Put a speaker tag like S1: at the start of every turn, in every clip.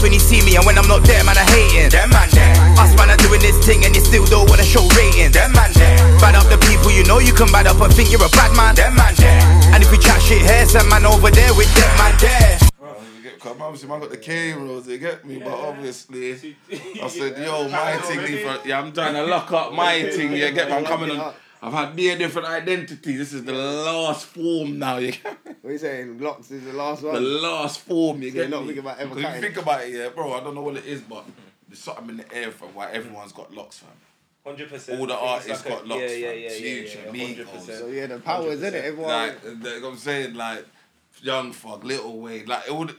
S1: when he see me, and when I'm not there, man, I hating. Them man there. Us man are doing this thing, and you still don't wanna show rating. Them man there. Bad up the people you know you can bad up and think you're a bad man. Them man there. And if we chat shit here, some man over there with them man there.
S2: You get- 'cause obviously, man, got the cameras, you get me? But obviously, I said, yo, my thing, different. Yeah, I'm trying to lock up my thing, you get me? I'm coming on. I've had mere different identities. This is the last form now, you get me?
S3: What are you saying? Locks is the last
S2: The
S3: one.
S2: last form, you
S3: you're
S2: get
S3: not
S2: me?
S3: thinking about ever
S2: 'Cause if you
S3: cutting
S2: think about it, yeah, bro, I don't know what it is, but there's something in the air from why everyone's got locks, fam.
S4: Hundred percent.
S2: All the artists got locks,
S4: Yeah, yeah,
S2: fam.
S4: yeah,
S2: Huge,
S4: yeah, yeah,
S2: amigos.
S4: 100%.
S3: So yeah, the powers in it. Everyone.
S2: Like, you know what I'm saying, like, Young Fog, Little Wayne, like, all the,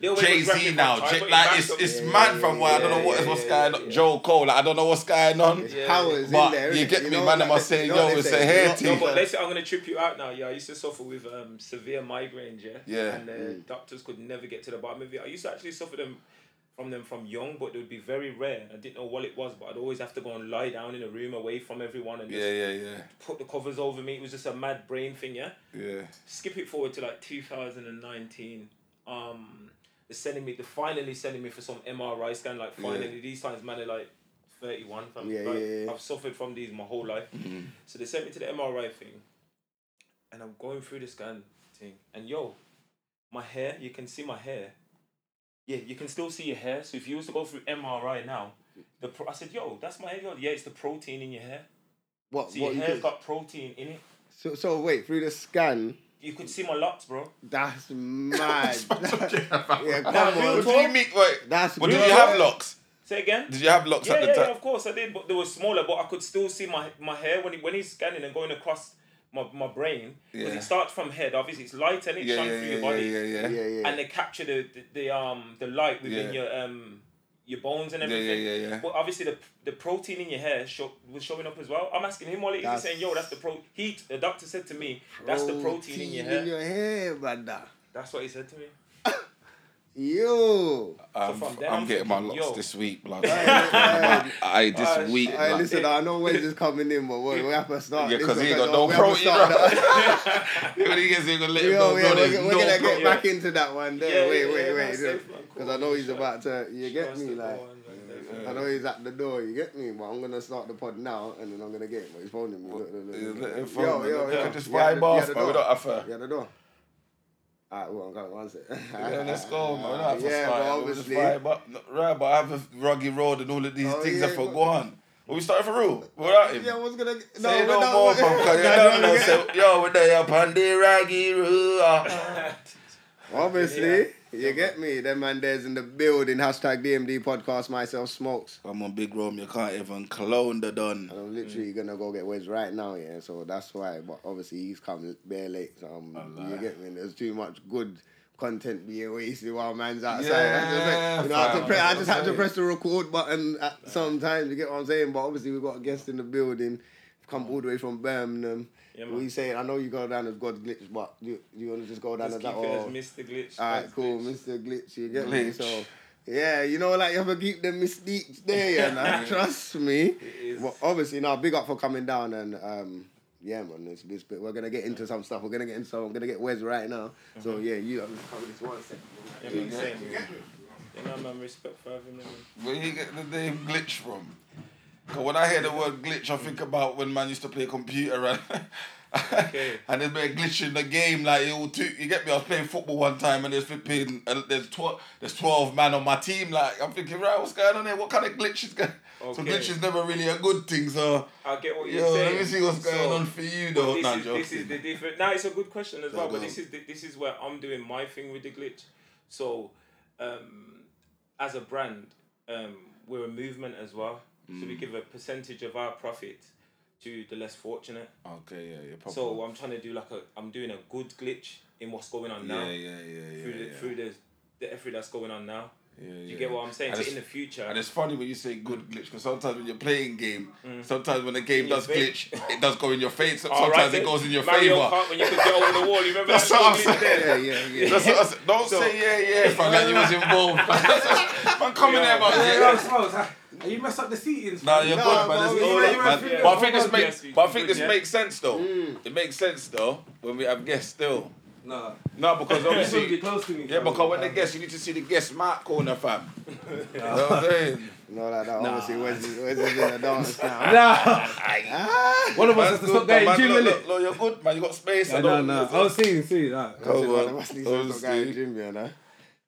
S4: Lil Wayne
S2: Jay
S4: was rapping
S2: Z
S4: from
S2: now,
S4: Time,
S2: Jay-
S4: but he
S2: like
S4: backed
S2: it's
S4: up-
S2: it's
S4: Yeah,
S2: mad from where I don't know
S4: yeah,
S2: what is
S4: yeah,
S2: what's
S4: yeah,
S2: going on.
S4: yeah.
S2: Joe Cole, like, I don't know what's going on.
S3: There's powers
S2: But
S3: in there.
S2: you
S3: innit?
S2: get me,
S3: know,
S2: man,
S3: like,
S2: I'ma say,
S3: you know
S2: yo,
S3: what
S2: it's
S3: they
S2: a
S3: say,
S2: hair
S3: lock-
S2: team.
S3: lock-
S4: But listen, I'm gonna trip you out now. Yeah, I used to suffer with um, severe migraines. Yeah.
S2: Yeah.
S4: And the doctors could never get to the bottom of it. I used to actually suffer them from them from young, but they would be very rare. I didn't know what it was, but I'd always have to go and lie down in a room away from everyone and
S2: Yeah,
S4: just
S2: yeah, yeah,
S4: put the covers over me. It was just a mad brain thing. Yeah.
S2: yeah.
S4: skip it forward to like 2019 um they're sending me they're finally sending me for some mri scan like finally these times man are like 31 fam.
S3: Yeah,
S4: Like,
S3: yeah, Mm-hmm. yeah.
S4: i've suffered from these my whole life so they sent me to the mri thing and i'm going through the scan thing and yo my hair you can see my hair yeah you can still see your hair so if you was to go through mri now the pro- i said yo that's my hair Yo, yeah it's the protein in your hair
S3: What?
S4: so
S3: what
S4: your
S3: you
S4: hair's
S3: could-
S4: got protein in it
S3: so, so wait through the scan.
S4: you could see my locks bro
S3: That's mad. yeah,
S4: Nah,
S3: come
S4: real
S2: What
S3: on.
S2: do you mean? Wait,
S3: That's
S2: but did
S3: real
S2: you have
S3: talk.
S2: locks?
S4: say again
S2: Did you have locks
S4: Yeah,
S2: at the
S4: yeah, yeah,
S2: time?
S4: of course I did, but they were smaller, but I could still see my my hair when he, when he's scanning and going across my, my brain. 'cause
S2: Yeah.
S4: it starts from head, obviously it's light and it
S2: Yeah,
S4: shines
S2: yeah,
S4: through
S2: yeah,
S4: your
S2: yeah,
S4: body,
S2: yeah, yeah,
S3: Yeah,
S2: yeah,
S3: yeah.
S4: and they capture the, the, the um the light within
S2: Yeah.
S4: your um your bones and
S2: yeah,
S4: everything.
S2: yeah, yeah.
S4: But obviously the the protein in your hair show, was showing up as well. I'm asking him what it is. He's
S3: That's-
S4: saying, "Yo, that's the pro." He the doctor said to me, "That's the protein in your hair."
S3: hair, brother.
S4: That's what he said to me.
S3: Yo.
S2: I'm,
S4: from there,
S2: I'm
S4: I'm
S2: getting my
S4: thinking,
S2: locks
S4: yo.
S2: this week, blood.
S3: Hey,
S2: I this
S4: Ah,
S2: week,
S4: shit.
S3: Hey,
S2: blood.
S3: listen, I know Wes is coming in, but we, we have to start.
S2: Yeah,
S3: this
S2: 'cause he ain't
S3: because,
S2: got no
S3: uh, we have to
S2: protein,
S3: start
S2: bro.
S3: that.
S2: You know, you guys ain't gonna let him
S3: Yo,
S2: know,
S3: yeah,
S2: bro,
S3: we're,
S2: there's
S3: we're
S2: no
S3: gonna get
S2: problem.
S3: back into that one day.
S4: Yeah,
S3: wait,
S4: yeah, yeah,
S3: wait,
S4: that's
S3: wait,
S4: safe, man,
S3: because
S4: cool.
S3: I know he's
S4: Sure.
S3: about to. You get
S4: That's
S3: me,
S4: the
S3: like
S4: one, like,
S3: I know he's at the door. You get me, but I'm gonna start the pod now, and then I'm gonna get him. He's phoning me. Look, look, look,
S2: Yeah,
S3: look,
S2: let
S3: look.
S2: him phone, man. We can just
S3: You had
S2: vibe
S3: the-
S2: off,
S3: you had the
S2: man. We
S3: door.
S2: don't have to-
S3: You had the door. Alright, well, I'm going one sec.
S2: Yeah, let's go, man. We don't have to
S3: Yeah,
S2: start.
S3: but
S2: We'll just
S3: obviously-
S2: vibe up. No, Right, but I have a ruggy road and all of these
S3: Oh,
S2: things
S3: yeah,
S2: are for
S3: but-
S2: gone. Well, we started for real. Without him.
S3: Yeah, I was gonna. No,
S2: Say
S3: we're
S2: no
S3: not-
S2: more,
S3: we're-
S2: fam, 'cause you
S3: No,
S2: don't
S3: no,
S2: know.
S3: we're-
S2: So, yo, we're there upon the raggy road.
S3: Obviously, you get me. Them man there's in the building. Hashtag DMD podcast myself smokes.
S2: Come on, Big Rome, you can't even clone the
S3: And
S2: done.
S3: I'm literally
S4: Mm.
S3: gonna go get Wes right now, yeah. So that's why. But obviously he's come bare late. So um, you get me. There's too much good content being wasted while man's outside. I just,
S2: Yeah,
S3: like, you know, I, had to
S2: fam,
S3: pre- I
S2: that's
S3: just
S2: what
S3: had to
S2: I'm
S3: press the record button at some time. You get what I'm saying? But obviously we've got a guest in the building. Come all the way from Birmingham.
S4: Yeah,
S3: what
S4: man.
S3: you saying? I know you go down as God glitch, but you you wanna just go down
S4: Let's
S3: as that
S4: keep it
S3: or-
S4: as Mr. Glitch.
S3: all right,
S4: That's
S3: cool,
S4: glitch.
S3: Mr. Glitch. You get me?
S2: Glitch.
S3: So, yeah, you know, like you have to keep the mystique there, you know. Trust me.
S4: is.
S3: But obviously, now big up for coming down and um, yeah, man. It's this bit. We're gonna get into some stuff. We're gonna get into. Some, I'm gonna get Wes right now.
S2: Uh-huh.
S3: So yeah, you. I'm just cover this one second.
S4: Yeah, man, same. You know, man, respect for having me.
S2: Where you get the name glitch from? 'Cause when I hear the word glitch, I think about when man used to play computer and
S4: Okay.
S2: and there's been a glitch in the game. Like it all took, you get me. I was playing football one time and there's flipping and there's twelve there's twelve man on my team. Like I'm thinking, right, what's going on here? What kind of glitch is going? So
S4: Okay.
S2: glitch is never really a good thing. So
S4: I get what you're
S2: yo,
S4: saying.
S2: let me see what's going
S4: So,
S2: on for you
S4: but
S2: though.
S4: This,
S2: Nah,
S4: is, this is
S2: joking.
S4: the different. Now it's a good question as well,
S2: Hold
S4: but
S2: on.
S4: this is the, this is where I'm doing my thing with the glitch. So, um, as a brand, um, we're a movement as well. So
S2: Mm.
S4: we give a percentage of our profit to the less fortunate.
S2: Okay, yeah, yeah. proper.
S4: So I'm trying to do like a. I'm doing a good glitch in what's going on now
S2: yeah, yeah, yeah, yeah.
S4: through the
S2: yeah.
S4: through the the effort that's going on now.
S2: Yeah,
S4: Do you
S2: yeah.
S4: get what I'm saying?
S2: And
S4: So
S2: it's-
S4: in the future,
S2: And it's funny when you say good glitch because sometimes when you're playing game, sometimes when the game
S4: Mm. your
S2: does
S4: face.
S2: glitch, it does go in your face.
S4: All
S2: Sometimes
S4: right,
S2: it
S4: then.
S2: goes in your
S4: Mario
S2: favor.
S4: Kart when you could get over the wall, you remember
S2: That's
S4: that
S2: what I'm
S4: little glitch
S2: saying.
S4: there?
S3: Yeah, yeah, yeah.
S2: That's what I said. Don't say yeah, yeah, fam. Like you was involved. man, come in
S4: Yeah.
S2: there, man.
S5: Yeah, Smalls, I- you messed up the seatings.
S2: Nah, you're
S3: No,
S2: good,
S3: but
S2: man. It's
S3: we-
S2: all
S5: we-
S2: right,
S5: we-
S2: man.
S5: we-
S2: But I think this
S4: we-
S2: makes,
S4: we-
S2: but I think this
S4: yeah.
S2: Mm. makes sense though. It makes sense though when we have guests still.
S5: No.
S2: No, because
S5: People
S2: obviously.
S5: get close to me.
S2: Yeah, because when they guess, you need to see the guest mark corner, fam. You know what I'm saying?
S3: No, like that. Obviously, Wesley's Wesley's in the dance now.
S6: No,
S3: Ah,
S6: one of us
S2: Man,
S6: has to
S2: look,
S6: stop getting
S2: man,
S6: too
S2: look,
S6: many.
S2: look, look, you're good, man. You got space. I
S6: No,
S2: don't-
S6: no, Oh, I was seeing, seeing that.
S2: Come on.
S3: Wesley's not guy in
S2: Obviously.
S3: gym, you know.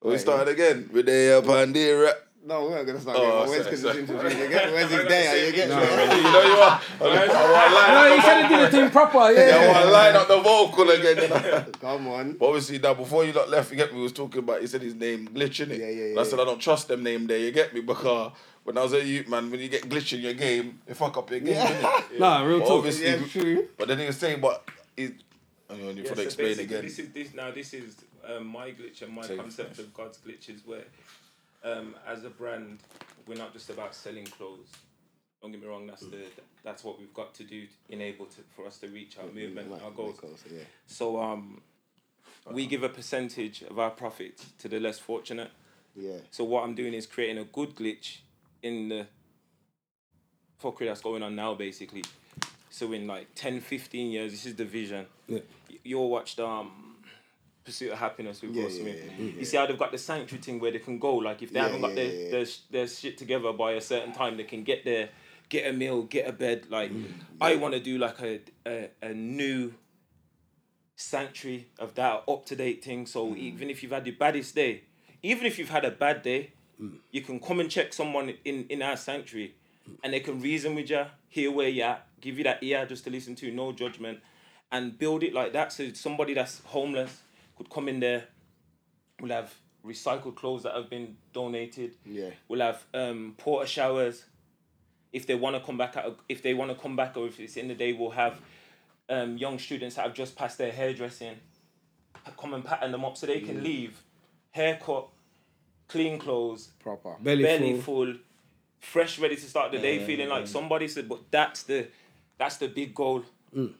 S2: We started again with the uh, Pandira.
S3: No, we're not gonna start.
S2: Oh,
S3: Oh,
S2: sorry,
S3: Wes could just
S2: sorry.
S3: introduce you. Get Wes is there. You get me.
S2: You know you are. I want line.
S6: No, you said he did the thing proper.
S2: I
S6: Yeah.
S2: want line up the vocal again. you know.
S3: Come on.
S2: But obviously now before you lot left, you get me. We was talking about. He said his name glitching it.
S3: Yeah, yeah,
S2: And
S3: yeah.
S2: I said I don't trust them name there. You get me because when I was a youth man, when you get glitch in your game, they fuck up your game. innit?
S6: Nah, real
S2: But
S6: talk.
S2: obviously,
S3: Yeah, true.
S2: but then he was saying, but he, I mean, you
S4: Yeah,
S2: have to
S4: so
S2: explain
S4: basically
S2: again.
S4: This is this now. This is um, my glitch and my
S2: Take it
S4: concept of God's glitch is where, um, as a brand, we're not just about selling clothes. Don't get me wrong. That's the that's what we've got to do. to enable to, for us to reach our movement, our goals.
S3: Yeah.
S4: So um, we give a percentage of our profits to the less fortunate.
S3: Yeah.
S4: So what I'm doing is creating a good glitch in the fuckery that's going on now, basically. So in like 10, 15 years, this is the vision.
S6: Yeah.
S4: Y- You all watched um, Pursuit of Happiness with
S3: Yeah,
S4: Will
S3: yeah,
S4: Smith.
S3: yeah,
S4: You see how they've got the sanctuary thing where they can go. Like if they
S3: Yeah,
S4: haven't got
S3: yeah,
S4: their,
S3: yeah, yeah.
S4: Their, sh- their shit together by a certain time, they can get their get a meal, get a bed. Like I want to do like a, a a new sanctuary of that up to date thing. So even if you've had your baddest day, even if you've had a bad day, you can come and check someone in in our sanctuary, and they can reason with you, hear where you're at, give you that ear just to listen to, no judgment, and build it like that. So somebody that's homeless could come in there, will have recycled clothes that have been donated.
S3: Yeah.
S4: We'll have um, porter showers. If they want to come back, out, if they want to come back, or if it's in the day, we'll have um, young students that have just passed their hairdressing p- come and pattern them up so they can leave haircut, clean clothes,
S3: Proper.
S6: Belly
S4: belly
S6: full.
S4: full, fresh, ready to start the day, feeling like somebody said. But that's the that's the big goal.
S6: Mm.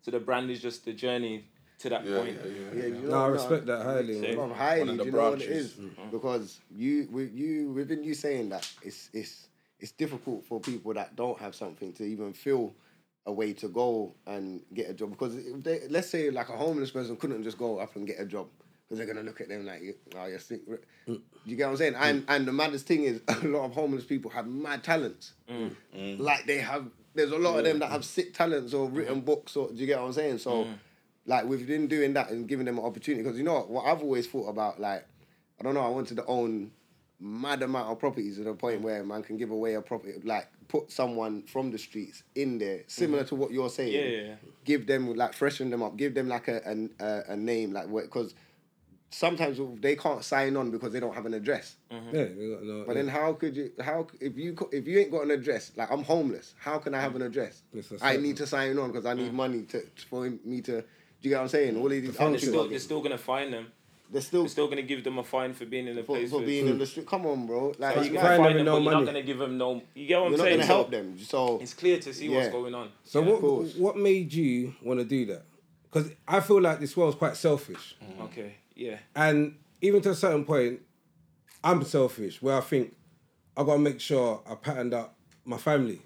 S4: So the brand is just the journey to that
S2: Yeah,
S4: point.
S2: yeah, yeah.
S3: Yeah, you know,
S6: No, I
S3: no,
S6: respect that highly.
S4: Yeah.
S6: man.
S3: From highly,
S2: of the
S3: do you know what it
S2: branches.
S3: is? Because you, with you, within you saying that, it's it's it's difficult for people that don't have something to even feel a way to go and get a job. Because if they, let's say like a homeless person couldn't just go up and get a job because they're gonna look at them like, oh, you're sick. You get what I'm saying? And and the maddest thing is, a lot of homeless people have mad talents. Like they have, there's a lot of them that have sick talents or written books. Or do you get what I'm saying? So like within doing that and giving them an opportunity. Because you know what, what I've always thought about, like, I don't know, I wanted to own mad amount of properties to the point where man can give away a property, like put someone from the streets in there, similar to what you're saying.
S4: Mhm. Yeah, yeah, yeah.
S3: Give them like freshen them up, give them like a a, a, a name, like because sometimes they can't sign on because they don't have an address.
S6: Yeah, we got no.
S4: Mm-hmm.
S3: But then how could you? How c- if you co- if you ain't got an address? Like I'm homeless. How can I have an address?
S6: Yes, that's
S3: I
S6: right.
S3: need to sign on because I
S4: Mm.
S3: need money to for him- me to. Do you get what I'm saying? All of these
S4: And
S3: other
S4: they're still, they're
S3: things.
S4: still gonna find them.
S3: They're still
S4: We're still gonna give them a fine for being in a
S3: for,
S4: place
S3: for
S4: with-
S3: being in the street. Come on, bro. Like
S4: So
S3: you
S4: you can
S6: Fine
S3: guys-
S6: them
S4: find
S6: with
S4: them,
S6: no
S4: but you're
S6: money.
S4: not gonna give them no. You get what I'm
S3: you're not
S4: saying?
S3: gonna
S4: So
S3: help them. So
S4: It's clear to see
S3: Yeah.
S4: what's going on.
S6: So
S3: Yeah, of course.
S6: what? What made you want to do that? Because I feel like this world's quite selfish,
S4: Okay, yeah,
S6: and even to a certain point, I'm selfish. Where I think I gotta make sure I patterned up my family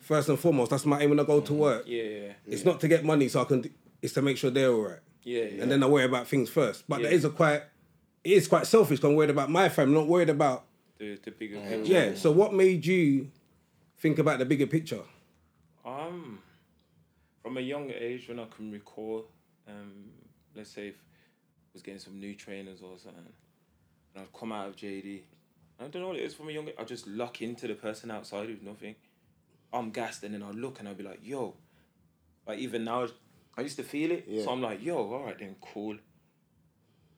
S6: first and foremost. That's my aim when I go to work.
S4: Mm-hmm. yeah, yeah,
S6: It's not to get money, so I can. d- It's to make sure they're all right.
S4: yeah. yeah.
S6: and then I worry about things first. But
S4: Yeah.
S6: there is a quite, it is quite selfish. 'cause I'm worried about my family, not worried about
S4: the the bigger picture.
S6: yeah. So what made you think about the bigger picture?
S4: Um, from a young age, when I can recall, um, let's say if I was getting some new trainers or something, and I'd come out of JD. I don't know what it is from a young. I just lock into the person outside with nothing. I'm gassed, and then I look and I'll be like, "Yo," like even now, I used to feel it.
S3: Yeah.
S4: So I'm like, "Yo, all right then, cool."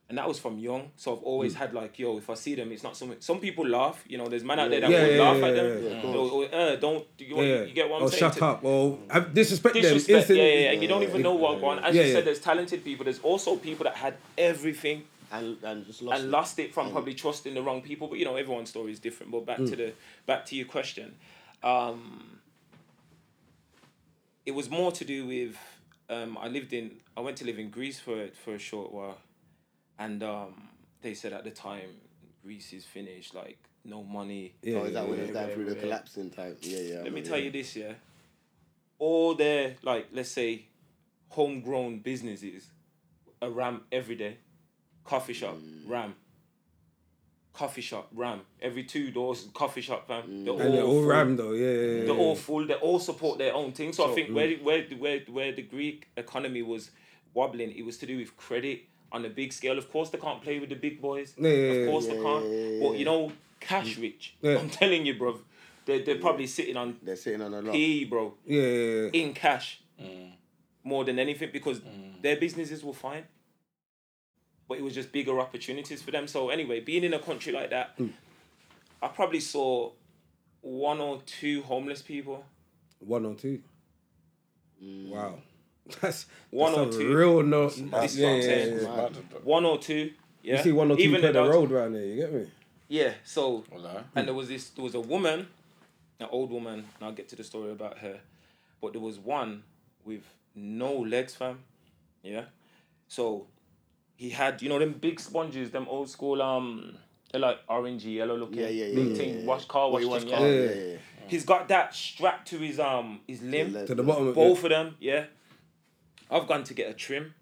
S4: And that was from young, so I've always
S6: Hmm.
S4: had like, "Yo, if I see them, it's not something." Some people laugh, you know. There's man out there that
S6: Yeah,
S4: would
S6: yeah,
S4: laugh
S6: yeah,
S4: at
S6: yeah,
S4: them.
S6: yeah,
S3: of
S4: They'll-
S3: course.
S4: or, uh, don't do you, want-
S6: yeah.
S4: you get what I'm
S6: or
S4: saying?
S6: shut
S4: To-
S6: up. Or have- disrespect, them
S4: disrespect. Yeah,
S6: instantly.
S4: yeah, yeah. You don't even know what going on. As
S6: Yeah,
S4: you
S6: yeah.
S4: said, there's talented people. There's also people that had everything
S3: and and just lost.
S4: and lost it Mm. from probably trusting the wrong people. But you know, everyone's story is different. But back to the back to your question, um, it was more to do with um, I lived in I went to live in Greece for for a short while, and um, they said at the time Greece is finished, like no money.
S3: oh, is that when
S4: yeah,
S3: it's down
S4: yeah,
S3: through the
S4: yeah.
S3: collapsing type? Yeah, yeah.
S4: Let me tell you this, yeah. All their like, let's say, homegrown businesses a ram every day. Coffee shop,
S3: Mm.
S4: ram. Coffee shop, ram. Every two doors, coffee
S3: Mm.
S4: shop, fam. They're
S6: And they're all
S4: full.
S6: ram though, yeah. yeah, yeah,
S4: They're
S6: yeah.
S4: all full. They all support their own thing. So, I
S6: mm.
S4: think where, where where where the Greek economy was wobbling, it was to do with credit on a big scale. Of course, they can't play with the big boys.
S6: Yeah, yeah, yeah, Mm.
S4: of course,
S3: yeah,
S4: they can't.
S3: yeah, yeah,
S4: But you know, cash rich.
S6: Yeah.
S4: I'm telling you, bro. They're, they're probably sitting on
S3: They're sitting on a lot.
S4: PE, bro
S6: yeah, yeah, yeah.
S4: in cash more than anything because their businesses were fine. But it was just bigger opportunities for them. So anyway, being in a country like that,
S6: Hmm.
S4: I probably saw one or two homeless people.
S6: One or two. Wow. That's
S4: One
S6: that's
S4: or
S6: a
S4: two.
S6: real no.
S4: That's
S6: yeah,
S4: what I'm
S6: yeah,
S4: saying.
S6: yeah, yeah.
S4: One or two. Yeah.
S6: You see one or two
S4: Even
S6: per the
S4: adults.
S6: road round there. You get me?
S4: Yeah. So
S2: Wallah.
S4: and there was this there was a woman, an old woman, and I'll get to the story about her. But there was one with no legs, fam. Yeah. So he had, you know, them big sponges, them old school um they're like orangey yellow looking.
S3: Yeah, yeah, yeah,
S4: big
S3: yeah,
S4: thing,
S3: yeah.
S4: wash car wash
S3: What he was
S4: thing, yeah.
S3: called, yeah, yeah,
S4: He's got that strapped to his um his limb.
S3: yeah.
S6: To the bottom of
S4: Both of them, yeah. I've gone to get a trim,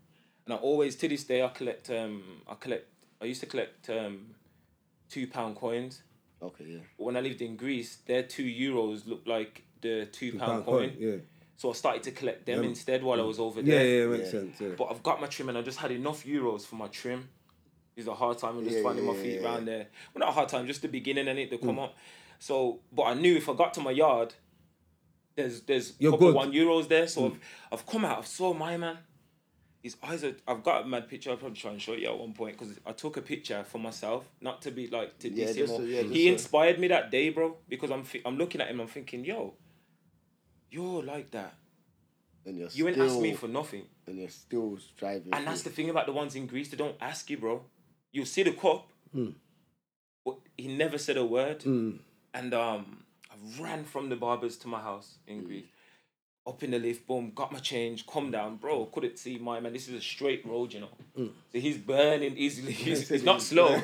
S4: and I always to this day I collect um I collect I used to collect um two pound coins.
S3: Okay, yeah.
S4: When I lived in Greece, their two euros looked like the two
S6: yeah.
S4: pound
S6: Pound
S4: coin.
S6: coin. Yeah.
S4: So I started to collect them
S6: Yeah.
S4: instead while I was over
S6: Yeah,
S4: there.
S6: yeah, it makes
S3: Yeah.
S6: sense. Yeah.
S4: But I've got my trim and I just had enough euros for my trim. It's a hard time of just
S3: Yeah,
S4: finding my
S3: yeah,
S4: feet
S3: yeah, Hmm.
S4: round there. Well, not a hard time, just the beginning and it to come up. So, but I knew if I got to my yard, there's there's a
S6: You're
S4: couple
S6: good.
S4: one euros there.
S3: Hmm.
S4: So I've, I've come out. I've saw my man. His eyes are. I've got a mad picture. I'll probably try and show you at one point because I took a picture for myself, not to be like to
S3: Yeah,
S4: diss him.
S3: just
S4: or-
S3: so- yeah, just
S4: he
S3: so-
S4: inspired me that day, bro. Because I'm thi- I'm looking at him. I'm thinking, yo, you're like that.
S3: And you're
S4: You ain't
S3: still,
S4: asked me for nothing.
S3: And you're still striving.
S4: And that's the thing about the ones in Greece, they don't ask you, bro. You'll see the cop, but he never said a word. And um, I ran from the barbers to my house in Greece. Up in the lift, boom, got my change, come down, bro. Couldn't see my man. This is a straight road, you know. So he's burning easily. He's, he's not slow.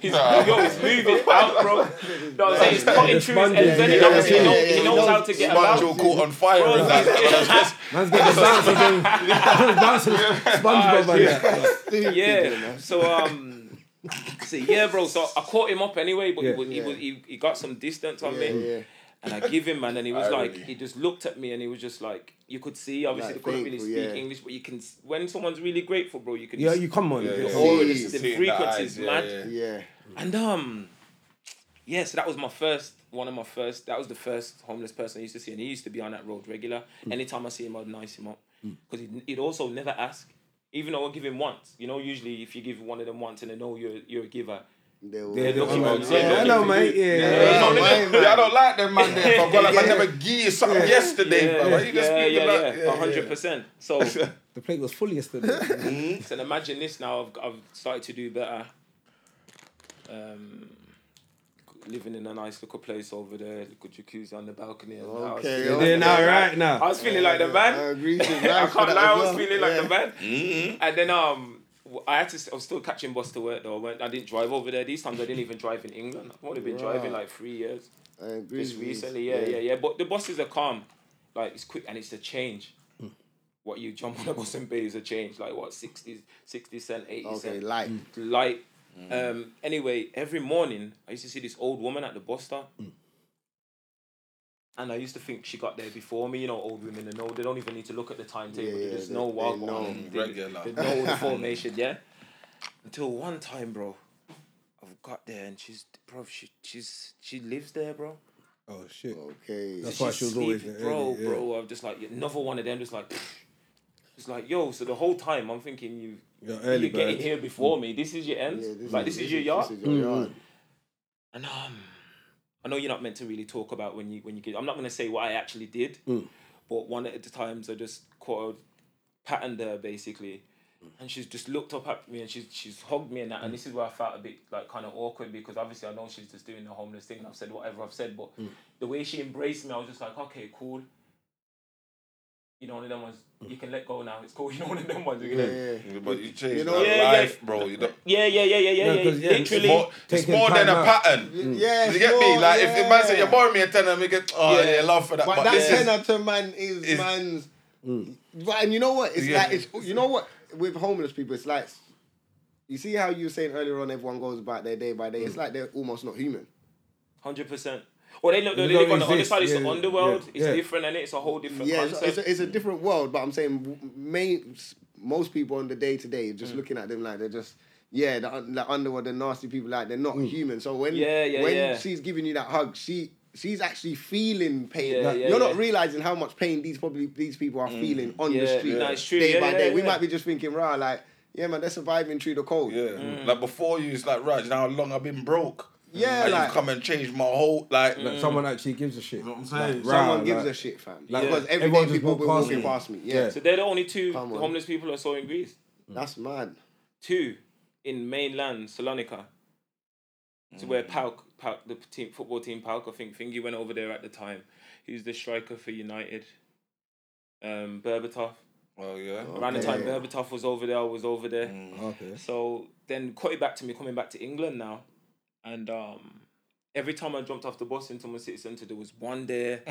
S4: he's, yo, he's moving out, bro. No, I'm saying he's cutting
S6: It's
S4: through his
S6: spongy.
S4: ends
S6: Yeah,
S4: anyhow,
S6: yeah,
S4: so he
S6: yeah,
S4: knows-
S3: yeah,
S4: He
S3: yeah.
S4: knows how to get
S2: Sponge
S4: about.
S2: will caught on fire.
S4: Bro,
S2: with that.
S4: he's-
S6: Man's getting the bounce of them. Bounce of
S4: Ah,
S6: SpongeBob on that.
S4: yeah. So um, so yeah, bro. So I caught him up anyway, but
S6: Yeah.
S4: he was, he, was he, he got some distance on
S3: Yeah,
S4: me,
S3: yeah.
S4: and I give him man, and he was like,
S2: Irony.
S4: he just looked at me, and he was just like, you could see, obviously
S3: Like,
S4: they couldn't really
S3: thankful,
S4: speak
S3: yeah.
S4: English, but you can s- when someone's really grateful, bro, you can.
S6: Yeah,
S4: just-
S6: you come on.
S2: Yeah,
S6: Yeah,
S2: yeah.
S4: Oh,
S3: see.
S4: it's the
S2: See in the eyes,
S4: frequencies,
S2: yeah,
S4: man.
S2: yeah.
S3: Yeah.
S4: And um, yeah, so that was my first one of my first. That was the first homeless person I used to see, and he used to be on that road regular. Anytime I see him, I'd nice him up because he'd, he'd also never ask. Even though I give him once, you know, usually if you give one of them once and they know you're you're a giver,
S3: They were,
S6: Yeah,
S4: they're
S6: come
S4: looking
S6: on.
S4: for you.
S6: Yeah, hello, mate. Yeah,
S2: Yeah,
S6: yeah.
S2: no, they don't- I don't like them man there. I've got like, I
S3: Yeah.
S2: never give you something yesterday,
S4: yeah,
S2: bro. You just
S4: yeah,
S2: speak
S4: yeah,
S2: about
S4: yeah, hundred percent. So,
S6: The plate was full yesterday.
S4: so imagine this now. I've I've started to do better. Um, living in a nice little place over there, little jacuzzi on the balcony. of the house.
S3: Okay,
S4: Yeah,
S3: okay.
S6: Then all right
S4: I
S6: now.
S4: was feeling like the
S3: I
S4: man.
S3: agree. I can't
S4: I can't lie, I was feeling like the man.
S3: Mm-hmm.
S4: And then um, w- I had to. s- I was still catching bus to work though. I, went, I didn't drive over there. These times I didn't even drive in England. I've only been
S3: Wow.
S4: driving like three years.
S3: I agree.
S4: Just
S3: with you.
S4: recently, yeah, yeah, yeah, But the buses are calm. Like it's quick and it's a change. What you jump on a bus and pay is a change. Like what 60, 60 cent, eighty
S3: Okay, Mm.
S4: cent
S3: light.
S4: light. Um, anyway, every morning I used to see this old woman at the bus stop.
S3: Mm.
S4: And I used to think she got there before me, you know, old women, they know they don't even need to look at the timetable,
S3: Yeah,
S4: they
S3: yeah,
S4: just
S3: they-
S4: know
S3: they
S4: what
S3: know.
S4: on,
S2: Regular.
S4: They, they know the formation, yeah? Until one time, bro, I've got there and she's, bro, she, she's, she lives there, bro.
S6: Oh shit.
S3: Okay.
S6: That's why she was always
S4: Sleeping,
S6: there
S4: bro,
S6: early, yeah.
S4: bro. I'm just like another one of them. Just like, it's like yo. So the whole time I'm thinking you,
S6: You're
S4: you're
S6: early
S4: getting
S6: bird.
S4: here before me. This is your end.
S3: Yeah, this
S4: like this is your yard.
S3: This is your
S4: Mm.
S3: yard.
S4: And um, I know you're not meant to really talk about when you when you get. I'm not gonna say what I actually did, but one at the times I just caught a patterned her basically, and she's just looked up at me and she's she's hugged me and that. And this is where I felt a bit like kind of awkward because obviously I know she's just doing the homeless thing and I've said whatever I've said, but the way she embraced me, I was just like, okay, cool. You know, one of them ones you can let go now. It's cool. You know, one of them ones. You can let-
S3: Yeah.
S2: But you changed
S3: You
S2: you
S3: know-
S2: that
S4: Yeah,
S2: life,
S4: yeah.
S2: bro. You don't,
S4: Yeah, yeah, yeah, yeah, yeah,
S6: No,
S4: yeah.
S6: 'cause, yeah,
S2: it's
S4: Literally,
S2: more, it's
S6: Taking
S2: more than a
S6: time out.
S2: pattern.
S3: Yeah,
S2: You get me?
S3: sure,
S2: Like if the man said
S3: yeah.
S2: you're boring me at ten, I'm get oh
S4: Yeah.
S2: yeah, love for that.
S3: But,
S2: But,
S3: that
S2: this is
S3: tenner to man is,
S2: is-
S3: man's. Right, and you know what? It's
S2: Yeah.
S3: like it's you know what? with homeless people, it's like you see how you were saying earlier on. Everyone goes about their day by day. It's like they're almost not human.
S4: Hundred percent. Well, they look. They,
S6: They
S4: live
S6: don't
S4: on the other
S6: exist.
S4: side. It's
S6: Yeah,
S4: the
S6: yeah,
S4: underworld.
S6: yeah,
S4: It's
S6: yeah.
S4: different, and it's a whole different
S3: Yeah, it's, it's,
S4: concept.
S3: a, it's a different world. But I'm saying, main, most people on the day to day,
S4: Mm.
S3: just looking at them like they're just. Yeah, the, un- the underworld, the nasty people, like they're not
S6: Mm.
S3: human. So when
S4: Yeah, yeah,
S3: when
S4: yeah.
S3: she's giving you that hug, she she's actually feeling pain.
S4: Yeah,
S3: Like,
S4: yeah,
S3: You're not
S4: yeah. Mm.
S3: realizing how much pain these probably these people are feeling on the
S4: Yeah,
S3: street
S4: no, it's true.
S3: day
S4: Yeah,
S3: by
S4: yeah,
S3: day. we
S4: yeah.
S3: might be just thinking, rah, like yeah, man, they're surviving through the cold.
S2: Yeah.
S4: Mm.
S2: Like before you, it's like Raj. Now how long I've been broke.
S3: Yeah,
S2: and
S3: like-
S2: you've come and changed my whole like.
S4: Mm.
S6: Like, someone actually gives a shit.
S2: You know what I'm saying?
S6: Like,
S3: Someone
S6: rah,
S3: gives a
S6: like-
S3: shit, fam.
S6: Like,
S3: because
S6: yeah.
S3: every
S6: everyone
S3: day
S6: just
S3: people
S6: walk
S3: were
S6: past
S3: walking
S6: me.
S3: past me. Yeah,
S6: Yeah.
S4: So they're the only two
S3: Come on.
S4: homeless people I saw in Greece.
S3: that's mad.
S4: Two in mainland Salonika, to
S3: Mm.
S4: where Pauk, Pauk, the team football team Pauk, I think Thingy went over there at the time. Who's the striker for United? Um, Berbatov.
S2: Oh yeah.
S4: Around the
S3: Okay. Mm.
S4: time Berbatov was over there, I was over there.
S6: Okay.
S4: So then cut it back to me coming back to England now. And um, every time I jumped off the bus into my city centre, there was one there,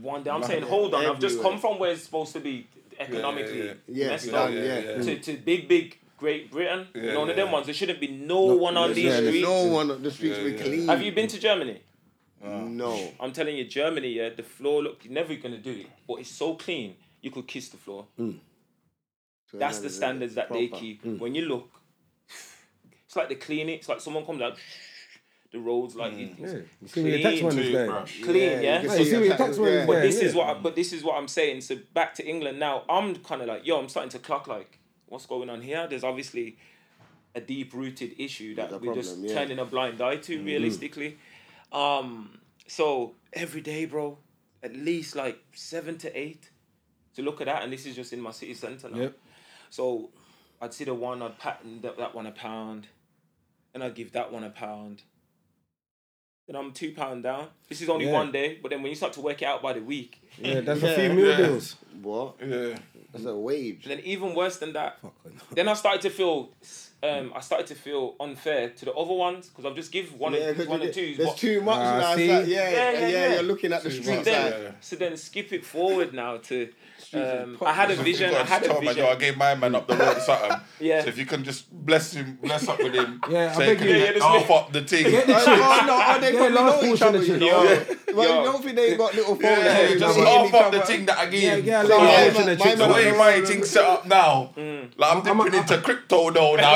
S4: one there. I'm saying, hold on, I've just come
S3: Everywhere.
S4: from where it's supposed to be economically
S2: yeah.
S3: Yeah,
S4: messed
S3: done,
S4: up
S3: yeah.
S2: yeah, yeah.
S4: To, to big, big Great Britain.
S2: Yeah,
S4: None of them
S2: yeah.
S4: ones. There shouldn't be no, one on
S6: yeah,
S4: these
S6: yeah,
S3: There's
S4: streets.
S3: no one on the streets
S2: Yeah,
S3: with
S2: yeah.
S3: clean.
S4: Have you been to Germany?
S3: No.
S4: I'm telling you, Germany, yeah, the floor, look, you're never going to do it, but it's so clean, you could kiss the floor. That's the standards that they
S3: Proper.
S4: keep. When you look, it's like they clean it. It's like someone comes out, the roads like it's
S6: Yeah. You see me a text one is there.
S4: clean, yeah.
S3: can
S6: Yeah, you see me a text one is
S3: But
S6: there.
S4: This
S6: yeah.
S4: is what, I, but this is what I'm saying. So back to England now. I'm kind of like, yo, I'm starting to clock like, what's going on here? There's obviously a deep rooted issue that
S3: There's a
S4: we're just
S3: problem, yeah. Mm-hmm.
S4: turning a blind eye to, realistically. Um, so every day, bro, at least like seven to eight to look at that, and this is just in my city centre now.
S6: Yep.
S4: So I'd see the one, I'd pattern that, that one a pound, and I'd give that one a pound. Then I'm two pound down. This is only
S6: Yeah.
S4: one day, but then when you start to work it out by the week,
S6: Yeah, that's
S3: Yeah.
S6: a few meal
S2: Yeah.
S6: deals.
S3: What?
S2: Yeah.
S3: That's a wage.
S4: and then even worse than that,
S6: Fucking hell.
S4: then I started to feel, um, I started to feel unfair to the other ones because I'll just give one
S3: Yeah,
S4: and
S3: 'cause
S4: one
S3: you
S4: and
S3: get-
S4: twos.
S3: there's
S4: but-
S3: too much
S6: Ah,
S3: now.
S6: see?
S3: It's like, yeah,
S4: Yeah,
S3: yeah,
S4: yeah,
S3: yeah,
S4: yeah.
S3: You're looking at the
S2: Too
S3: streets.
S2: much,
S3: Like,
S2: yeah.
S4: So then skip it forward now to.
S3: is
S4: Um,
S3: pop-
S4: I had a vision. I
S2: God,
S4: had a
S2: tell Man, yo, I
S4: vision.
S2: gave my man up the road or something.
S4: Yeah.
S2: So if you can just bless him, bless up with him.
S6: Yeah, I
S2: so
S6: beg
S2: he
S6: you.
S2: can
S6: Yeah,
S4: yeah, this
S2: half
S4: nigga-
S2: up the team.
S3: oh, no, oh, they
S6: Yeah,
S3: probably
S6: last
S3: know each
S6: quarter
S3: other.
S6: in
S3: You
S6: the
S3: know?
S4: gym. Yo.
S3: Well,
S4: Yo.
S3: you don't think they got little phones?
S2: Yeah,
S3: they
S2: just
S3: know
S2: half
S3: each
S2: up the
S3: other.
S2: thing that I gave.
S6: Yeah,
S2: him.
S6: yeah,
S2: So
S6: like,
S3: yeah,
S2: yeah,
S3: my-
S6: the
S3: my
S6: chicks
S2: the
S3: man-
S6: away.
S2: way
S3: no,
S2: my
S3: no,
S2: thing set up now,
S4: Mm.
S2: like I'm
S6: I'm-
S2: dipping into crypto though now.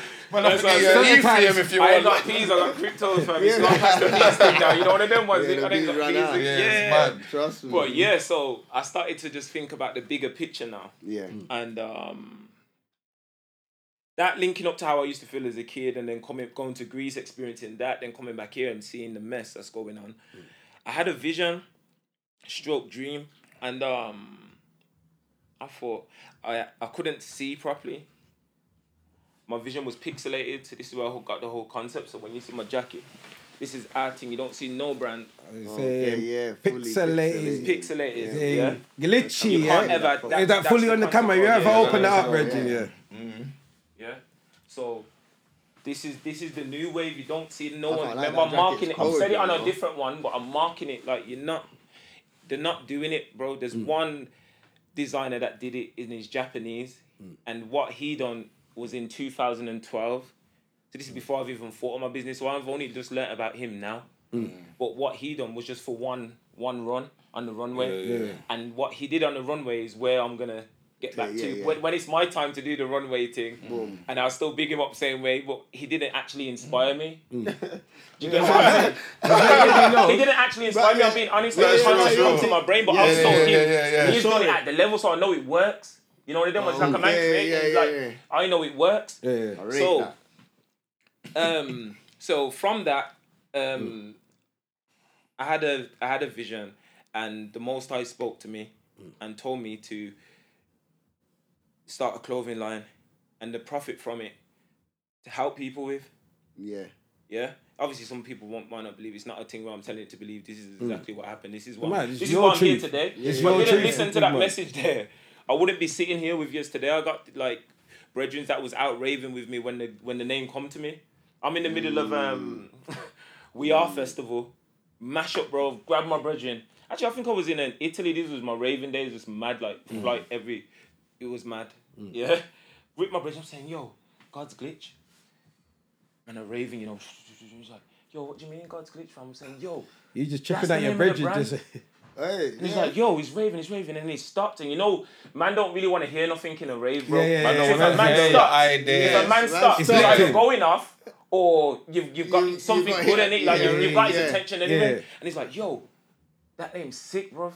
S2: Man, I'm
S4: That's what I
S2: thinking,
S6: said.
S2: yeah, Ethereum if you
S4: I ain't
S2: want.
S4: got peas, I got cryptos, fam. It's not past the peas thing now. You know one of them ones.
S3: Yeah,
S4: I
S3: the
S4: ain't
S3: bees
S4: got
S3: ran out.
S4: peas.
S2: Yeah,
S4: Yeah,
S2: it's mad.
S3: Trust me.
S4: But yeah, so I started to just think about the bigger picture now.
S3: Yeah.
S6: Mm.
S4: And um, that linking up to how I used to feel as a kid and then coming going to Greece, experiencing that, then coming back here and seeing the mess that's going on. I had a vision, stroke dream, and um, I thought I I couldn't see properly. My vision was pixelated, so this is where I got the whole concept. So when you see my jacket, this is acting. You don't see no brand.
S3: Okay, yeah, fully pixelated.
S6: pixelated.
S4: Pixelated.
S6: Yeah.
S4: yeah?
S6: Glitchy.
S4: You can't
S6: yeah.
S4: ever- that-
S6: Is that
S4: that's
S6: fully
S4: the
S6: on the
S4: concept
S6: camera?
S4: of
S6: You
S4: it.
S6: ever
S4: Yeah,
S6: open it
S3: yeah,
S6: up,
S3: yeah.
S6: Reggie? Yeah.
S4: Yeah. So this is this is the new wave. You don't see no
S3: I
S4: one.
S3: like
S4: Remember,
S3: that
S4: I'm marking it.
S3: jacket.
S4: I've
S3: It's
S4: said it
S3: cold,
S4: on a
S3: bro.
S4: different one, but I'm marking it like you're not. They're not doing it, bro. There's
S3: Mm.
S4: one designer that did it in his Japanese,
S3: Mm.
S4: and what he done was in 2012. So this is before I've even thought of my business. So I've only just learnt about him now.
S3: Hmm.
S4: But what he done was just for one one run on the runway,
S2: Yeah, yeah, yeah.
S4: and what he did on the runway is where I'm gonna get back
S3: yeah, Hmm.
S4: to
S3: yeah.
S4: When, when it's my time to do the runway thing. And I'll still big him up same way, but he didn't actually inspire me.
S3: Hmm.
S4: Do you get what I'm saying? He didn't actually
S3: But,
S4: inspire me.
S3: yeah.
S4: I'm being honest.
S3: Yeah,
S4: I'm
S3: yeah,
S4: trying to
S3: yeah,
S4: speak
S3: yeah.
S4: to my brain, but
S3: Yeah,
S4: I'm
S3: yeah,
S4: still
S2: yeah,
S4: him.
S2: yeah, yeah, yeah.
S4: He's doing it
S3: Sure.
S4: at the level, so I know it works. You know, they don't want to like a man
S3: yeah, yeah,
S4: creating,
S3: yeah,
S4: like,
S3: yeah.
S4: I know it works.
S6: Yeah, yeah.
S3: I rate
S4: So-
S3: that.
S4: Um, so from that, um, I had a I had a vision, and the Most High spoke to me and told me to start a clothing line, and the profit from it to help people with.
S3: Yeah.
S4: Yeah. Obviously, some people won't, might not believe. It's not a thing where I'm telling you to believe. This is exactly what happened. This is what
S6: Hmm. Man, it's
S4: this is
S6: your
S4: what I'm here
S6: truth.
S4: today.
S6: It's
S4: if
S6: your
S4: I didn't
S6: truth,
S4: listen to
S6: big
S4: that
S6: man.
S4: message there, I wouldn't be sitting here with you today. I got like brethren that was out raving with me when the when the name come to me. I'm in the middle of um, We
S6: Hmm.
S4: Are Festival, mash up, bro. Grab uh,
S6: Hmm.
S4: my brethren. Actually, I think I was in um, Italy. This was my raving days. Just mad like flight every It was mad. Yeah. Ripped my bridge. I'm saying, yo, God's glitch. And I'm raving, you know. He's like, yo, what do you mean God's glitch? fam? I'm saying, yo.
S6: You just
S4: That's
S6: checking
S4: the
S6: out your
S4: name of
S6: bridge.
S4: the
S6: you Just,
S3: Hey,
S4: And he's
S3: yeah.
S4: like, yo, he's raving, he's raving. And he stopped. And you know, man don't really want to hear nothing in a rave, bro.
S6: Yeah, yeah,
S4: man
S6: yeah,
S4: don't-
S6: yeah,
S4: if a man
S6: yeah, yeah.
S4: stops,
S2: Ideas.
S4: if a man
S3: Yes, man
S4: stops, you're
S6: stops.
S4: either going off or you've, you've got
S3: You- you've
S4: something
S3: got
S4: good
S3: hit,
S4: in it. Like,
S3: yeah,
S4: you've, you've got
S3: yeah,
S4: his attention anyway.
S6: yeah.
S4: And he's like, yo, that name's sick, bro.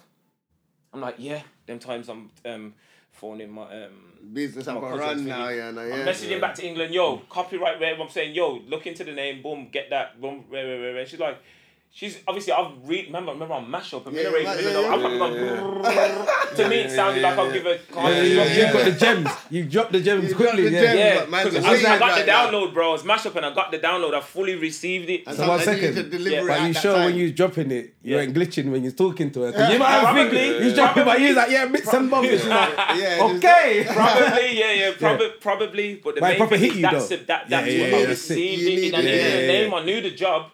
S4: I'm like, yeah. Them times I'm um, phoning my... Um,
S3: business up
S4: my
S3: and
S4: cousin's
S3: run
S4: thingy.
S3: now, yeah, no, yeah.
S4: I'm messaging back to England, yo, copyright where I'm saying, yo, look into the name, boom, get that, boom, where, where, where, where. She's like, she's obviously, I've read, remember, remember on Mashup, I'm
S3: Yeah,
S4: in a rave,
S3: yeah,
S4: in
S3: yeah,
S4: the middle, I'm
S3: yeah,
S4: probably going, to me, it sounded like I'll give a card.
S2: Yeah,
S6: you
S2: yeah,
S6: dropped- you got the gems. You dropped the gems
S3: You dropped
S6: quickly.
S3: the
S6: yeah.
S3: gems.
S4: Yeah,
S3: But man's
S4: 'cause
S3: a
S4: I, was- I
S3: slave
S4: got
S3: right
S4: the
S3: now.
S4: download, bro. It's Mashup and I got the download. I fully received it.
S3: And
S6: So one
S3: sometimes you need to
S6: second.
S3: deliver
S4: Yeah.
S3: it
S6: But
S3: at
S6: you
S3: that
S6: sure
S3: time.
S6: when you dropping it, you
S4: Yeah.
S6: ain't glitching when you're talking to her. 'Cause You might have
S4: Probably.
S6: think you dropping, but you're like, yeah, bits and bobs. She's like,
S3: Yeah, just-
S6: okay.
S4: Probably, yeah, yeah, prob- probably. But the
S6: But it
S4: main
S6: proper
S4: thing
S6: hit
S4: is
S6: you,
S4: that's,
S6: though.
S4: the- that,
S6: Yeah,
S4: that's
S6: yeah,
S4: what
S6: yeah,
S4: I
S6: yeah.
S4: received.
S3: You
S4: it,
S3: need
S4: and I
S3: it.
S4: knew
S3: Yeah,
S4: the
S3: yeah,
S4: name, I knew the job,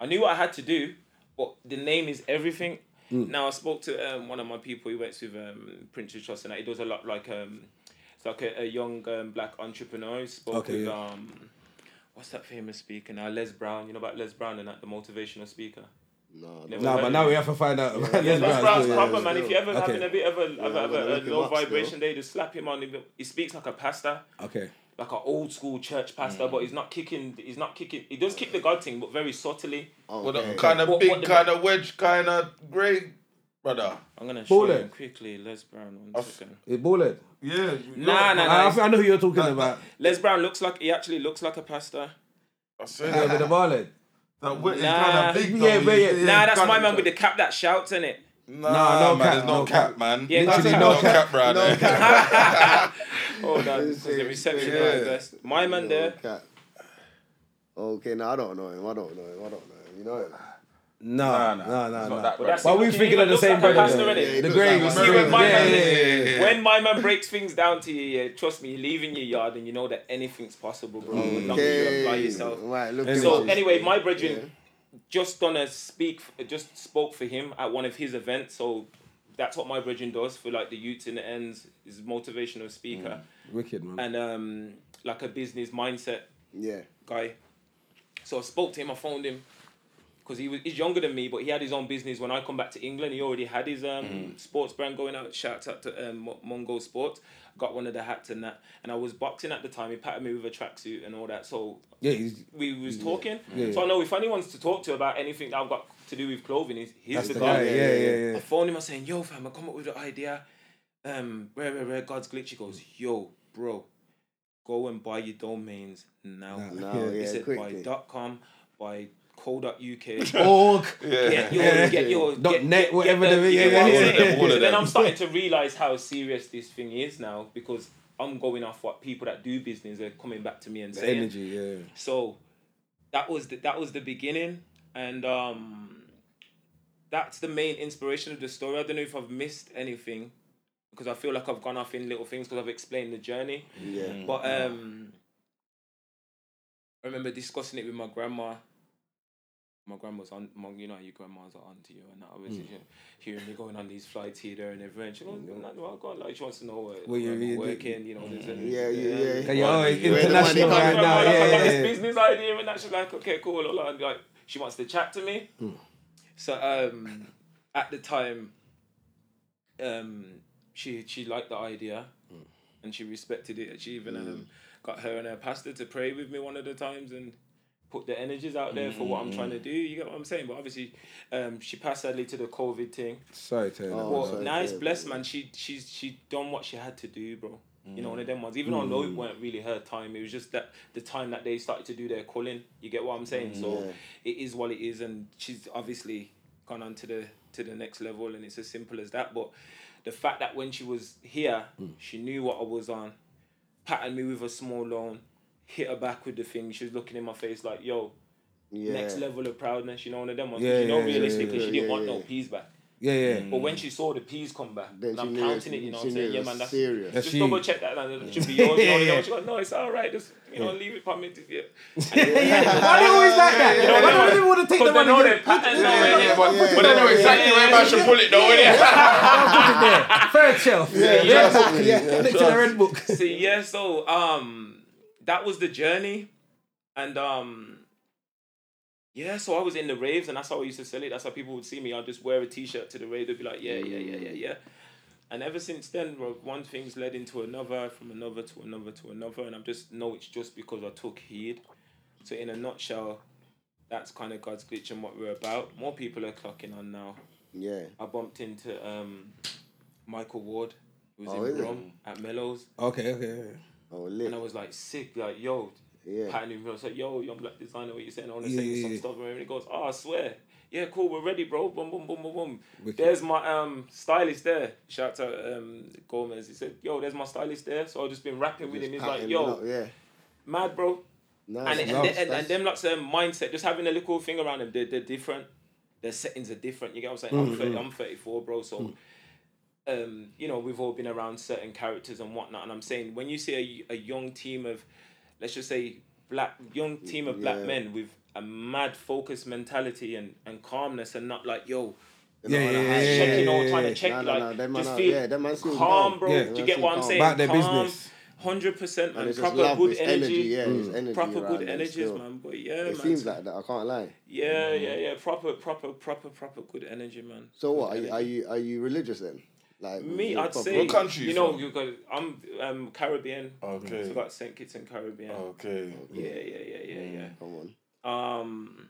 S4: I knew what I had to do, but the name is everything.
S6: Mm.
S4: Now, I spoke to um, one of my people who works with um, Prince of Trust, and he does a lot like um, it's like a, a young um, black entrepreneur. He Spoke
S6: Okay,
S4: with,
S6: yeah.
S4: um, what's that famous speaker now? Les Brown. You know about Les Brown and that, the motivational speaker?
S3: No,
S4: Never
S6: Nah,
S4: heard
S6: but
S4: of
S6: now
S4: him.
S6: we have to find out. about
S4: Yeah, Les
S6: Les Brown's,
S4: Brown's
S6: yeah,
S4: proper,
S6: yeah.
S4: man. If you ever
S6: Okay.
S4: having a bit of a, of a,
S3: I'm
S4: of
S3: gonna
S4: a,
S3: look
S4: a
S3: him
S4: low
S3: up still.
S4: vibration, they just slap him on. He- He speaks like a pastor,
S6: Okay.
S4: like an old school church pastor, but he's not kicking. He's not kicking. He does kick the God thing, but very subtly.
S2: With
S3: okay.
S2: a kind of
S4: What-
S2: big,
S4: what the-
S2: kind of wedge, kind of grey, brother.
S4: I'm gonna show
S6: Baller.
S4: him quickly, Les Brown. One second.
S6: It balled.
S2: Yeah.
S4: Nah, nah,
S6: I,
S4: nah.
S6: I think I know who you're talking about.
S4: Les Brown looks like he actually looks like a pastor.
S2: I said
S6: Yeah, with the ballhead.
S2: that wedge is
S4: Nah.
S2: kind of big.
S6: Yeah,
S2: though.
S6: but yeah.
S4: Nah, that's my man with the cap that shouts in it.
S2: Nah,
S6: Nah, no
S2: man,
S6: cap,
S2: there's no,
S6: no
S2: cap,
S6: cap.
S2: man.
S4: Yeah,
S2: That's
S6: Literally
S2: no,
S6: no
S2: cap, brother.
S3: No cap.
S4: Hold on, 'cause the reception
S2: Yeah.
S4: yeah. best. My
S3: No
S4: man there.
S3: cap. Okay, now I don't know him. I don't know him. I don't know him. You know him.
S6: No,
S2: nah.
S6: no,
S2: It's not
S6: no, no.
S2: that
S6: But
S2: bad.
S4: that's
S6: we
S4: it, he
S6: thinking of the
S4: looks
S6: same
S4: like a
S6: brother.
S4: pastor,
S6: though.
S3: Yeah,
S4: innit?
S3: he
S6: The
S3: looks like
S6: grey. the
S3: one.
S6: grey,
S3: See where my
S6: yeah,
S4: man
S6: yeah,
S4: is?
S6: yeah.
S2: Yeah.
S4: When my man breaks things down to you, yeah, trust me, you leave in your yard and you know that anything's possible, bro. As long as you apply yourself.
S3: Right, look
S6: Anyway.
S3: him
S4: So
S3: up.
S4: anyway, my brethren just done a speak, just spoke for him at one of his events. So that's what my brethren does for like the youths in the ends. Is motivational speaker
S6: Wicked, man.
S4: and um like a business mindset
S3: Yeah.
S4: guy. So I spoke to him. I phoned him because he was he's younger than me, but he had his own business. When I come back to England, he already had his um
S6: Mm-hmm.
S4: sports brand going out. Shouts out to um, Mo- Mongo Sports. Got one of the hats and that, and I was boxing at the time. He patted me with a tracksuit and all that. So
S6: Yeah, he's
S4: we was talking.
S6: Yeah,
S4: So
S6: yeah.
S4: I know if anyone's to talk to about anything that I've got to do with clothing, he's, he's
S6: that's
S4: the,
S6: the
S4: guy.
S6: guy. Yeah, yeah,
S4: I
S6: yeah.
S4: phoned him. I saying, "Yo, fam, I come up with an idea. Um, rare, rare, rare. God's glitch." He goes, "Yo, bro, go and buy your domains now.
S6: Now,
S3: Now,
S6: Yeah.
S4: He
S3: yeah,
S4: said,
S3: quickly.
S4: "Buy .com, buy co.uk."
S6: Org.
S4: Get your,
S6: Yeah.
S4: get your,
S6: Dot
S4: get,
S6: net,
S4: get,
S6: whatever
S4: get
S6: the-
S4: you
S6: yeah,
S4: know what I'm
S6: yeah,
S4: saying?
S6: yeah, yeah.
S2: All of
S4: So then
S2: them.
S4: I'm starting to realize how serious this thing is now because I'm going off what people that do business are coming back to me and saying.
S6: Energy, yeah.
S4: So that was the, that was the beginning, and um, that's the main inspiration of the story. I don't know if I've missed anything because I feel like I've gone off in little things because I've explained the journey.
S3: Yeah.
S4: But um, I remember discussing it with my grandma. My grandma's on, my, you know, your grandma's an auntie, you know, and I was you know, hearing me going on these flights here, there, and everywhere. And she goes, "No, no, I got like she wants to know where,
S6: Well, you-
S4: where
S6: you-
S4: I'm working, you know. this and-
S3: Mm. Yeah, yeah, yeah.
S6: Yeah, you're always
S2: Where the
S6: international
S3: money
S6: right
S3: coming
S6: now.
S4: like, I got
S6: Yeah,
S4: this
S6: yeah, yeah.
S4: business idea, and that she's like, okay, cool. blah, blah, and like, she wants to chat to me. So um, at the time, um, she she liked the idea, and she respected it. She even um, got her and her pastor to pray with me one of the times, and put the energies out there for what I'm trying to do. You get what I'm saying? But obviously, um, she passed sadly to the COVID thing.
S6: Sorry, Taylor.
S3: Oh.
S4: Well,
S3: sorry,
S4: now it's
S3: yeah,
S4: blessed, man. She she's she done what she had to do, bro. You know, one of them ones. Even
S3: Mm.
S4: though I know it weren't really her time, it was just that the time that they started to do their calling. You get what I'm saying?
S3: Mm,
S4: So it is what it is, and she's obviously gone on to the to the next level, and it's as simple as that. But the fact that when she was here,
S3: Mm.
S4: she knew what I was on, patted me with a small loan, hit her back with the thing. She was looking in my face like, "Yo,
S3: Yeah.
S4: next level of proudness." You know, one of them ones.
S6: Yeah,
S4: Yeah, you know,
S6: yeah, yeah, yeah,
S4: realistically, she
S3: yeah,
S4: didn't
S3: yeah,
S4: want
S3: yeah.
S4: no peas back.
S6: Yeah, yeah.
S4: But when she saw the peas come back,
S3: Mm. Then
S4: and
S3: she
S4: I'm
S3: knew
S4: counting
S3: it-
S4: it, you know
S3: she
S4: what I'm
S3: knew it
S4: saying? Yeah,
S3: was
S4: man, that's
S3: serious.
S6: That's
S4: Just
S6: huge.
S4: double check that, and it should be yours. You know,
S6: Yeah, yeah.
S4: yeah. She goes, no, it's all right. Just you know, leave it for me. To, yeah.
S6: Why they always like that? Why do they all the gonna take the
S4: Because they
S6: money.
S4: know
S6: yeah.
S4: their patterns
S6: Yeah,
S4: now,
S6: yeah,
S4: innit?
S6: yeah,
S2: but,
S6: yeah,
S2: but they know exactly where man should pull it though, innit?
S6: I'll put it there. Fair shelf. Yeah, yeah,
S3: trust
S6: yeah.
S3: me, yeah,
S6: Next to the
S3: trust.
S6: red book.
S4: See, yeah, so um that was the journey. And um yeah, so I was in the raves and that's how I used to sell it. That's how people would see me. I'd just wear a t shirt to the rave, they'd be like, Yeah, yeah, yeah, yeah, yeah. And ever since then, bro, one thing's led into another, from another to another to another, and I'm just no, it's just because I took heed. So in a nutshell, that's kind of God's glitch and what we're about. More people are clocking on now.
S3: Yeah.
S4: I bumped into um, Michael Ward, who was
S3: Oh,
S4: in
S3: is it?
S4: Rome at Mellows.
S6: Okay, okay. yeah.
S3: Oh, lit.
S4: And I was like sick, like yo,
S3: Yeah.
S4: patting him. I was like, yo, young black designer, what you saying? I want to
S6: Yeah,
S4: send you
S6: yeah,
S4: some
S6: yeah.
S4: stuff. And he goes, oh, I swear, yeah, cool, we're ready, bro. Boom, boom, boom, boom, boom.
S6: Wicked.
S4: There's my um stylist there. Shout out to um Gomez. He said, yo, there's my stylist there. So I've just been rapping with him. He's
S3: Pat
S4: like,
S3: him
S4: yo,
S3: up, yeah.
S4: mad, bro.
S3: Nice.
S4: And, and,
S6: nice,
S4: and, and, them lots of mindset, just having a little thing around them, they're, they're different. Their settings are different. You get what I'm saying? I'm, 30, I'm 34, bro. So, um, you know, we've all been around certain characters and whatnot. And I'm saying, when you see a, a young team of, let's just say, black young team of black
S3: Yeah.
S4: men with a mad focus mentality and, and calmness and not like, yo,
S6: Yeah, yeah, yeah, yeah,
S4: checking
S6: yeah,
S4: or
S6: yeah,
S4: trying
S6: yeah.
S4: to check,
S3: Nah, nah,
S4: like,
S3: nah, them man
S4: just
S3: are-
S4: feel
S3: yeah, them man still
S4: calm,
S3: calm.
S4: bro.
S6: Yeah.
S4: Do
S3: Them
S4: you
S3: man
S4: get
S3: still
S4: what I'm
S3: calm.
S4: saying?
S6: About their
S4: Calm,
S6: business.
S4: 100% and,
S3: And it's just
S4: proper
S3: love,
S4: good
S3: it's
S4: energy. Mm.
S3: energy, yeah, it's energy
S4: proper
S3: around
S4: good
S3: them
S4: energies,
S3: still.
S4: man. But yeah, man.
S3: It seems
S4: so-
S3: like that. I can't lie.
S4: yeah, yeah, yeah. Proper, proper, proper, proper good energy, man.
S3: So what? Are
S4: Good
S3: you, are
S4: energy.
S3: you are you religious then? Like
S4: Me,
S3: you're
S4: I'd
S3: proper-
S4: say.
S2: What country you
S4: You know,
S2: from?
S4: you got. I'm um Caribbean.
S2: Okay. Oh,
S4: So I got Saint Kitts and Caribbean.
S2: Okay.
S4: Yeah, yeah, yeah, yeah,
S3: Come on.
S4: yeah. Um.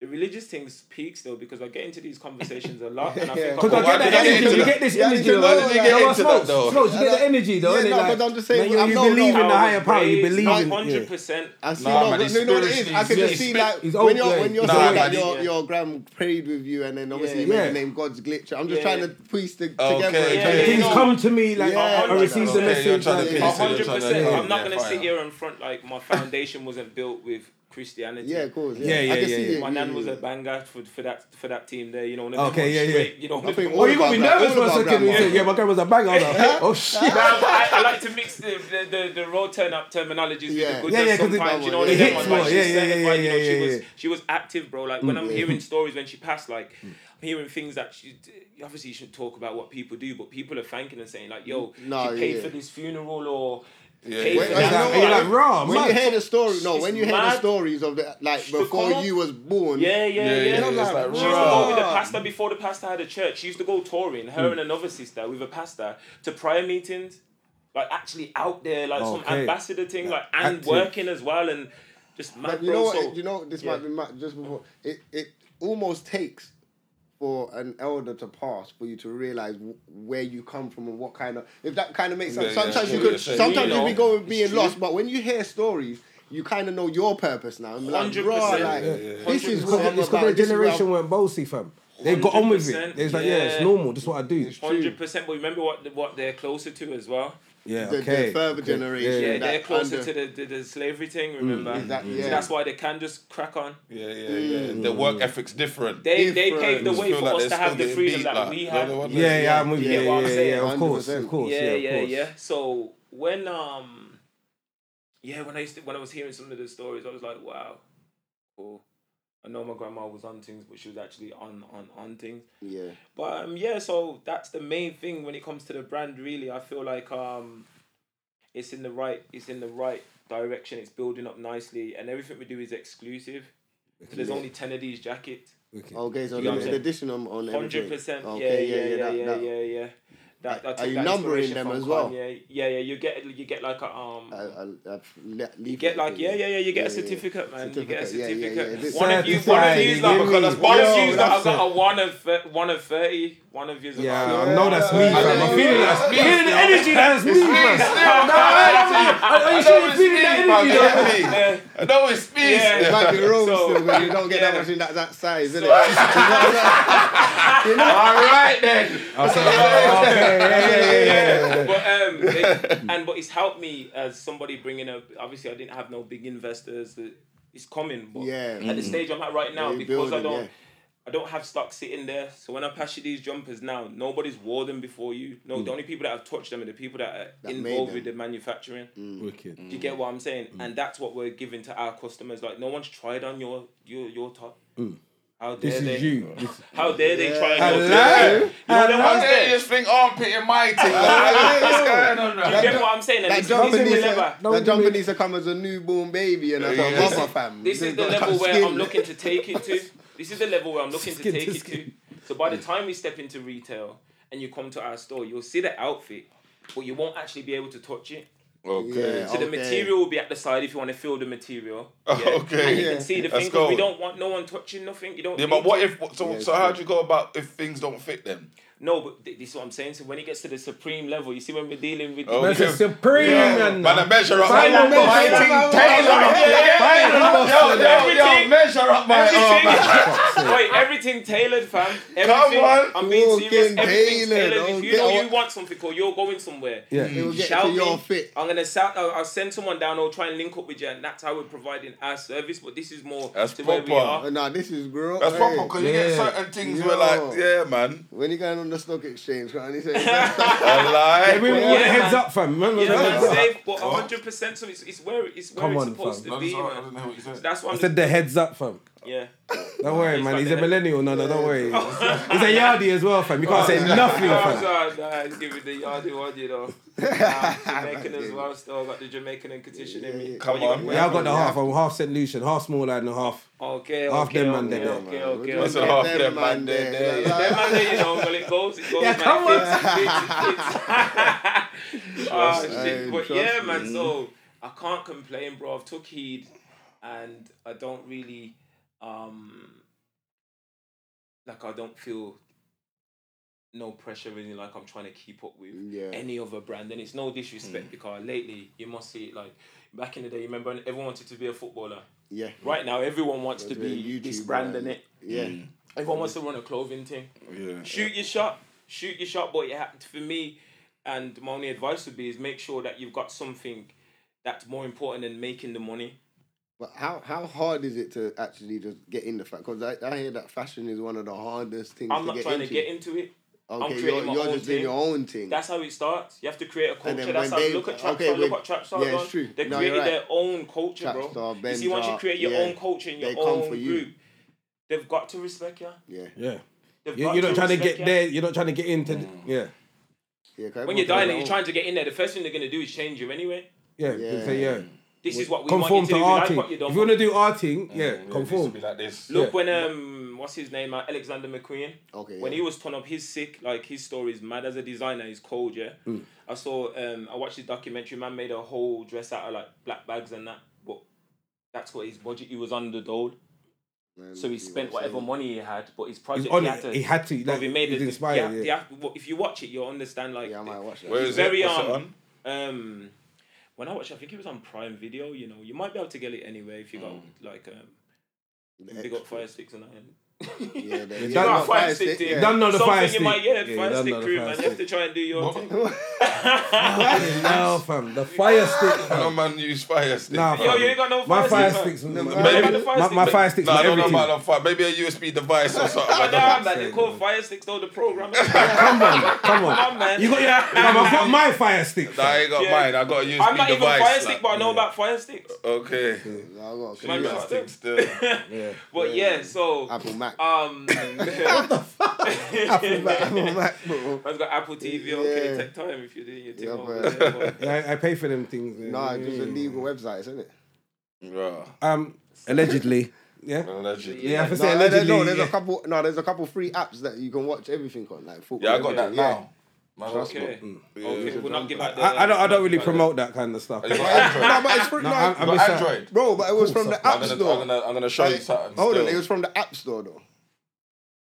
S4: The religious things peaks though because I get into these conversations a lot and I
S3: Yeah.
S4: think
S6: Because
S4: I'm
S2: But why
S6: I get
S2: did
S6: the
S2: they get
S6: energy,
S2: into
S6: you
S2: that?
S6: get this
S3: Yeah,
S6: energy,
S3: you
S6: though.
S3: know, like,
S6: You
S3: they get
S6: know,
S2: into
S6: smokes,
S2: that, though.
S6: smokes, you get the energy, though.
S3: Yeah,
S6: innit?
S3: no,
S6: Like,
S3: but I'm just saying,
S6: man, you,
S3: I'm
S6: you
S3: not-
S6: believe in the
S4: I was
S6: higher power, you
S4: raised
S6: believe in
S4: hundred
S6: yeah.
S4: percent.
S3: I see.
S2: Nah,
S3: no,
S2: man,
S3: but
S2: he's
S3: you know what it is.
S2: spiritually-
S3: I can
S2: he's-
S3: just see
S2: he's
S3: like
S6: spiritually-
S3: when
S6: he's
S3: you're when
S6: old,
S3: you're
S2: yeah.
S3: saying
S2: Nah,
S3: that
S2: man,
S3: your
S2: he-
S3: your gram prayed with you, and then obviously
S4: Yeah.
S3: you made
S6: Yeah.
S3: the name God's glitch. I'm just
S4: Yeah.
S3: trying to piece the,
S2: Okay,
S3: together. and
S2: yeah,
S3: try to-
S2: yeah,
S6: Things
S4: no.
S6: come to me, like,
S3: Yeah,
S6: I
S4: no,
S6: receive
S4: no,
S6: the
S4: no.
S2: Yeah, you're
S6: message.
S2: trying to
S6: like-
S2: piece it, Basically,
S4: A hundred
S2: trying to
S4: percent.
S2: come
S4: I'm not
S2: in
S4: gonna
S2: there
S4: sit
S2: fire.
S4: here in front like my foundation wasn't built with Christianity.
S3: Yeah, of course.
S6: Yeah,
S3: Yeah,
S6: yeah,
S3: I can
S6: yeah,
S3: see
S6: yeah.
S3: it.
S4: My nan
S3: yeah,
S4: was
S3: yeah.
S4: a banger for, for that for that team there. You know, and
S6: Okay, yeah, yeah.
S4: straight, You know,
S3: I think
S6: Oh,
S3: all
S6: you got me
S3: about that,
S6: nervous
S3: all
S6: for a
S3: about
S6: second.
S3: that,
S6: You said,
S3: man.
S6: yeah, my girl was a banger. I was like, oh, shit.
S4: I, I like to mix the the, the, the roll turn up terminologies
S3: Yeah.
S4: with the
S6: Yeah,
S4: goodness
S6: yeah, 'cause it-
S4: sometimes. you know,
S6: it
S4: they
S6: hits
S4: get one,
S6: more.
S4: like, she's
S6: Yeah, yeah, yeah,
S4: certified, you
S6: yeah,
S4: know, she
S6: yeah, Mm.
S4: was
S6: yeah.
S4: she was active, bro. Like when I'm hearing stories when she passed, like
S6: Mm.
S4: I'm hearing things that she obviously you shouldn't talk about what people do, but people are thanking and saying like, "Yo,
S3: No,
S4: she paid
S3: yeah.
S4: for this funeral or."
S2: Yeah.
S4: paid
S2: Wait,
S4: for
S2: I
S4: that."
S3: know
S6: And you're like, raw,
S3: When you
S6: man.
S3: hear the story, no,
S4: It's
S3: when you hear
S4: mad.
S3: the stories of the like
S4: the
S3: before
S4: colour.
S3: you was born,
S2: Yeah,
S4: Yeah, yeah,
S2: yeah,
S4: yeah.
S2: it's like,
S4: She used to go with the
S2: raw.
S4: pastor before the pastor had a church. She used to go touring, her
S3: Hmm.
S4: and another sister with a pastor to prayer meetings, like actually out there, like some
S6: Okay.
S4: ambassador thing, like and
S6: active.
S4: working as well, and just mad,
S3: But you
S4: bro,
S3: know what?
S4: so-
S3: you know this
S4: yeah.
S3: might be mad, just before it. It almost takes for an elder to pass for you to realize where you come from and what kind of. If that kind of makes sense,
S2: Yeah, yeah,
S3: sometimes
S2: sure,
S3: you could.
S2: yeah, sure,
S3: sometimes
S4: you
S3: you
S4: know.
S3: be going being
S4: true.
S3: lost, but when you hear stories. You kind of know your purpose now. I'm like,
S4: 100%.
S3: bro, like,
S4: Yeah,
S2: yeah, yeah.
S3: this
S6: It's
S3: is
S6: because
S3: what
S6: the-
S3: I'm
S6: it's because
S3: about.
S6: the
S3: This is where
S6: generation
S3: I'm-
S6: went bossy, fam. They got on with it.
S4: 100%,
S6: It's like, yeah, it's
S4: yeah.
S6: normal. That's what I do.
S4: Hundred percent, but remember what what they're closer to as well.
S6: Yeah,
S3: the- the
S6: okay.
S3: further
S6: okay.
S3: generation
S6: Yeah,
S4: Yeah,
S6: yeah.
S3: that uh,
S4: they're closer
S3: under-
S4: to the, the, the slavery thing. Remember, Mm,
S3: exactly,
S4: so
S3: yeah.
S4: that's why they can just crack on.
S2: Yeah, yeah, yeah. The work ethic's different.
S4: They they
S3: Different.
S4: paved the
S2: Just
S4: way
S2: feel
S4: for
S2: like
S4: us
S2: they're
S4: to have
S2: still getting
S4: the freedom
S2: beat,
S4: that
S2: like,
S4: we
S2: they're
S4: had.
S2: the one that's-
S6: Yeah, yeah, I'm with you.
S4: Yeah,
S6: Yeah,
S4: what I'm
S6: yeah,
S4: saying,
S6: yeah, of course, of
S3: 100%.
S6: course.
S4: yeah,
S6: of
S4: yeah,
S6: course.
S4: yeah. So when um, yeah, when I used to, when I was hearing some of the stories, I was like, wow, cool. I know my grandma was on things, but she was actually on on on things.
S3: Yeah,
S4: But um, yeah, so that's the main thing when it comes to the brand. Really, I feel like um, it's in the right, it's in the right direction. It's building up nicely, and everything we do is exclusive. So there's only ten of these jackets.
S6: Wicked.
S3: okay, so
S4: You know what I'm
S3: limited
S4: saying?
S3: edition on on
S4: Hundred
S3: everything.
S4: percent.
S3: Okay,
S4: Yeah, yeah, yeah,
S3: that-
S4: yeah,
S3: that-
S4: yeah, yeah. That, I
S3: Are
S4: took
S3: you
S4: that
S3: numbering
S4: inspiration
S3: them
S4: from
S3: as well?
S4: Kanye. Yeah, yeah. You get you get like a um.
S3: I- I- I've le-
S4: you get like yeah, yeah, yeah. You get a
S3: Yeah, yeah, yeah.
S4: certificate, man. You get a
S3: Certificate, yeah, yeah,
S4: certificate.
S3: yeah. This-
S4: One of you, one of
S6: Certified,
S4: you's
S6: you
S4: like
S6: give me-
S4: because one of
S6: Yo,
S4: you's like I
S6: that's
S4: got a one of thir- one of thirty. One of you's a
S6: Yeah,
S4: yeah.
S6: I know that's me, fam. I'm feeling that.
S2: me.
S6: Feeling the energy, that's me, fam. Are you sure you're feeling that energy, though?
S4: Yeah.
S2: I know it's me.
S3: It
S4: Yeah.
S2: Yeah.
S3: might be wrong
S4: So-
S3: still, but you don't get that
S4: yeah.
S3: much in that, that size, innit? you know?
S2: All right then.
S6: "Oh, Okay, yeah, yeah, yeah, yeah.
S4: but um, it, and but it's helped me as somebody bringing up. Obviously, I didn't have no big investors. It's coming, but
S3: Yeah. Mm-hmm.
S4: at the stage I'm at right now,
S3: Yeah, you
S4: because I
S3: building,
S4: don't.
S3: yeah.
S4: I don't have stock sitting there. So when I pass you these jumpers now, nobody's wore them before you. No, the only people that have touched them are the people that are
S3: Mm. That made
S4: involved
S3: them. Mm-hmm. Mm.
S4: with the manufacturing.
S6: Wicked.
S4: Do you get what I'm saying? And that's what we're giving to our customers. Like no one's tried on your your your top.
S3: Mm.
S4: How dare
S6: This
S4: they?
S6: is you. This-
S4: How dare they try on your top?
S6: Hello.
S4: You know them
S2: How
S4: ones
S2: dare
S4: there?
S2: you just think armpit in my thing? Like, what's going on,
S4: Do you
S2: right?
S4: get what I'm saying? And
S3: That
S4: this, this
S3: jumper
S4: is
S3: needs
S4: the
S3: to,
S4: level.
S6: Don't
S3: that
S6: give
S3: jumper
S6: me-
S3: needs to come as a newborn baby, and I thought,
S2: Yeah.
S3: mama, fam.
S4: This is the
S3: got
S4: level
S3: tough
S4: where
S3: skin.
S4: I'm looking to take it to. This is the level where I'm looking to
S6: Skin to
S4: take it to.
S6: skin.
S4: So by the time we step into retail and you come to our store, you'll see the outfit, but you won't actually be able to touch it.
S2: Okay. Oh,
S3: Yeah.
S4: So the
S3: Okay.
S4: material will be at the side if you want to feel the material. Yeah.
S2: Okay.
S4: And you
S3: Yeah.
S4: can see the
S2: Let's
S4: thing 'cause we
S2: go.
S4: don't want no one touching nothing. You don't.
S2: Yeah, but
S4: need
S2: what
S4: to.
S2: if? So,
S3: Yeah,
S2: so
S3: it's
S2: how
S3: true.
S2: do you go about if things don't fit them?
S4: No, but th- this is what I'm saying. So when it gets to the supreme level, you see when we're dealing with.
S2: Oh.
S6: That's a
S2: Okay.
S6: supreme man.
S2: Man, I measure up.
S6: Find
S2: man.
S6: a measure
S2: My
S6: up,
S2: thing,
S6: man.
S2: Taylor.
S4: Yeah, yeah,
S2: Find
S4: yeah.
S2: a- Yo, yo, yo,
S4: Everything.
S2: measure up my arm. man.
S4: Everything, wait, everything tailored, fam. Everything,
S2: on.
S4: I'm being serious.
S3: Fucking
S4: Everything's
S3: tailored,
S4: tailored. If you
S3: okay.
S4: know you want something or you're going somewhere,
S6: Yeah.
S3: It will get
S4: shout
S3: to your
S4: me.
S3: fit.
S4: I'm gonna shout. I'll, I'll send someone down. I'll try and link up with you, and that's how we're providing our service. But this is more
S2: That's
S4: to where we
S2: proper.
S4: are.
S3: Oh, nah, this is gross.
S2: That's proper because you get
S6: Yeah.
S2: certain things
S3: Yo.
S2: where like, yeah, man,
S3: When you going on the stock exchange, right? And he said,
S6: Ah.
S2: I lie.
S6: We want
S4: Yeah,
S6: the heads
S4: man.
S6: up, fam. Remember
S4: You know,
S6: the
S4: man,
S6: heads up.
S4: safe, but 100. percent So it's, it's where it's where
S6: Come
S4: it's
S6: on,
S4: supposed
S6: fam.
S4: to be, man. That's what
S6: I
S4: I'm.
S6: said the heads up, fam.
S4: yeah.
S6: Don't worry,
S4: He's
S6: man.
S4: like
S6: He's
S4: the
S6: a
S4: head-
S6: millennial. No, no, don't worry. He's a yardie as well, fam. You can't say nothing,
S4: Oh,
S6: fam.
S4: sorry, nah, I give it the yardy one, you know. Nah, Jamaican as well, still I got the Jamaican and condition in me.
S2: Come
S4: Oh, you
S2: on,
S4: got-
S2: man.
S6: Yeah, I've got the half. I'm half St. Lucian, half small lad and half.
S4: Okay, okay,
S6: Half them man
S4: okay,
S6: there,
S4: okay,
S3: man.
S4: okay,
S2: That's
S4: okay.
S2: a half them man there.
S3: there,
S2: yeah.
S4: Them man there, you know, well, it goes, it goes,
S6: Yeah,
S4: man.
S6: come
S4: it fits, it fits. Ah,
S3: me.
S4: shit, but
S3: Trust
S4: yeah,
S3: me.
S4: man, so I can't complain, bro. I've took heed and I don't really, um, like, I don't feel no pressure really, like I'm trying to keep up with
S3: Yeah. Hmm.
S4: any other brand. And it's no disrespect because lately, you must see it, like, back in the day, you remember when everyone wanted to be a footballer?
S3: yeah,
S4: Right now, everyone wants to
S3: Whether they're
S4: be this
S3: YouTuber
S4: brand, Mm.
S3: and-
S4: innit?
S3: yeah.
S4: Everyone wants to run a clothing thing.
S2: Yeah.
S4: Shoot your shot. Shoot your shot. But it happened for me, and my only advice would be is make sure that you've got something that's more important than making the money.
S3: But how how hard is it to actually just get in the fact? Because I, I hear that fashion is one of the hardest things.
S4: I'm
S3: to
S4: not
S3: get
S4: trying
S3: into. Um,
S4: to get into it. I'm
S3: Okay,
S4: creating
S3: you're,
S4: my
S3: you're
S4: own
S3: just doing
S4: thing.
S3: your own thing.
S4: That's how it starts. You have to create a
S3: And then
S4: culture. That's
S3: when
S4: how
S3: they-
S4: look at Trapstar.
S3: okay,
S4: look
S3: when-
S4: what Trapstar
S3: yeah, it's
S4: done.
S3: true.
S4: They
S3: No, you're
S4: created
S3: right.
S4: their own culture, bro.
S3: Trapstar,
S4: you see, once you
S3: Benjar,
S4: create your
S3: yeah.
S4: own culture and your
S3: They come
S4: own
S3: for you.
S4: group, they've got to respect you.
S3: yeah,
S6: Yeah.
S4: They've
S6: You,
S4: got
S6: you're not trying to
S4: respect
S6: get
S4: you.
S6: there. You're not trying to get into.
S4: Mm.
S6: the- yeah.
S3: yeah. 'cause
S4: When
S3: everyone's
S4: you're
S3: got
S4: dying
S3: their
S4: and you're
S3: own-
S4: trying to get in there, the first thing they're gonna do is change you anyway.
S6: Yeah. they say, yeah.
S4: This is what we
S6: Conform
S4: want you
S6: to
S4: to, do.
S6: our
S4: We
S6: thing.
S4: Like what you Mm.
S6: If you
S4: done
S6: want to do our thing, yeah, conform.
S2: Be like this.
S4: Look
S6: Yeah.
S4: when um what's his name uh, Alexander McQueen.
S3: Okay,
S4: When
S3: yeah.
S4: he was torn up, his sick like his story is mad as a designer. He's cold, yeah.
S6: Hmm.
S4: I saw um I watched his documentary. Man made a whole dress out of like black bags and that, but that's what his budget. He was under the dole,
S3: Man,
S4: so he
S3: you know
S4: spent
S3: what I'm
S4: whatever
S3: saying?
S4: money he had. But his project,
S6: on
S4: he
S6: it.
S4: had to.
S6: He had to,
S4: Bro,
S6: like,
S4: he made
S6: he was
S4: it.
S6: inspired,
S4: yeah,
S6: yeah.
S4: he had- well, if you watch it, you'll understand. Like,
S3: Yeah, I might watch that.
S2: Where
S4: it's
S2: is
S4: very
S2: it? What's
S4: um,
S2: it on?
S4: um, when I watched, I think it was on Prime Video. You know, you might be able to get it anyway if you
S6: Mm.
S4: got like um, big up fire sticks and that.
S3: Yeah, they-
S6: done
S3: yeah,
S6: know
S4: Nah, fire stick,
S3: stick,
S4: dude.
S3: yeah.
S6: Done know the
S4: Something
S6: fire
S4: you
S6: stick.
S4: might- yeah,
S6: Yeah,
S4: fire
S6: done
S4: stick
S6: know the
S4: crew,
S6: fire
S4: man. You
S6: stick.
S4: have to try and do your thing.
S6: No, fam. The fire stick.
S2: No man use fire stick.
S6: Nah,
S4: Yo,
S6: fam.
S4: you ain't got no
S6: My
S4: fire,
S6: fire
S4: stick, man.
S6: sticks. My
S3: man.
S6: my- my fire sticks.
S2: No,
S6: were
S2: I don't know
S6: everything.
S2: about no fire. Maybe a USB device or something.
S4: But
S2: I
S4: nah,
S2: don't know.
S4: man, they call fire sticks though the program.
S6: Come on, come on.
S4: Come on, man.
S6: You got your. Fam, I've got my fire stick.
S2: Nah, I ain't got
S4: Yeah.
S2: mine. I got a USB
S4: I'm not even
S2: device.
S4: fire stick, but
S2: like-
S4: I know about fire sticks.
S2: Okay.
S3: I got a
S4: Man,
S3: computer.
S2: Fire
S4: got
S2: stick
S4: them.
S2: still.
S4: But yeah, so
S3: Apple Mac.
S6: Uh,
S4: um,
S3: Apple Mac. Apple Mac, bro.
S4: I've got Apple TV. Okay,
S3: Yeah.
S4: take time if you're doing your thing.
S3: Yeah,
S4: over
S3: but-
S4: there, but-
S6: Yeah, I, I pay for them things. yeah.
S3: Nah, it's just illegal websites, isn't it?
S2: Yeah.
S6: Um, allegedly. Yeah.
S2: Allegedly.
S6: Yeah, I have
S3: No,
S6: to say allegedly.
S3: no, there's
S6: yeah.
S3: a couple. No, there's a couple free apps that you can watch everything on, like football.
S2: Yeah, I got that
S3: everything, yeah.
S2: now. Man, that's
S4: Okay.
S2: Yeah.
S4: Okay, we'll not give out the.
S6: I, I don't. I don't really promote that kind of stuff.
S2: You
S6: No,
S2: got Android.
S3: No, but it's free. no,
S6: I'm, I'm
S2: You
S6: just-
S2: got Android.
S3: bro, but it was from the
S2: I'm
S3: app
S2: gonna, I'm
S3: store.
S2: gonna, I'm gonna show you
S3: Like,
S2: something.
S3: hold
S2: still.
S3: on, it was from the app store though.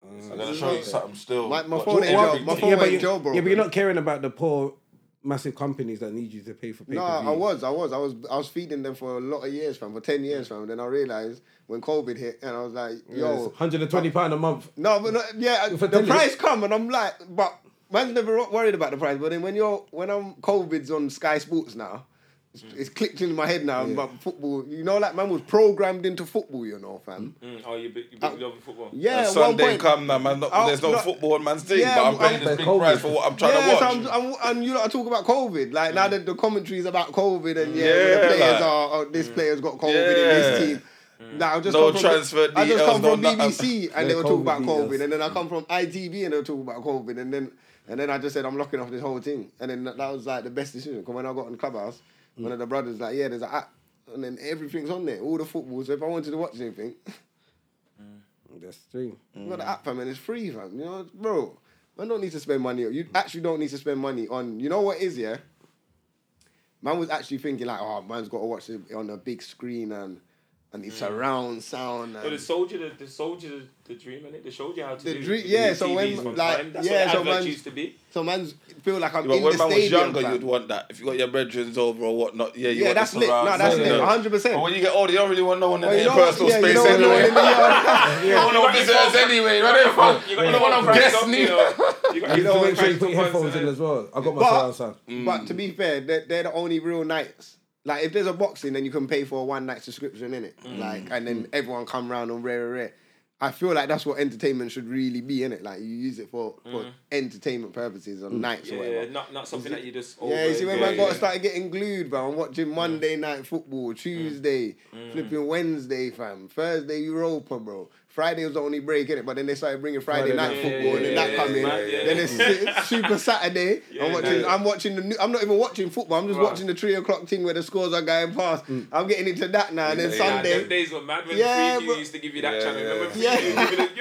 S2: I'm gonna show you something still.
S3: My- my
S2: Watch
S3: phone ain't
S2: everything.
S3: job, my phone-
S6: Yeah, but
S3: Huawei
S6: you-
S3: Joe, bro.
S6: yeah, but you're not caring about the poor, massive companies that need you to pay for.
S3: No,
S6: pay-per-view.
S3: I was, I was, I was, I was feeding them for a lot of years, fam, for ten years, fam. Then I realized when COVID hit, and I was like, yo,
S6: It's 120 pound a month.
S3: no, but no, yeah,
S6: If I
S3: the
S6: tell you-
S3: price come, and I'm like, but man's never wo- worried about the price. But then when you're, when I'm COVID's on Sky Sports now, It's, it's clicked in my head now. But football, you know, that man was programmed into football. You know, fam.
S4: Mm, oh, you big, you big love football.
S3: Yeah,
S2: And
S3: at one
S2: Sunday
S3: point.
S2: come now, man. Not,
S3: Oh,
S2: there's no,
S3: no-
S2: football on man's team,
S3: Yeah,
S2: but I'm
S3: I'm-
S2: paying this big price for what I'm trying
S3: yeah,
S2: to watch. Mm.
S3: So I'm, I'm, and you know, I talk about COVID. Like now that the commentaries about COVID and yeah,
S2: Yeah,
S3: the players
S2: like- mm.
S3: are oh, this player's got COVID in
S2: Yeah. Mm.
S3: this team. Like, I've just
S2: No
S3: come
S2: transfer
S3: From, I just
S2: details,
S3: come from
S2: no nothing.
S3: BBC and they
S6: No
S3: were talking
S6: COVID
S3: about COVID,
S6: details.
S3: and then I come from ITV and they were talking about COVID, and then and then I just said I'm locking off this whole thing, and then that, that was like the best decision. Because when I got on Clubhouse, one of the brothers like, yeah, there's an app, and then everything's on there, all the football. So if I wanted to watch anything,
S6: That's true.
S3: you
S2: Mm.
S3: got the app, fam, and it's free, fam. You know, bro, man don't need to spend money. You actually don't need to spend money on. You know what is yeah. Man was actually thinking like, oh, man's got to watch it on a big screen and and it's
S2: Mm.
S3: surround sound.
S4: But the
S3: And
S4: soldier, the, the soldier, the, the dream, innit? They showed you how to
S3: The
S4: do
S3: dream-
S4: do
S3: yeah, so when,
S4: TVs one
S3: like,
S4: time. that's
S3: yeah,
S4: what
S3: so
S4: adverts
S3: when-
S4: used to be.
S3: so man's feel like I'm
S2: But
S3: in
S2: when
S3: the
S2: man was
S3: stadium.
S2: younger,
S3: fam.
S2: you'd want that. If you got your brethrens over or whatnot, yeah, you
S3: Yeah,
S2: want
S3: that's
S2: the
S3: lit. No,
S2: surround
S3: that's
S2: sound,
S3: lit.
S2: you know.
S3: 100%.
S2: But when you get older, you don't really want no one in
S3: Well, Oh, you
S2: your
S3: don't want-
S2: personal
S3: yeah, you
S2: space
S3: don't want no one
S2: anyway.
S3: in the yard.
S2: You don't want no visitors anyway. You don't want you
S4: You got
S2: don't
S4: your
S2: want
S4: phone
S2: no
S4: cranked
S2: guests
S4: up, you
S2: neither.
S4: know. You got
S6: You
S4: your
S6: know,
S4: phone
S6: make sure
S4: cranked
S6: you put
S4: up once,
S6: headphones in
S4: innit?
S6: as well. I got my surround sound.
S3: But,
S2: Mm.
S3: but to be fair, they're, they're the only real nights. Like if there's a boxing, then you can pay for a one night subscription in it.
S2: Mm.
S3: Like and then everyone come round on rare, rare, rare. I feel like that's what entertainment should really be in it. Like you use it for,
S2: Mm.
S3: for entertainment purposes on nights or
S4: Yeah,
S3: whatever.
S4: not not something that you just.
S3: Yeah, you see when man
S4: overdo,
S3: got
S4: yeah.
S3: started getting glued, bro. I'm watching Monday night football, Tuesday,
S4: Mm.
S3: flipping Wednesday, fam. Thursday Europa, bro. Friday was the only break in it, but then they started bringing Friday,
S6: Friday
S3: night
S6: night.
S3: football, and then
S4: Yeah,
S3: that
S4: yeah,
S3: come in.
S4: man, yeah.
S3: Then it's it's Super Saturday. I'm watching.
S4: no.
S3: I'm watching the. New, I'm not even watching football. I'm just
S4: Right.
S3: watching the three o'clock thing where the scores are going past.
S4: Mm.
S3: I'm getting into that now, and then
S2: Yeah,
S4: Nah,
S3: Sunday.
S4: them days were mad when
S3: Yeah,
S4: yeah,
S3: but-
S4: used to give you that
S2: Yeah,
S4: channel. Remember
S3: yeah.
S4: Freeview?
S3: Yeah.
S4: Give you the-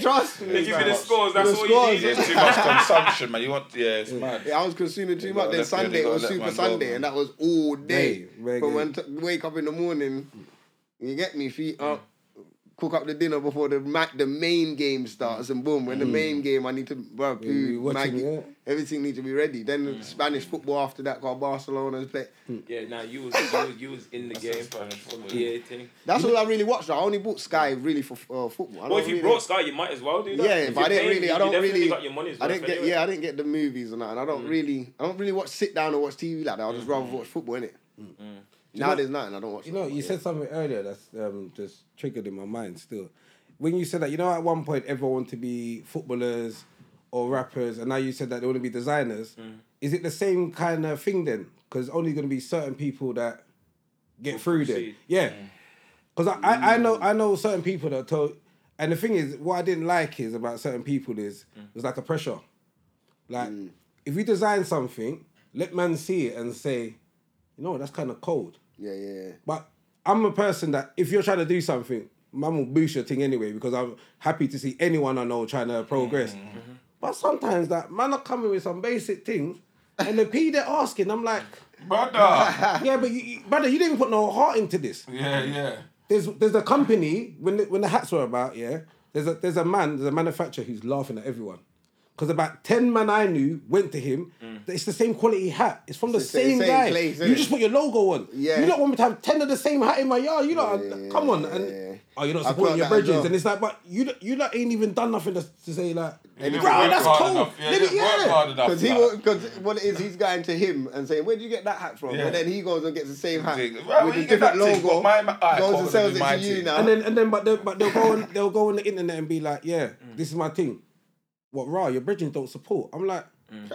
S3: Trust me,
S4: they give you
S3: fam.
S4: the scores. That's
S3: The
S4: all
S3: scores.
S4: you needed.
S2: Too much consumption, man. You want, yeah, it's mad.
S3: Yeah, I was consuming too
S2: gotta
S3: much.
S2: let-
S3: Then
S2: yeah, you
S3: Sunday
S2: gotta
S3: was
S2: let
S3: Super
S2: man go,
S3: Sunday,
S2: man.
S3: and that was all day.
S6: Hey, reggae.
S3: From when t- wake up in the morning, you get me feet up, cook up the dinner before the ma- the main game starts, and boom, when the main game, I need to bro,
S6: you
S3: food,
S6: watching,
S3: Maggie,
S6: yeah.
S3: everything needs to be ready. Then
S2: Mm.
S3: the Spanish football after that, got Barcelona's play.
S4: Yeah, now you was you was, you was in the game
S2: Spanish
S4: from
S2: football.
S4: the EA thing.
S3: That's all I really watched. though. I only bought Sky really for uh, football. I
S4: Well,
S3: don't
S4: if you
S3: really-
S4: brought Sky, you might as well do that.
S3: Yeah,
S4: If
S3: but I
S4: you're
S3: didn't
S4: paying,
S3: really.
S4: you
S3: I don't
S4: definitely
S3: really.
S4: Got your money's
S3: I didn't
S4: worth
S3: get.
S4: anyway.
S3: Yeah, I didn't get the movies and that. And I don't really. I don't really watch. Sit down and watch TV like that. I just rather watch football in it. Now there's nothing. I don't watch.
S6: You know,
S3: nothing,
S6: you
S3: yeah.
S6: said something earlier that's um, just triggered in my mind still. When you said that, you know, at one point everyone wanted to be footballers or rappers, and now you said that they want to be designers.
S3: Mm.
S6: Is it the same kind of thing then? Because only going to be certain people that get through there.
S4: proceed.
S6: Yeah.
S3: Mm.
S6: Because I, I, I know I know certain people that told, and the thing is, what I didn't like is about certain people is
S3: Mm.
S6: it was like a pressure. Like, if you design something, let man see it and say, you know, what, that's kind of cold.
S3: Yeah, yeah. yeah.
S6: But I'm a person that if you're trying to do something, mum will boost your thing anyway because I'm happy to see anyone I know trying to progress. But sometimes that man are coming with some basic things, and the P they're asking, I'm like,
S2: Brother.
S6: yeah, but you, you- brother, you didn't put no heart into this.
S2: Yeah, yeah.
S6: There's there's a company when the, when the hats were about, yeah. There's a there's a man, there's a manufacturer who's laughing at everyone. Because about 10 man I knew went to him. that It's the same quality hat. It's from the,
S3: Mm. the
S6: same,
S3: same
S6: guy.
S3: place,
S6: you
S3: innit?
S6: just put your logo on.
S3: Yeah.
S6: You don't want me to have 10 of the same hat in my yard. You know,
S3: Yeah.
S6: come on. And, oh, you're not
S3: I've got
S6: supporting your
S3: that as
S6: bridges.
S3: well.
S6: And it's like, but you don't- you lot ain't even done nothing to, to say like,
S2: didn't
S6: "Bruh,
S2: work
S6: that's
S2: hard
S6: cold.
S2: enough. Yeah,
S6: Let
S2: they
S6: me-
S2: didn't work hard enough.
S3: Because he,
S2: Nah.
S3: because what it is, he's going to him and saying, "Where would you get that hat from?"
S2: Yeah.
S3: And then he goes and gets the same hat
S2: Dig- Well,
S3: with
S2: you
S3: a
S2: get
S3: different
S2: that thing, but
S3: logo.
S2: my- my- alright,
S3: goes
S2: cool,
S3: and
S2: this
S3: sells
S2: is
S3: it
S2: my
S3: to you
S2: team.
S3: now.
S6: And then and then but they'll but they'll go on they'll go on the internet and be like, yeah, this is my thing. What raw, your bridging don't support. I'm like,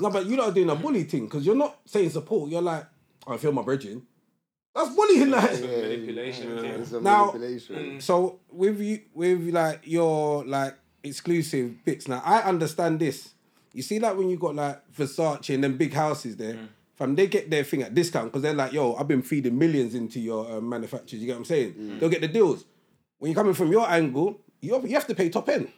S6: no, but you're not doing a bully thing, because you're not saying support, you're like, I feel my bridging. That's bullying like
S4: Manipulation. thing.
S3: it's a
S6: Now- mm,
S3: manipulation.
S6: so with you with like your like exclusive bits now i understand this you see like when you got like versace and then big houses there fam they get their thing at discount because they're like yo i've been feeding millions into your uh, manufacturers you get what i'm saying
S3: Mm.
S6: they'll get the deals when you're coming from your angle you have, you have to pay top end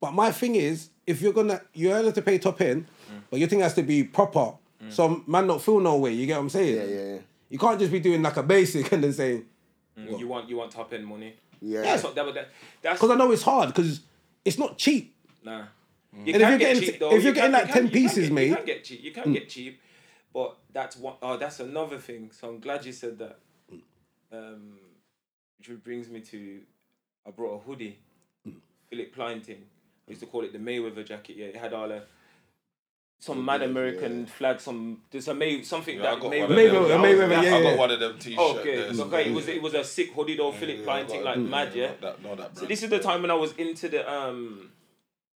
S6: but my thing is if you're gonna you're gonna have to pay top end but your thing has to be proper so man not feel no way you get what i'm saying
S3: Yeah, yeah, yeah.
S6: you can't just be doing like a basic and then saying
S4: You want you want top end money.
S3: Yeah.
S4: That's what that, would- that that's
S6: because I know it's hard because it's not cheap.
S4: nah. You
S6: if
S4: can
S6: you're
S4: get
S6: getting-
S4: cheap,
S6: if
S4: though.
S6: you're
S4: You
S6: getting,
S4: can-
S6: like,
S4: you
S6: 10
S4: can- you can
S6: pieces,
S4: get-
S6: mate. Mm.
S4: you can get cheap. You can get cheap, but that's one oh that's another thing. So I'm glad you said that. Um, which brings me to, I brought a hoodie,
S6: Mm.
S4: Philip Klein thing. I used to call it the Mayweather jacket. Yeah, it had all the some mad American flag, some there's a May something
S2: Yeah, I
S4: that
S2: got
S4: May
S2: one of them.
S6: Mayweather,
S2: Yeah, I
S6: Mayweather,
S2: got-
S6: yeah,
S2: I
S6: yeah.
S2: got one of them t-shirts.
S4: Oh, okay, okay, it was it was a sick hoodie though, Philip Klein thing like mad, yeah.
S2: That, no, that
S4: So this is the time when I was into the um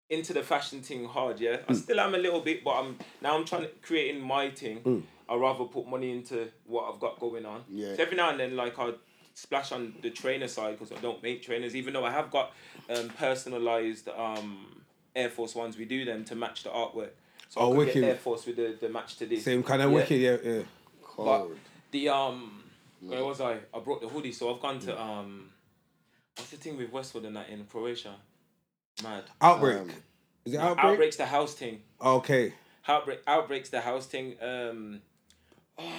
S4: into the fashion thing hard, yeah.
S6: Hmm.
S4: I still am a little bit, but I'm now I'm trying to creating my thing.
S6: Hmm.
S4: I rather put money into what I've got going on.
S3: Yeah.
S4: So every now and then, like I splash on the trainer side because I don't make trainers, even though I have got um personalized um Air Force ones. We do them to match the artwork. So
S6: Oh,
S4: I could
S6: wicked.
S4: get Air Force with the, the match to this.
S6: Same kind of
S4: Yeah.
S6: wicked, yeah, yeah.
S4: But
S3: Cold.
S4: the um,
S3: Mm.
S4: where was I? I brought the hoodie, so I've gone to um, what's the thing with Westwood and that in Croatia? Mad.
S6: Outbreak.
S3: Um,
S6: is it outbreak?
S4: Outbreaks the house thing.
S6: Okay.
S4: Outbreak outbreaks the house thing. Um,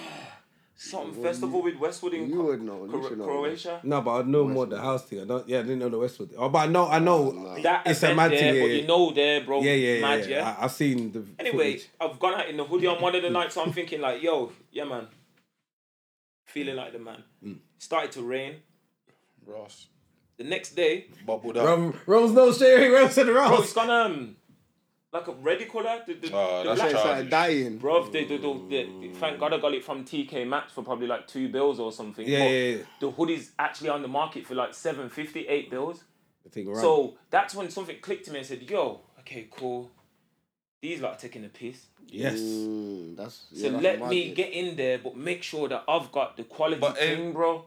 S4: some festival with Westwood in
S3: you
S4: Cro-
S3: would know, you
S4: Cro-
S3: should know.
S4: Croatia.
S6: No, but I know more the house thing. I don't. Yeah, I didn't know the Westwood. Oh, but I know. I know.
S4: That
S6: it's a
S4: event
S6: mad
S4: there,
S6: thing. Yeah,
S4: but
S6: yeah.
S4: you know there, bro.
S6: yeah, yeah, yeah.
S4: Mad, yeah.
S6: I, I've seen the.
S4: Anyway,
S6: footage.
S4: I've gone out in the hoodie on one of the nights. I'm thinking like, yo, yeah, man, feeling
S3: Mm.
S4: like the man. Started to rain.
S2: Ross
S4: The next day,
S2: bubbled up.
S6: Rum, Rum's no sharing. Rum's in the
S4: Bro, it's
S6: Ross.
S4: gonna um, like a red colour. The, the,
S2: Oh,
S4: the
S2: that's
S4: black,
S3: It's
S2: childish.
S3: like dying.
S4: bro. The, the, the, the, thank God I got it from TK Maxx for probably like two bills or something.
S6: Yeah,
S4: But
S6: yeah, yeah.
S4: The hoodie's actually on the market for like seven fifty, eight bills.
S6: I think Rum.
S4: So that's when something clicked to me and said, "Yo, okay, cool. These lot are taking a piss.
S6: yes.
S3: Mm, that's, yeah,
S4: So
S3: that's
S4: let me
S3: mad.
S4: get in there, but make sure that I've got the quality
S2: But, eh,
S4: thing, bro.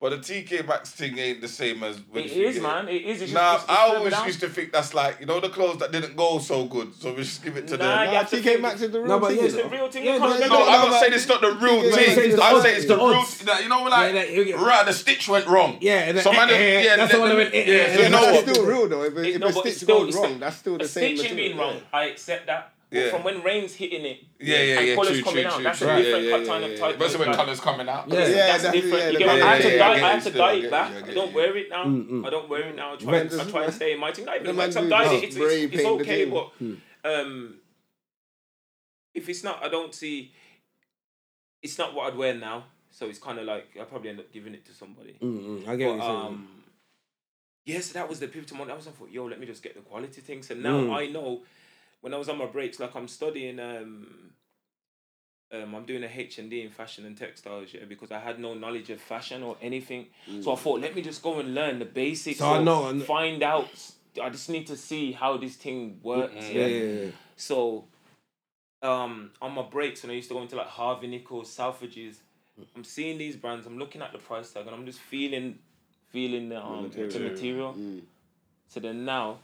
S2: But the TK Maxx thing ain't the same as when
S4: It
S2: you
S4: is,
S2: get
S4: man. It is. It's
S2: Nah,
S4: just, it's
S2: I
S4: further
S2: always
S4: down.
S2: used to think that's like you know the clothes that didn't go so good, so we just give it to
S4: Nah,
S2: them.
S4: you
S3: Nah,
S4: have to
S3: TK
S4: think-
S3: Maxx is the real
S6: No, but
S3: thing.
S6: yeah,
S3: you
S4: It's
S3: know.
S4: the real thing.
S6: Yeah,
S4: you can't
S6: no,
S4: remember.
S2: No,
S6: no,
S2: I'm
S6: no,
S2: not saying it's not the real thing.
S6: Yeah, yeah, it's the
S2: I'm saying
S6: odds,
S2: it's the
S6: the
S2: real.
S6: odds.
S2: That, you know when like
S6: Yeah, that- you get-
S2: right, the stitch went wrong.
S6: Yeah, and then-
S2: so man,
S6: eh, eh,
S2: yeah,
S6: that's
S2: the-
S6: the one that went, eh, eh,
S2: Yeah, so
S6: eh,
S2: you
S3: No,
S2: know
S6: that's
S2: what?
S3: that's still real though. If,
S4: It-
S3: if
S4: no,
S3: a
S4: but
S3: stitch
S4: it's still-
S3: goes
S4: it's
S3: wrong,
S4: still-
S3: that's still
S4: a
S3: the same
S4: stitching being
S3: material.
S4: wrong, I accept that. But
S2: Yeah.
S4: from when rain's hitting it,
S2: Yeah, yeah,
S4: and
S2: yeah.
S4: colours
S2: True,
S4: coming
S2: true,
S4: out,
S2: true.
S4: that's
S2: true,
S4: a
S2: yeah,
S4: different
S2: yeah,
S4: kind
S2: yeah,
S4: of
S2: yeah.
S4: type.
S2: That's
S4: of
S2: when
S4: like-
S2: colours coming out.
S6: Yeah.
S3: Yeah,
S4: that's
S3: that's-
S4: different.
S3: yeah,
S4: you
S3: the
S4: get what I mean?
S3: colours-
S4: I had
S2: yeah, yeah,
S4: to dye,
S2: yeah,
S4: I
S2: yeah,
S4: had to
S2: still, I
S4: dye
S2: get
S4: it
S2: it,
S4: back.
S2: I get
S4: I
S2: it,
S4: don't
S2: yeah.
S4: wear it now. I don't wear it now. I try,
S6: Man,
S4: I try and stay in my thing. Not even
S3: The
S4: the
S3: man
S4: works. I've
S3: do
S4: dyed
S3: that.
S4: it. It's,
S3: Spray
S4: it's, it's
S3: paint the
S4: okay,
S3: thing.
S4: but um, if it's not, I don't see. It's not what I'd wear now, so it's kind of like I probably end up giving it to somebody.
S6: Mm, mm, I get
S4: But,
S6: what you're saying.
S4: um, yeah, so that was the pivotal moment. I was like, yo, let me just get the quality thing. So now
S6: Mm.
S4: I know when I was on my breaks, like I'm studying, um, um, I'm doing a H&D in fashion and textiles, yeah, because I had no knowledge of fashion or anything. So I thought, let me just go and learn the basics.
S6: Mm. So I
S4: or
S6: know, I know.
S4: Find out. I just need to see how this thing works.
S6: Mm-hmm. Yeah, yeah, yeah.
S4: So, um, on my breaks when I used to go into like Harvey Nichols, Selfridges, I'm seeing these brands. I'm looking at the price tag and I'm just feeling, feeling the um the material. So then now,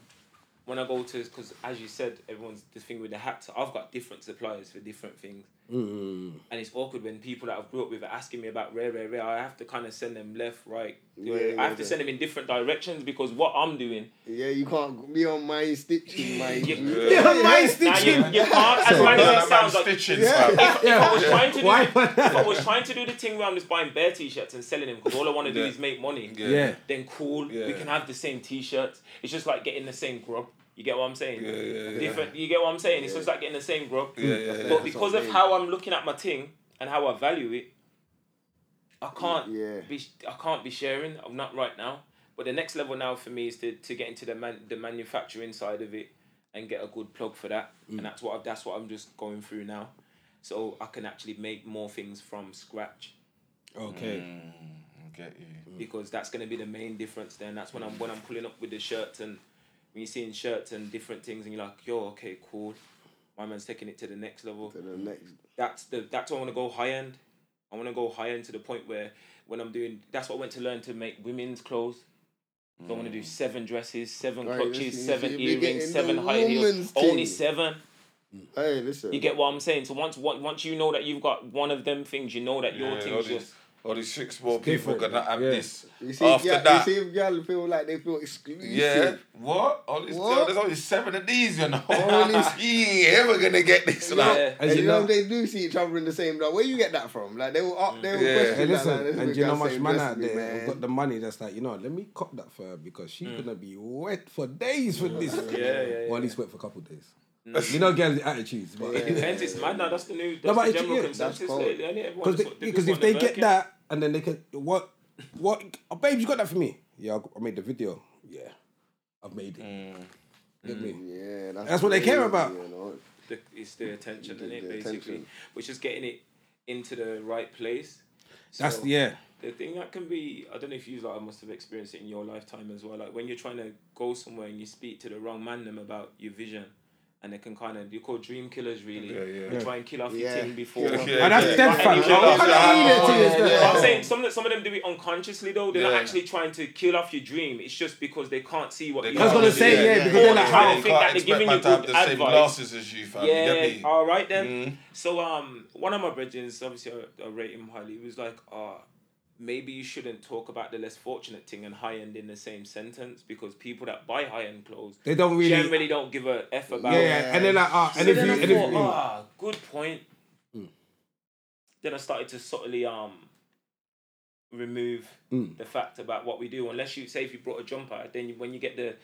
S4: when I go to because as you said, everyone's the thing with the hats. I've got different suppliers for different things. And it's awkward when people that I've grew up with are asking me about rare, rare, rare. I have to kind of send them left, right.
S3: Yeah,
S4: I have to
S3: yeah.
S4: send them in different directions because what I'm doing
S3: Yeah, you can't be on my stitching, my.
S6: Yeah, my
S4: now you,
S6: stitching.
S4: you can't as much as
S2: Banana
S4: it
S2: man
S4: sounds like
S2: stitching,
S6: Yeah.
S2: fam.
S4: I was trying to do,
S6: Why?
S4: if I was trying to do the thing where I'm just buying bare t-shirts and selling them because all I want to do
S2: Yeah.
S4: is make money.
S6: Yeah.
S4: Then cool, we
S2: Yeah.
S4: can have the same t-shirts. It's just like getting the same grub. You get what I'm saying?
S2: yeah, yeah.
S4: Different. You get what I'm saying? It's just like getting the same grub.
S2: yeah, yeah.
S4: But because of how I'm looking at my thing and how I value it, I can't
S3: Yeah.
S4: be I can't be sharing. I'm not right now. But the next level now for me is to, to get into the man, the manufacturing side of it and get a good plug for that.
S3: Mm.
S4: And that's what I, that's what I'm just going through now. So I can actually make more things from scratch
S6: Okay.
S4: Mm.
S2: Get you.
S3: Mm.
S4: because that's going to be the main difference then that's when i'm when i'm pulling up with the shirts and when you're seeing shirts and different things and you're like yo okay cool my man's taking it to the next level
S3: To the next.
S4: that's the that's why i want to go high end i want to go high end to the point where when i'm doing that's what i went to learn to make women's clothes so i want to
S6: Mm.
S4: do seven dresses seven
S3: Right,
S4: clutches
S3: listen, you
S4: seven
S3: should be getting
S4: earrings
S3: the
S4: seven high heels
S3: woman's
S4: only
S3: thing.
S4: seven
S3: Hey, listen.
S4: you get what i'm saying so once once once you know that you've got one of them things you know that your
S2: Yeah, all
S4: thing's
S2: these-
S4: just
S2: all these six more people
S6: different,
S2: gonna have
S6: yeah.
S2: this.
S3: You see,
S2: After
S3: yeah,
S2: that,
S3: you see if y'all feel like they feel exclusive.
S2: Yeah. What? All these,
S3: What?
S2: There's only seven of these, you know.
S3: All these-
S2: he ain't ever gonna get this. Like,
S4: yeah.
S3: and
S6: As you
S3: you know,
S6: know-
S3: they do see each other in the same dog. Where you get that from? Like they will, up, they will
S2: Yeah.
S3: question
S6: Hey,
S3: that,
S6: listen,
S3: like, this
S6: and
S3: big
S6: do you know
S3: guy
S6: how much
S3: saying,
S6: man
S3: "Bless
S6: out
S3: me,
S6: there
S3: man."
S6: have got the money that's like, you know, let me cop that for her because she's gonna be wet for days for this. Yeah,
S4: Mm. yeah, Mm.
S6: Or at least wet for a couple of days. You know, girls' attitudes, but
S4: Depends, it's mad now. That's the new. That's
S6: No, but
S4: the
S6: it's-
S4: general
S6: yeah, that's
S4: consensus
S3: cold.
S4: lately, isn't it?
S6: because
S4: Everyone's-
S6: because
S4: people
S6: if they
S4: want
S6: get
S4: to work
S6: that and then they can what what oh, babe you got that for me yeah I got- I made the video yeah I've made it Get me
S4: Mm.
S3: Yeah, that's,
S6: That's what they care
S3: crazy,
S6: about.
S3: You know?
S4: the it's the attention,
S3: The-
S4: in it
S3: the
S4: basically,
S3: attention.
S4: which is getting it into the right place.
S6: That's
S4: So-
S6: yeah.
S4: the thing that can be I don't know if you like I must have experienced it in your lifetime as well. Like when you're trying to go somewhere and you speak to the wrong man them about your vision and they can kind of you call dream killers really.
S2: Yeah, yeah.
S4: They try and kill off your
S3: Yeah.
S4: thing before.
S2: Yeah,
S6: And that's
S2: yeah.
S6: dead
S4: And
S6: fam.
S4: you
S6: How
S4: know
S6: do you
S2: that-
S6: eat it till it's
S3: Yeah,
S6: dead?
S3: yeah.
S4: But I'm saying some of, some of them do it unconsciously though. They're
S2: Yeah.
S4: not actually trying to kill off your dream. It's just because they can't see what.
S2: They
S4: you
S6: I was
S4: have
S6: gonna
S4: to
S6: say
S4: do.
S6: yeah,
S3: Yeah,
S6: because
S4: yeah.
S6: they're
S4: Or
S6: like,
S4: they
S6: how?
S4: can't think that they're
S2: expect
S4: giving
S2: man
S4: you
S2: to have
S4: good
S2: the same
S4: advice.
S2: glasses as you, fam. You
S4: Yeah,
S2: get me?
S4: all right then.
S2: Mm.
S4: So um, one of my brethren, obviously I, I rate him highly. He was like, uh, maybe you shouldn't talk about the less fortunate thing and high end in the same sentence because people that buy high end clothes
S6: They don't really-
S4: generally don't give a f about.
S6: Yeah,
S4: it.
S6: yeah, and then like, ah,
S4: oh, So
S6: and if you,
S4: then I
S6: and if
S4: thought,
S6: you,
S4: ah, good point.
S3: Hmm.
S4: Then I started to subtly um remove
S3: Hmm.
S4: the fact about what we do. Unless you say if you brought a jumper, then you, when you get the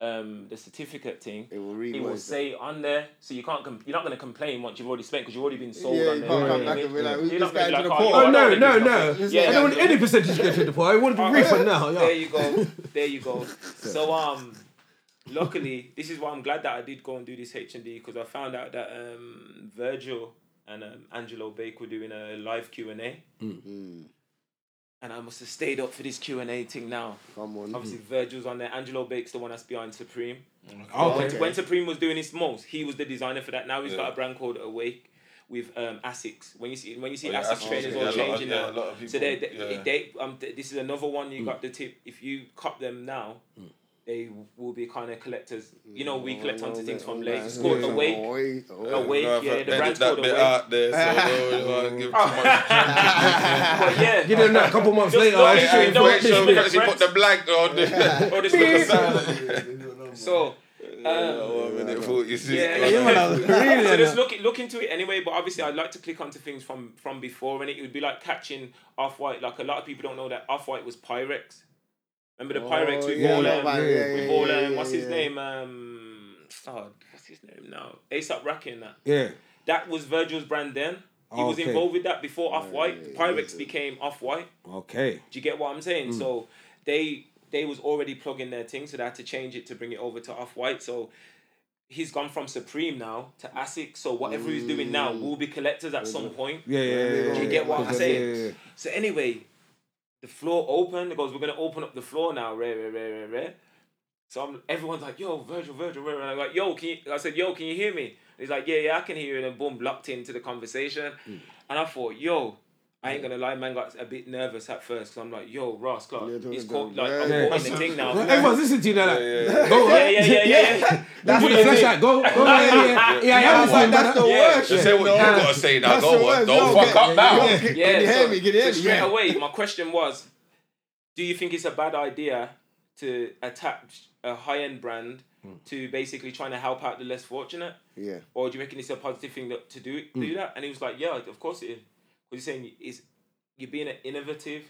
S4: um the certificate thing,
S3: It will read
S4: it
S3: what
S4: will
S3: it's-
S4: say on there. So you can't com- you're not going to complain once you've already spent because you've already been sold
S3: Yeah,
S4: on
S3: you
S4: there.
S3: can't
S4: you
S3: come
S4: know
S3: back
S4: what I
S3: and be
S4: mean?
S3: like,
S4: You're
S3: this
S4: not
S3: guy
S4: gonna be
S3: to the
S4: like,
S3: poor.
S4: you
S6: oh
S4: are
S6: no,
S4: not
S6: no,
S4: gonna do
S6: no.
S4: nothing.
S6: I
S4: Yeah,
S6: don't want
S4: yeah.
S6: any percentage to get to the point. I want to be rich one now.
S4: Oh, There
S6: Yeah.
S4: you go. There you go. So um, luckily, this is why I'm glad that I did go and do this H and D because I found out that um Virgil and um, Angelo Bake were doing a live Q and A. Mm. And I must have stayed up for this Q and A thing now.
S3: Come on.
S4: Obviously, Virgil's on there. Angelo Bake's the one that's behind Supreme.
S6: Oh, Okay.
S4: When Supreme was doing his most, he was the designer for that. Now he's
S2: Yeah.
S4: got a brand called Awake with um, Asics. When you see when you see
S2: Oh, yeah,
S4: Asics
S2: Asics,
S4: trainers
S2: yeah, a
S4: all
S2: lot of-
S4: changing
S2: yeah,
S4: now,
S2: a lot of
S4: so they, they,
S2: people, yeah. Hmm.
S4: they um th- this is another one. You got the tip. If you cop them now, they will be kind of collectors. You know, we collect onto
S2: Hmm.
S4: things from Lays. It's called Awake.
S3: Awake.
S4: Awake,
S2: No, if
S4: yeah,
S2: I
S4: the
S2: edit
S4: brand's
S2: that
S4: called
S2: bit
S4: Awake.
S2: out there, so don't wanna give too much.
S4: But yeah,
S6: Give them that a couple months
S4: Just
S6: later.
S4: look
S6: I
S4: at
S6: should
S4: it,
S6: have
S4: don't
S2: Wait,
S6: watched
S4: worry.
S2: so we
S6: it.
S2: actually put the black on the
S4: or Oh, this look aside. So. um,
S2: Oh, I mean, it thought you see-
S4: Yeah,
S2: Oh,
S4: yeah,
S2: no.
S4: yeah.
S6: Really,
S4: so
S6: yeah.
S4: just look look into it anyway. But obviously, I'd like to click onto things from from before, and it would be like catching off white. Like a lot of people don't know that off white was Pyrex. Remember the Pyrex? We've
S3: Oh, yeah,
S4: all
S3: yeah,
S4: um,
S3: yeah, yeah,
S4: we've all um,
S3: yeah, yeah,
S4: what's his
S3: yeah.
S4: name? Um, oh, what's his name now? ASAP Rocky and that.
S6: Yeah.
S4: That was Virgil's brand then.
S3: Oh,
S4: He was
S6: Okay.
S4: involved with that before off white. Pyrex became off white.
S6: Okay.
S4: Do you get what I'm saying? So they they was already plugging their thing, so they had to change it to bring it over to Off White. So he's gone from Supreme now to Asics. So whatever he's doing now will be collectors at some point.
S6: Yeah, yeah, yeah. yeah,
S3: Do you
S6: yeah.
S4: get what I'm
S6: Yeah,
S4: saying?
S6: yeah, yeah.
S4: So anyway, the floor opened. It goes, we're gonna open up the floor now. Rare, rare, rare, rare, rare. So I'm, everyone's like, yo, Virgil, Virgil, Virgil. And I'm like, yo, can you? I said, yo, can you hear me? He's like, yeah, yeah, I can hear you. And then boom, locked into the conversation. And I thought, yo, I ain't gonna lie, man, got a bit nervous at first because I'm like, yo, Ross Clark,
S3: Yeah,
S4: he's
S3: don't-
S4: called
S3: don't-
S4: like, I'm
S6: yeah.
S4: caught in the thing now. yeah,
S6: Everyone's listening to you now. Like,
S4: yeah, yeah, yeah, yeah.
S6: That's
S4: what
S6: the
S4: you
S6: flashlight. Go, go. Yeah, yeah, yeah. Yeah, yeah.
S3: That's
S6: listen,
S3: the- that's
S6: brother.
S3: the
S4: Yeah.
S3: worst.
S2: Just say what you gotta say now.
S3: That's the
S2: Go on.
S3: worst.
S2: Don't
S3: Yo,
S2: fuck up now.
S3: Can
S4: Yeah,
S3: you
S4: so-
S3: hear me? Can you hear
S4: so
S3: me?
S4: Straight
S3: Yeah.
S4: away, my question was, do you think it's a bad idea to attach a high-end brand
S3: Hmm.
S4: to basically trying to help out the less fortunate,
S3: Yeah.
S4: or do you reckon it's a positive thing that, to do
S3: Hmm.
S4: do that? And he was like, yeah, of course it is. Because he's saying is you're being innovative.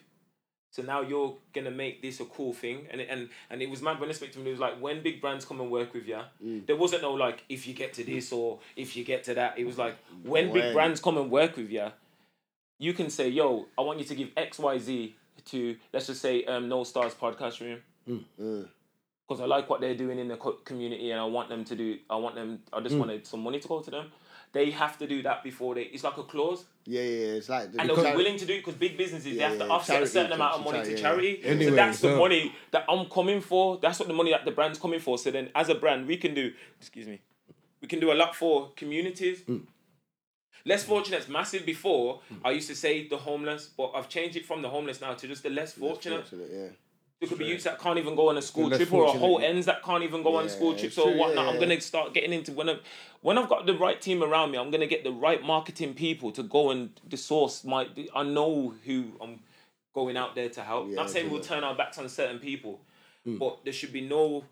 S4: So now you're gonna make this a cool thing, and it- and and it was mad when I spoke to him. It was like when big brands come and work with you,
S3: Hmm.
S4: there wasn't no like if you get to this or if you get to that. It was like when big
S3: When.
S4: brands come and work with you, you can say, "Yo, I want you to give X Y Z to let's just say um, No Stars Podcast Room."
S3: Mm,
S4: because I like what they're doing in the co- community and I want them to do. I want them. I
S3: Mm.
S4: just wanted some money to go to them. They have to do that before they. It's like a clause,
S3: Yeah, yeah, it's like the-
S4: and they'll
S3: Chari-
S4: be willing to do it because big businesses
S3: Yeah,
S4: they have to
S3: yeah,
S4: offset a
S3: charity
S4: certain
S3: to-
S4: amount of
S3: to
S4: money
S3: chari-
S4: to
S3: yeah.
S4: charity.
S6: Anyway,
S4: so that's the
S6: so-
S4: money that I'm coming for. That's what the money that the brand's coming for. So then, as a brand, we can do. Excuse me, we can do a lot for communities.
S3: Mm.
S4: Less fortunate's massive. Before I used to say the homeless, but I've changed it from the homeless now to just the less fortunate.
S3: Fortunate, Yeah.
S4: There could be youths that can't even go on a school
S6: less
S4: trip, or a
S6: fortunate,
S4: whole
S6: yeah.
S4: ends that can't even go on
S3: Yeah,
S4: school
S3: it's
S4: trips
S3: true,
S4: or
S3: yeah,
S4: whatnot. I'm
S3: yeah.
S4: gonna start getting into when I've when I've got the right team around me, I'm gonna get the right marketing people to go and the source my I know who I'm going out there to help.
S3: Yeah,
S4: Not saying
S3: yeah. Mm.
S4: we'll turn our backs on certain people, but there should be no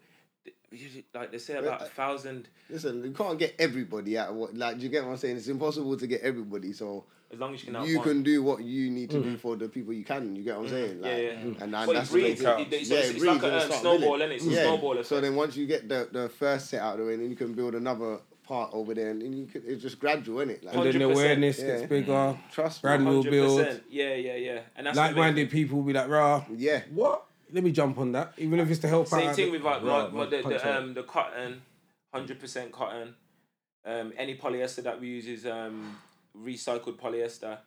S4: like they say about a thousand
S3: Listen, you can't get everybody out of what like do you get what I'm saying? It's impossible to get everybody, so
S4: as long as you can help
S3: you
S4: one. Hmm.
S3: can do what you need
S2: Hmm.
S3: to do for the people you can, you get what I'm saying? Like
S4: Yeah, yeah.
S3: and, and
S4: But
S3: that's
S4: it
S3: the way
S4: breeds,
S3: to-
S4: it, it, it's,
S3: Yeah,
S4: it's,
S3: it
S4: it's
S3: really
S4: like
S3: gonna
S4: a, um,
S3: start
S4: snowball,
S3: building.
S4: isn't it? It's a snowball effect.
S3: So then once you get the, the first set out of the way, then you can build another part over there, and then you can, it's just gradual, isn't it? Like,
S6: And then the
S4: 100%.
S6: awareness
S3: Yeah.
S6: gets bigger.
S4: Mm-hmm.
S3: Trust me.
S6: Brand will build.
S4: 100%. Yeah, yeah, yeah. And that's the main
S6: Like-minded people will be like, rah.
S3: yeah,
S6: What? Let me jump on that. Even if it's to help out.
S4: Same thing with like my,
S6: Rah,
S4: my, the, um,
S6: punch
S4: the,
S6: out.
S4: um, the cotton, hundred percent cotton. Um, any polyester that we use is um, recycled polyester.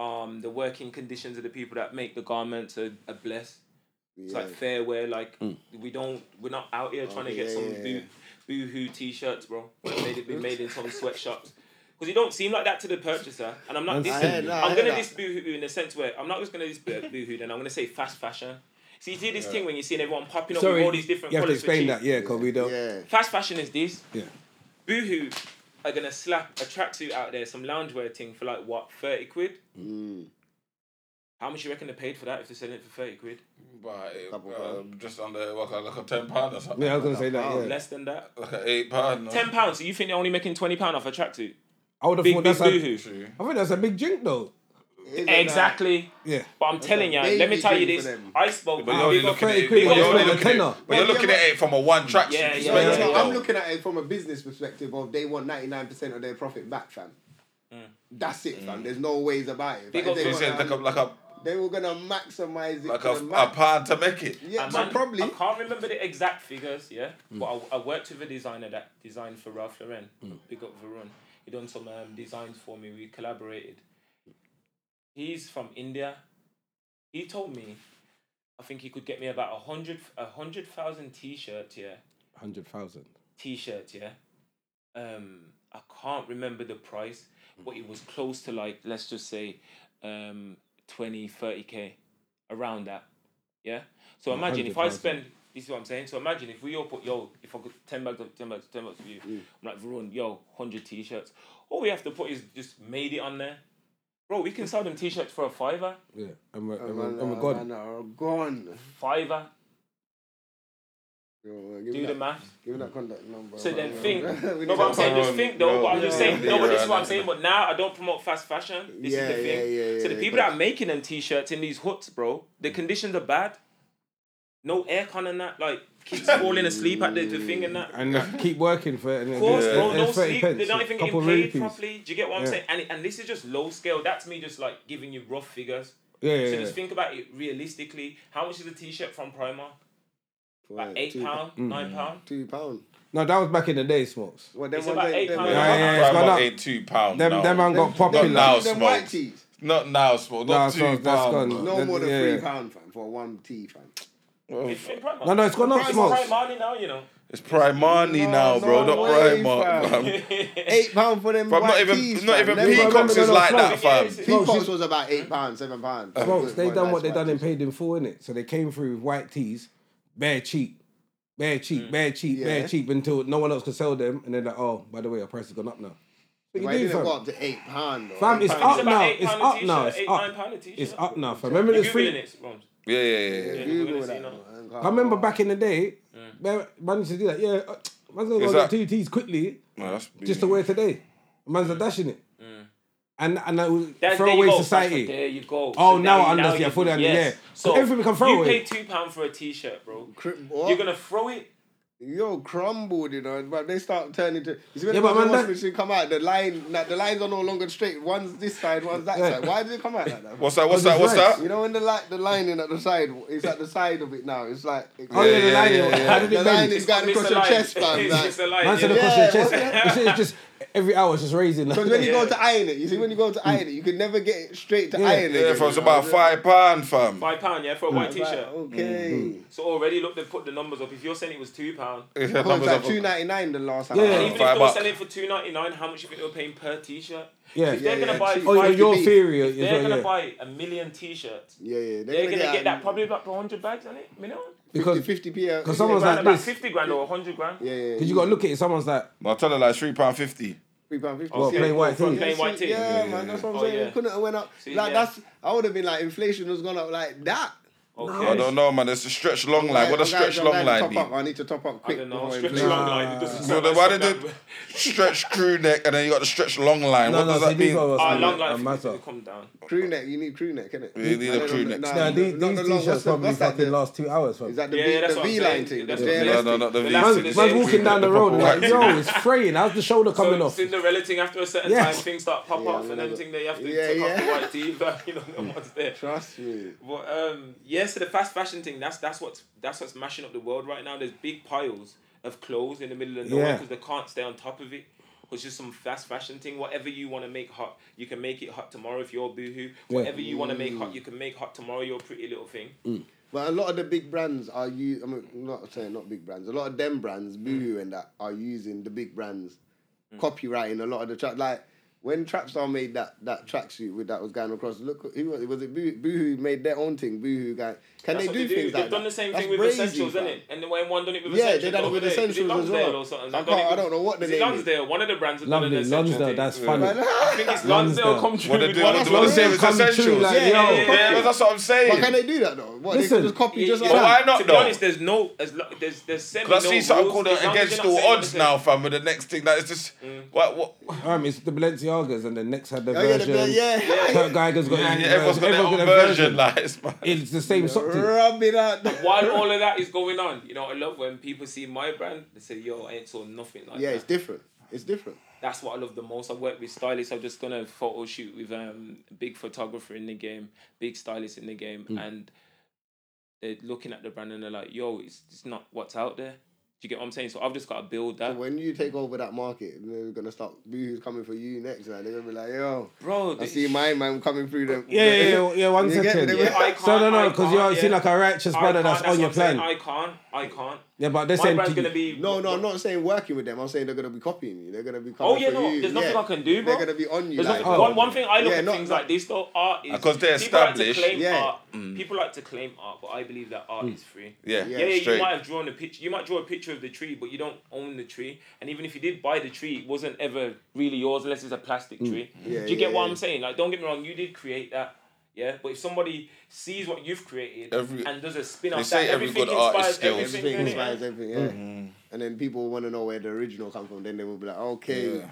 S4: Um, the working conditions of the people that make the garments are, are blessed. It's like
S3: Yeah. Mm.
S4: fair wear. Like we don't, we're not out here trying to
S3: yeah,
S4: get some
S3: yeah, yeah.
S4: boo, boo-hoo t-shirts, bro. that made it be made in some sweatshops. Because you don't seem like that to the purchaser, and I'm not.
S6: I
S4: Dissing,
S6: heard
S3: that, I
S4: I'm
S3: heard
S4: gonna
S3: that.
S4: diss boohoo in the sense where I'm not just gonna diss boo- boohoo. Then I'm gonna say fast fashion. So you see this thing when you're seeing everyone popping up
S6: Sorry,
S4: with all these different
S6: you have to
S4: colours. for
S6: explain
S4: cheap.
S6: that, yeah, because we don't.
S3: Yeah.
S4: Fast fashion is this.
S6: Yeah.
S4: Boohoo are gonna slap a tracksuit out there, some loungewear thing for like what, thirty quid?
S3: Mm.
S4: How much you reckon they paid for that if they're selling it for thirty quid?
S2: But
S3: Couple
S2: uh, just under what, like a ten pound or something.
S6: Yeah, I was gonna say that. Yeah.
S4: Less than that.
S2: Like an eight pound.
S4: Ten pounds. So you think they're only making twenty pound off a tracksuit?
S6: I would have
S4: Big
S6: thought
S4: big
S6: that's. A,
S4: boohoo.
S2: True.
S6: I think that's a big drink though.
S4: Exactly.
S6: Yeah.
S4: But I'm telling you,
S3: baby
S4: let me tell you
S3: drink for
S4: this.
S3: them.
S4: I spoke.
S2: But
S4: with
S2: you're only
S4: big up-
S2: looking at it.
S4: big
S2: But
S4: up-
S2: you're only
S6: Big up-
S2: looking at
S6: tenner.
S2: it. But you're looking at it from a one track
S4: Yeah,
S2: perspective.
S4: yeah,
S3: But
S4: yeah,
S3: you know,
S4: yeah.
S3: I'm looking at it from a business perspective of they want 99% of their profit back, fam.
S4: Hmm.
S3: That's it, fam. There's no ways about it. Like,
S2: So
S3: if
S4: up
S3: they,
S2: you
S4: to-
S2: Hmm. said
S3: want,
S2: like a
S3: um,
S2: like a
S3: they were gonna maximize it.
S2: like
S3: to
S2: a,
S3: the
S2: a
S3: max.
S2: pound to make it.
S3: yeah,
S4: And
S3: so
S4: man,
S3: probably.
S4: I can't remember the exact figures, yeah. But I, I worked with a designer that designed for Ralph Lauren.
S2: Hmm.
S4: Big up Varun. He done some um, designs for me. We collaborated. He's from India. He told me, I think he could get me about a hundred, a hundred thousand t-shirts, yeah,
S6: Hundred thousand.
S4: t-shirts, yeah. Um, I can't remember the price, but it was close to like let's just say, um, 20, 30 k, around that. Yeah. So imagine if I
S6: 100,000.
S4: spend. This is what I'm saying. So imagine if we all put yo, if I got ten bags of ten bags, ten bags of you, I'm like Varun, yo, hundred t-shirts. All we have to put is just made it on there, bro. We can sell them t-shirts for a fiver,
S6: Yeah. And we're,
S3: Oh,
S6: and we're,
S3: man,
S6: and we're
S3: oh,
S6: gone.
S3: man, oh, gone.
S4: fiver.
S3: Yo, man, give me
S4: Do the
S3: that-
S4: math.
S3: Give me that contact number.
S4: So
S3: man.
S4: then think.
S3: We
S4: no,
S3: need
S4: but I'm
S3: that
S4: saying just
S2: Ron,
S4: think though. But I'm just
S3: yeah,
S4: saying
S2: yeah,
S4: no. But this is
S2: yeah,
S4: what I'm saying. But now I don't promote fast fashion. This
S3: Yeah,
S4: is the thing.
S3: yeah, yeah,
S4: so the
S3: yeah,
S4: people
S3: yeah.
S4: that are making them t-shirts in these huts, bro, the conditions are bad. No aircon and that. Like kids falling asleep at the, the thing and that.
S6: And if you keep working for it.
S4: Of course,
S6: yeah.
S4: bro.
S6: and
S4: No
S6: it's 30
S4: sleep.
S6: pence,
S4: They're not
S6: a
S4: even
S6: couple
S4: getting paid
S6: rupees.
S4: properly. Do you get what I'm
S6: Yeah.
S4: saying? And and this is just low scale. That's me just like giving you rough figures.
S6: Yeah, yeah,
S4: so
S6: yeah.
S4: just think about it realistically. How much is a t-shirt from Primark?
S3: for
S4: About eight
S3: two-
S4: pound, nine pound.
S3: Two pound.
S6: No, that was back in the day, smokes.
S3: Well, them
S4: It's
S3: ones
S4: about
S3: ain't-
S4: eight
S3: them
S4: pound.
S3: ones-
S6: Yeah, yeah, yeah,
S2: Right,
S6: it's gone
S2: about
S6: up.
S2: eight two pound.
S6: Them,
S2: now.
S6: them man got popular.
S2: now.
S3: Them white
S2: smokes.
S3: tees.
S2: Not now, smoke.
S6: Nah,
S2: Not two
S6: smoke,
S2: pound.
S6: that's gone.
S2: man.
S3: No
S6: Them-
S3: more than
S6: yeah.
S3: three pound, fam, for one tee, fam.
S4: It's in Primark.
S6: No, no, it's gone up,
S4: Primark-
S6: smokes.
S4: Primark now, you know.
S2: It's Primani now, bro.
S3: no
S2: Not
S3: way,
S2: Primark.
S3: fam.
S2: fam.
S3: Eight pound for them
S2: But
S3: white
S2: not even
S3: tees,
S2: not
S3: fam.
S2: even
S3: Them ones-
S2: peacocks is
S6: no,
S2: like
S6: no,
S2: that,
S4: no,
S2: fam.
S4: it's-
S3: Peacocks was about eight pounds, seven pounds.
S6: Uh, Smokes, they
S3: Quite
S6: done
S3: nice
S6: what they done
S3: white
S6: and paid in full, innit? So they came through with white tees, bare cheap, bare
S4: Mm.
S6: cheap, bare cheap, bare
S3: Yeah.
S6: cheap until no one else could sell them. And they're like, oh, by the way, our price has gone up now. What
S3: Why
S6: you do,
S3: didn't it go
S6: fam?
S3: up to eight pound though?
S6: Fam,
S3: Eight
S6: it's
S3: pound.
S6: up
S4: about
S6: now.
S4: eight
S6: It's
S4: pound a
S6: up now.
S4: t-shirt,
S6: It's
S4: eight, nine
S6: up.
S4: pound a t-shirt.
S6: It's up now, fam. Remember this
S4: You're
S6: free?
S4: Googling it, Ron.
S2: Yeah, yeah, yeah, yeah.
S3: You
S4: we're
S3: know
S4: gonna
S3: that,
S4: see now.
S3: man.
S6: I remember back in the day,
S4: Mm.
S6: man man used to do that. Yeah, uh, man's gonna go
S2: Is
S6: get
S2: that-
S6: two tees quickly
S2: No, that's
S6: just
S4: Mm.
S6: to wear today. Man's a dashing it. And and that was
S4: That's there Mm. you
S6: throwaway
S4: go, Sasha,
S6: society.
S4: there you go.
S6: Oh, now
S4: you-
S6: I understand.
S4: you-
S6: Yeah, fully under- yeah.
S4: So
S6: Everything become
S4: You
S6: throwaway.
S4: pay two pound for a t-shirt, bro.
S3: Cri- what?
S4: You're gonna throw it.
S3: Yo, crumbled, you know, but they start turning to. You see when yeah,
S6: Yeah, but
S3: the
S6: man,
S3: washing
S6: that-
S3: machine come out, the line, like, the lines are no longer straight. One's this side, one's that
S6: Yeah.
S3: side. Why does it come out like that?
S2: What's that? What's that?
S6: it's
S2: What's
S6: nice.
S2: that?
S3: You know when the like the lining at the side is at the side of it now. It's like
S6: Oh yeah, the
S2: Yeah,
S6: line.
S2: yeah,
S6: yeah,
S2: yeah,
S6: How did
S3: the line
S6: it bend?
S3: is going
S4: It's
S3: across
S4: a
S3: your
S4: line.
S3: chest, fam.
S4: It's just a
S3: Like,
S4: line,
S6: Man said
S4: yeah.
S6: across
S3: Yeah,
S6: your chest.
S3: what's that?
S6: It's just- It's just every hour, it's just raising.
S3: because when you go
S4: Yeah.
S3: to iron it, you see when you go to iron it, you can never get it straight to
S6: Yeah.
S3: iron it.
S2: Yeah, from it's about five pound, fam.
S4: Five pound, yeah, for a white t-shirt.
S3: Okay.
S6: Mm-hmm.
S4: So already, look, they put the numbers up. If you're saying it was two pound,
S2: It's
S3: Oh, it's
S2: numbers
S3: like
S2: up.
S3: two ninety nine the last time.
S6: Yeah.
S3: I
S4: and
S3: looked.
S4: even if
S2: Five
S4: they were
S2: bucks.
S4: selling it for two ninety nine, how much you think they were paying per t-shirt?
S6: Yeah.
S4: If they're
S3: Yeah,
S4: gonna
S3: yeah,
S4: buy,
S3: cheap.
S6: Oh, your,
S4: five,
S6: your
S3: beef.
S6: theory.
S4: if they're
S6: yeah,
S4: gonna
S6: yeah.
S4: buy a million t-shirts.
S3: Yeah, yeah.
S4: They're gonna get that probably about hundred bags, isn't it? Minimum.
S6: because
S3: fifty p.
S6: because someone's
S4: Around
S6: like
S4: about
S6: this.
S4: fifty grand or hundred grand.
S3: yeah, yeah,
S6: Because you gotta look at it. Someone's like,
S2: No, tell her like three pound fifty.
S3: three pound fifty.
S6: well,
S4: see,
S6: plain white
S4: from
S6: thing.
S4: plain white tee.
S3: Yeah, man, that's what I'm
S4: Oh,
S3: saying.
S4: yeah.
S3: It couldn't have went up.
S4: See,
S3: like
S4: yeah.
S3: that's, I would have been like, inflation was gone up like that.
S4: Okay.
S2: I don't know, man. It's a stretch long line. What a
S3: Like, I'm gonna-
S2: stretch
S3: I'm
S2: long
S3: gonna
S2: line
S3: top
S2: be.
S3: up. I need to top up
S4: I
S3: quick.
S4: don't know.
S3: before
S4: Stretch
S3: inflation-
S4: long line. It doesn't
S2: So
S4: sound
S2: then
S4: like
S2: why did
S4: something
S2: they
S4: that-
S2: stretch crew neck and then you got the stretch long line?
S6: No,
S2: What
S6: no,
S2: does
S6: so
S2: that
S6: these
S2: mean?
S6: are
S4: Ah,
S6: a
S4: long life.
S6: matter.
S4: Come down.
S3: Crew neck, you need crew neck, innit?
S2: You need a crew neck.
S3: Nah,
S6: Now,
S3: not
S6: these,
S3: the
S6: these
S3: long-
S6: t-shirts
S3: what's the-
S6: probably
S3: what's that,
S6: fucking
S3: the-
S6: last two hours, fam.
S3: Is that the
S4: Yeah,
S3: V-
S4: yeah, that's
S3: the
S4: what I'm
S3: V line
S4: saying.
S3: thing?
S4: That's
S3: The
S4: what I'm
S2: No,
S3: JLS
S2: no,
S3: thing?
S2: not the
S4: The
S2: V.
S4: last
S6: Man's,
S4: of the
S2: six.
S6: man's
S4: same
S6: walking down the road and like,
S2: Right.
S6: yo, it's fraying. How's the shoulder coming
S4: so
S6: off?
S4: Cinderella thing after a certain
S6: Yeah.
S4: time, things start pop
S3: Yeah,
S4: off,
S3: I
S4: and
S3: know
S4: then
S3: that.
S4: thing they have to
S3: Yeah,
S4: take off the
S3: yeah.
S4: white tee, but you don't know what's there.
S3: Trust me.
S4: But um, yeah, so the fast fashion thing that's that's what's that's what's mashing up the world right now. There's big piles of clothes in the middle of nowhere
S6: Yeah.
S4: because they can't stay on top of it. was just some fast fashion thing. Whatever you want to make hot, you can make it hot tomorrow if you're boohoo. Whatever you want to make hot, you can make hot tomorrow. Your pretty little thing.
S3: Mm. But a lot of the big brands are you. I'm mean, not saying not big brands. A lot of them
S4: Mm.
S3: brands, Boohoo and that, are using the big brands, copywriting a lot of the track. Like when Trapstar made that that tracksuit with that was going across. Look, who was it? Was it Boohoo, Boohoo made their own thing? Boohoo guy. Can
S4: That's
S3: they
S4: what
S3: do things
S4: They've
S3: like
S4: done
S3: that?
S4: the same
S3: That's
S4: thing with
S3: brazy,
S4: essentials,
S3: fam.
S4: isn't it? And the way one done it with
S3: Yeah,
S4: essentials. oh,
S3: they done it with
S4: over there. Is
S3: essentials as
S4: Lonsdale
S3: well.
S4: Or
S3: I
S4: something? They've
S3: can't-
S4: done it
S3: I
S4: with-
S3: don't know what the
S4: Is it
S3: name is.
S4: Lonsdale? One of the brands has done an
S6: Lovely,
S4: essential
S6: Lonsdale,
S4: thing.
S6: that's funny.
S4: I think it's Lonsdale come true
S2: What they
S4: with
S2: do,
S4: one
S2: what
S4: of
S2: they do, what
S4: the
S2: they say
S6: Come
S2: is
S6: true,
S2: essentials.
S6: like,
S2: yeah,
S6: yo.
S2: yeah, yeah, that's what I'm
S3: But can
S2: saying.
S3: they do that though? What, they
S6: Listen.
S3: can just copy
S4: Yeah,
S3: just
S4: yeah.
S3: like
S2: But
S3: that?
S2: why not
S4: to be
S2: though?
S4: honest, there's no as lo- there's there's certainly
S2: Because
S4: no
S2: I see something
S4: rules,
S2: called
S4: as
S2: uh,
S4: long as
S2: against
S4: you're
S2: all
S4: not
S2: odds
S4: saying-
S2: now, fam. With the next thing, that it's just what what.
S6: Um, it's the Balenciagas, and the next had their
S3: Oh, yeah, the-
S6: version.
S3: yeah.
S6: Kurt Geiger's got.
S2: Yeah, yeah,
S6: his version.
S2: everyone's got their own
S6: Everyone's
S2: version, like it's mad.
S6: It's the same sort of
S3: Rub it out.
S4: While all of that is going on, you know, I love when people see my brand, they say, yo, I ain't saw nothing like
S3: Yeah,
S4: that.
S3: it's different. It's different.
S4: that's what I love the most. I work with stylists. I've just done a photo shoot with um big photographer in the game, big stylist in the game,
S3: Hmm.
S4: and they're looking at the brand and they're like, "Yo, it's it's not what's out there." Do you get what I'm saying? So I've just got to build that,
S3: When you take over that market, they're gonna start. Boohoo's coming for you next. Like, they're gonna be like, yo,
S4: bro.
S3: I see my man coming through them.
S6: Yeah, yeah, yeah, yeah, one
S3: You get
S6: second.
S3: me?
S6: Yeah,
S4: I can't,
S6: So no, no,
S4: I
S6: because
S4: can't,
S6: you're you seem
S4: yeah.
S6: like a righteous brother that's on your plan.
S4: I can't. I can't.
S6: yeah, but they're
S4: My
S6: saying
S4: brand's
S6: to
S4: gonna
S6: you-
S4: be
S3: No, no, I'm not saying working with them. I'm saying they're gonna be copying you. They're gonna be.
S4: Oh
S3: Coming
S4: yeah,
S3: for
S4: no.
S3: you.
S4: There's nothing
S3: yeah.
S4: I can do, bro.
S3: They're gonna be on you.
S4: There's
S3: Like,
S4: nothing- one, one thing I look
S3: Yeah,
S4: at
S3: not-
S4: things
S3: not-
S4: like this though, art is
S2: Because they're
S4: people like to
S2: established. Mm.
S4: claim
S3: Yeah.
S4: art. People like to claim art, but I believe that art is free.
S2: Yeah,
S4: yeah,
S3: Yeah,
S4: you
S2: straight.
S4: might have drawn a picture. You might draw a picture of the tree, but you don't own the tree. And even if you did buy the tree, it wasn't ever really yours unless it's a plastic
S2: Mm.
S4: tree.
S3: Yeah,
S4: Do you get
S3: yeah,
S4: what
S3: yeah.
S4: I'm saying? Like, don't get me wrong, you did create that. Yeah, but if somebody sees what you've created
S2: Every-
S4: and does a spin off,
S2: they say
S4: that
S2: every
S4: everything
S2: good art is
S4: inspires
S2: skills.
S4: everything.
S3: everything
S4: innit?
S3: inspires everything. Yeah.
S6: Mm-hmm.
S3: And then people want to know where the original come from. Then they will be like, okay,
S2: Yeah.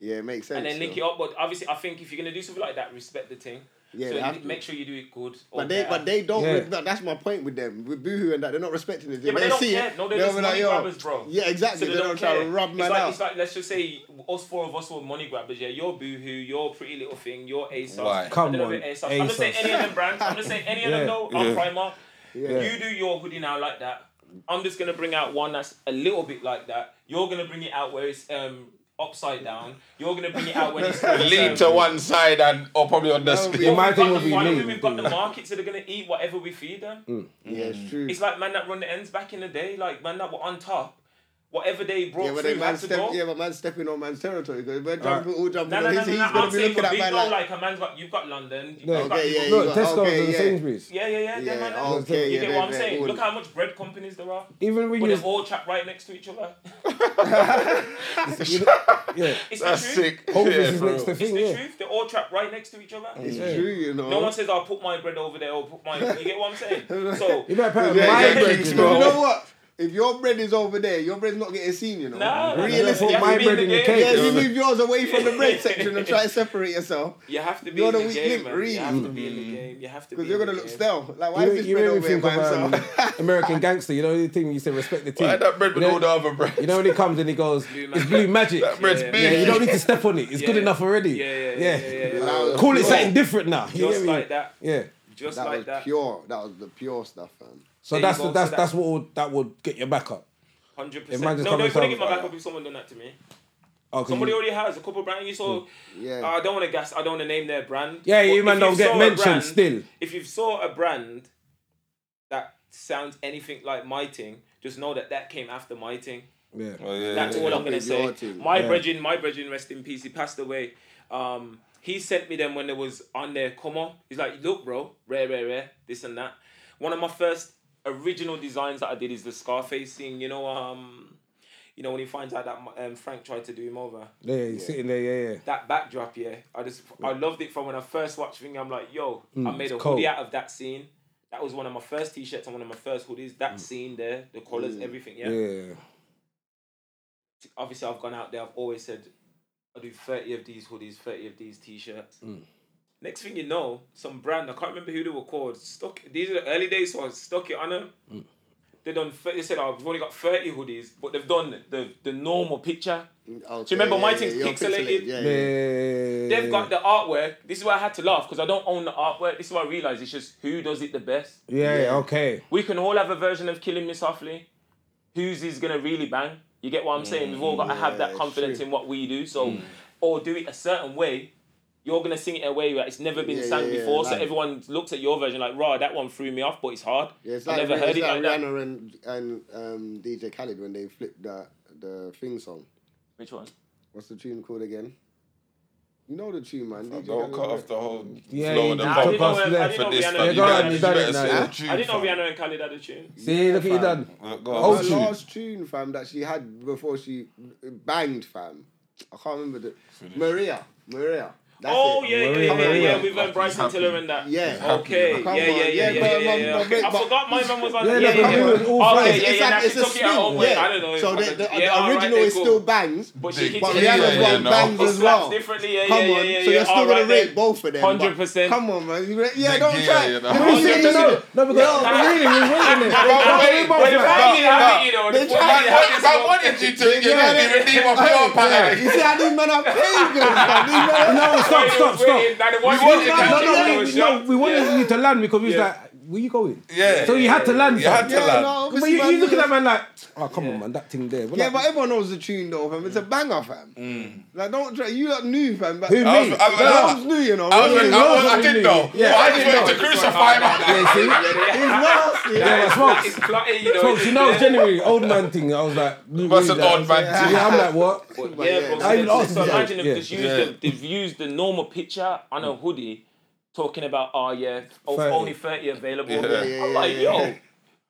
S3: yeah, it makes sense.
S4: and then link it
S3: so.
S4: up. But obviously, I think if you're gonna do something like that, respect the thing.
S3: Yeah,
S4: so
S3: they have
S4: you-
S3: to.
S4: make sure you do it good. or
S3: But they,
S4: better.
S3: but they don't.
S6: Yeah.
S3: re- that's my point with them, with Boohoo and that. They're not respecting it.
S4: Yeah, but
S3: When
S4: they don't
S3: see
S4: care.
S3: it,
S4: no, they're
S3: they'll
S4: just
S3: be
S4: money
S3: like, yo.
S4: grabbers, bro.
S3: Yeah, exactly.
S4: So they,
S3: they,
S4: don't
S3: don't try
S4: care.
S3: to rub
S4: it's
S3: man
S4: like
S3: out.
S4: it's like let's just say us four of us were money grabbers. Yeah, you're Boohoo, you're Pretty Little Thing, you're ASOS.
S2: Why?
S4: I
S6: Come
S4: don't know
S6: on,
S4: about ASOS. I'm not saying
S6: ASOS.
S4: any of them brands. I'm not saying any of
S6: Yeah.
S4: them. No, I'm
S2: Yeah.
S4: Primer.
S3: Yeah.
S4: You do your hoodie now like that. I'm just gonna bring out one that's a little bit like that. You're gonna bring it out where it's um upside down. You're gonna bring it out when it's um,
S2: Lean to one side and or probably on the
S3: That would be-
S2: sleeve.
S6: my
S4: We've
S6: thing
S4: got
S6: would
S4: the
S6: be
S4: economy,
S6: lean,
S4: We've got the
S6: dude. Mm.
S4: markets that are gonna eat whatever we feed them.
S3: yeah, it's true.
S4: It's like man that run the ends back in the day, like man that were on top. Whatever they brought
S3: yeah, but
S4: through
S3: then
S4: had
S3: man
S4: to
S3: step,
S4: go.
S3: yeah, but man's stepping on man's territory. Because we're jumping, all jumping
S4: No,
S3: on
S4: no, no,
S3: his,
S4: no,
S3: he's
S4: no.
S3: gonna
S4: I'm
S3: be
S4: saying
S3: looking
S4: for
S3: at
S4: big
S3: man
S4: though,
S3: like,
S4: like a man's got you've got London. You've
S6: No,
S4: got,
S3: okay, yeah,
S4: yeah,
S3: you
S6: look,
S3: got-
S6: Tesco's
S3: okay,
S6: and
S3: yeah.
S6: Sainsbury's.
S4: yeah, yeah, yeah.
S3: Yeah,
S4: them man.
S3: okay,
S4: you
S3: yeah,
S4: get
S3: they-
S4: what I'm
S3: they
S4: saying?
S3: all-
S4: Look how much bread companies there are.
S6: Even when
S4: But
S6: you,
S4: they're all trapped right next to each other.
S6: yeah,
S4: It's the
S2: That's
S4: truth.
S2: sick.
S6: Hovis
S2: Yeah,
S6: is
S2: for
S6: next to
S2: real.
S4: It's
S6: thing.
S4: the
S6: Yeah,
S4: truth. They're all trapped right next to each other.
S3: it's true, you know.
S4: No one says I'll put my bread over there or put my you get what I'm saying? So
S6: you better put a
S3: Yeah,
S6: mind
S2: yeah,
S6: break,
S2: Kings,
S6: you
S3: But
S2: bro.
S6: know.
S3: you know what? If your bread is over there, your bread's not getting seen, you know.
S4: nah, nah,
S3: Realistically,
S4: you have to
S6: my
S4: be
S6: bread in the
S4: game.
S6: cake.
S3: Yeah,
S6: Yeah,
S3: you move yours away from the bread section and try to separate yourself.
S4: You have to be
S3: You're
S4: in
S3: the
S4: the,
S3: weak
S4: game,
S3: link,
S4: man.
S3: really.
S4: You have to be in the game. You have to be
S3: Because you're
S4: in
S3: gonna
S4: the
S3: look
S4: game.
S3: stale. Like, why
S6: You,
S3: is
S6: you
S3: this bread
S6: made me
S3: over here
S6: think
S3: by
S6: of um,
S3: himself?
S6: American Gangster. You know the thing you say, respect the team.
S2: Why that bread
S6: you
S2: with
S6: know,
S2: all the other bread?
S6: you know when he comes and he goes, it's
S4: Magic."
S6: blue magic.
S2: That bread's
S4: Yeah,
S2: big.
S6: Yeah, you don't need to step on it. It's good
S4: Yeah.
S6: enough already.
S4: Yeah, yeah, yeah, yeah, yeah, yeah.
S3: That was
S6: Call it
S3: pure.
S6: something different now. You
S4: Just
S6: get me?
S4: like that.
S6: Yeah.
S4: Just
S3: That
S4: like
S3: was
S4: that.
S3: pure. That was the pure stuff, man.
S6: So
S4: There you
S6: that's
S4: go, so
S6: that's
S4: that-
S6: that's what would, that would get your back up.
S4: Hundred
S6: If
S4: percent.
S6: man just
S4: No,
S6: come
S4: no,
S6: and
S4: if I get
S6: tell
S4: my
S6: me-
S4: back up if someone done that to me.
S6: Oh, 'cause
S4: Somebody
S6: you-
S4: already has a couple brand. You saw.
S3: Yeah.
S4: Uh, I don't want to gas. I don't want to name their brand.
S6: Mm. Yeah, you
S4: if
S6: man don't
S4: you
S6: get
S4: saw a
S6: mentioned
S4: brand-
S6: still.
S4: If you saw a brand that sounds anything like my thing, just know that that came after my thing.
S6: yeah.
S2: Oh, yeah,
S4: That's
S2: yeah,
S4: all
S2: yeah.
S4: I'm gonna
S3: It's your
S4: say.
S3: thing.
S4: My
S6: Yeah.
S4: brethren, my brethren, rest in peace. He passed away. Um, he sent me them when they was on their come on. He's like, look, bro, rare, rare, rare, this and that. One of my first original designs that I did is the Scarface thing. You know, um, you know when he finds out that um, Frank tried to do him over.
S6: Yeah, he's sitting there, yeah, yeah.
S4: That backdrop, yeah, I just I loved it from when I first watched thing. I'm like, yo, I made a
S6: cold.
S4: hoodie out of that scene. That was one of my first t-shirts and one of my first hoodies. That scene there, the colors, everything,
S6: Yeah.
S4: obviously I've gone out there. I've always said I do thirty of these hoodies, thirty of these t-shirts.
S3: Mm.
S4: Next thing you know, some brand I can't remember who they were called. Stuck these are the early days, so I stuck it on them.
S3: Mm.
S4: They done. thir- They said oh, I've only got thirty hoodies, but they've done the the normal picture.
S3: Mm, Okay,
S4: remember my thing's
S3: you're
S4: pixelated?
S3: Yeah,
S6: Yeah.
S3: yeah.
S4: They've got the artwork. This is why I had to laugh because I don't own the artwork. This is why I realized it's just who does it the best.
S6: Yeah, okay.
S4: We can all have a version of Killing Me Softly. Whose is gonna really bang? You get what I'm saying? We've all got to have that
S3: Yeah,
S4: confidence
S3: true.
S4: in what we do. So, or do it a certain way. You're gonna sing it in a way that it's never been
S3: Yeah,
S4: sung
S3: yeah, yeah,
S4: before, so
S3: like-
S4: everyone looks at your version like, "Raw, that one threw me off, but it's hard.
S3: Yeah, it's
S4: I
S3: like,
S4: never
S3: it's
S4: heard it
S3: like
S4: like that."
S3: Rihanna and and um, DJ Khaled when they flipped that the thing song.
S4: Which one?
S3: What's the tune called again? You know the tune, man. DJ
S2: Don't
S3: Khaled,
S2: cut
S3: right?
S2: off the whole
S6: Yeah,
S2: flow
S6: you
S2: of the
S6: did.
S2: pop
S6: I didn't know- I
S4: didn't
S2: for
S4: know
S2: this.
S4: Rihanna
S2: fam. You better-
S4: did
S6: that.
S2: you
S6: Done it
S2: better
S6: now.
S2: say the
S6: Huh?
S2: truth,
S4: I didn't know
S2: fam.
S4: Rihanna and Khaled had a tune.
S6: See, look what you done.
S2: Look, go
S6: Oh,
S2: on.
S3: The
S6: tune.
S3: last tune, fam, that she had before she uh, banged, fam. I can't remember the Maria. Maria. That's
S4: oh
S3: it.
S4: yeah, yeah,
S6: Worry
S4: yeah, yeah,
S6: about
S4: yeah.
S6: it.
S4: With um, Bryson
S2: Happy.
S4: Tiller and that.
S3: Yeah.
S4: Okay. Yeah,
S3: Come
S4: yeah,
S3: on.
S4: yeah, yeah,
S3: Yeah,
S4: yeah,
S3: but
S4: yeah,
S3: I'm-
S4: yeah.
S3: I'm-
S4: Okay. I
S3: but-
S4: forgot my man was on.
S6: Yeah,
S4: Yeah,
S6: no,
S4: yeah, yeah.
S6: but we was all
S4: Okay,
S6: friends.
S4: yeah,
S3: It's
S4: yeah.
S3: like-
S4: nah,
S3: it's
S4: she
S3: a
S4: took it at
S3: spin,
S4: home, yeah.
S3: yeah.
S4: I don't know.
S3: So
S4: I
S3: the, the,
S4: don't-
S3: the
S4: yeah, all right,
S3: original
S4: then,
S3: is
S4: cool.
S3: still bangs.
S4: But she
S2: Big
S4: hits
S3: But
S2: Yeah,
S4: it.
S3: Rihanna's
S2: yeah,
S3: one
S2: no.
S3: bangs
S4: It
S3: as well.
S4: slaps differently. Yeah,
S3: Come on,
S4: yeah, yeah, yeah.
S3: so you're still
S4: all
S3: gonna
S4: right
S3: rate
S4: then.
S3: both of them.
S4: 100%.
S3: but Come on, man. You re- yeah,
S2: Big
S3: don't
S2: yeah,
S3: try.
S2: yeah, no.
S3: You
S6: See,
S3: see,
S6: no,
S3: no.
S6: no, because really, we waiting it.
S2: wait,
S4: But
S2: wait,
S4: the fact is,
S2: no,
S4: I
S2: no.
S4: think, you know,
S3: They
S4: the
S3: tried-
S4: fact is, I think
S2: What- what did
S4: it's-
S2: you do? You
S3: Yeah,
S2: didn't redeem off your
S3: Yeah,
S2: package.
S3: You see how these men are pagans, man. These men are-
S6: No, stop, stop, stop.
S4: Now, the one
S2: You wanted
S4: you
S2: that.
S6: No,
S4: got,
S6: no,
S4: you
S6: we-
S4: was
S6: no,
S4: shot.
S6: we wanted
S4: Yeah.
S6: you to land because we was like, where you going?
S2: Yeah.
S6: So you had to land.
S2: You had
S6: fam.
S2: to
S3: Yeah,
S2: land.
S3: no,
S6: But you,
S3: obviously,
S6: you look at
S3: man,
S6: that man like, oh come on, man, that thing there. We're
S3: Yeah,
S6: like,
S3: but everyone knows the tune though, fam. It's a banger, fam. Like, don't try. You lot knew, fam. But
S6: Who, me?
S2: I was- I was-
S3: The album's new, you know.
S2: I was, I,
S3: Really?
S2: was, I did know.
S6: Yeah.
S2: but I just wanted to crucify my
S6: yeah, see,
S3: It's nasty.
S6: yeah, but
S4: That
S6: smokes,
S4: is plotting, you know.
S6: smokes. You know, it's genuinely old man thing. I was like,
S2: What's an old
S6: Yeah,
S2: man to
S6: I'm like, what?
S3: But
S4: yeah,
S3: yeah,
S4: bro.
S3: no,
S4: So,
S6: I
S4: then-
S6: even asked
S4: so
S6: him, yeah,
S4: imagine if
S6: yeah.
S4: they've used, the, they've used the normal picture on a hoodie talking about, oh, yeah, oh,
S6: 30.
S4: only 30 available.
S2: Yeah,
S3: yeah,
S4: I'm
S3: yeah,
S4: like,
S3: yeah,
S4: yo.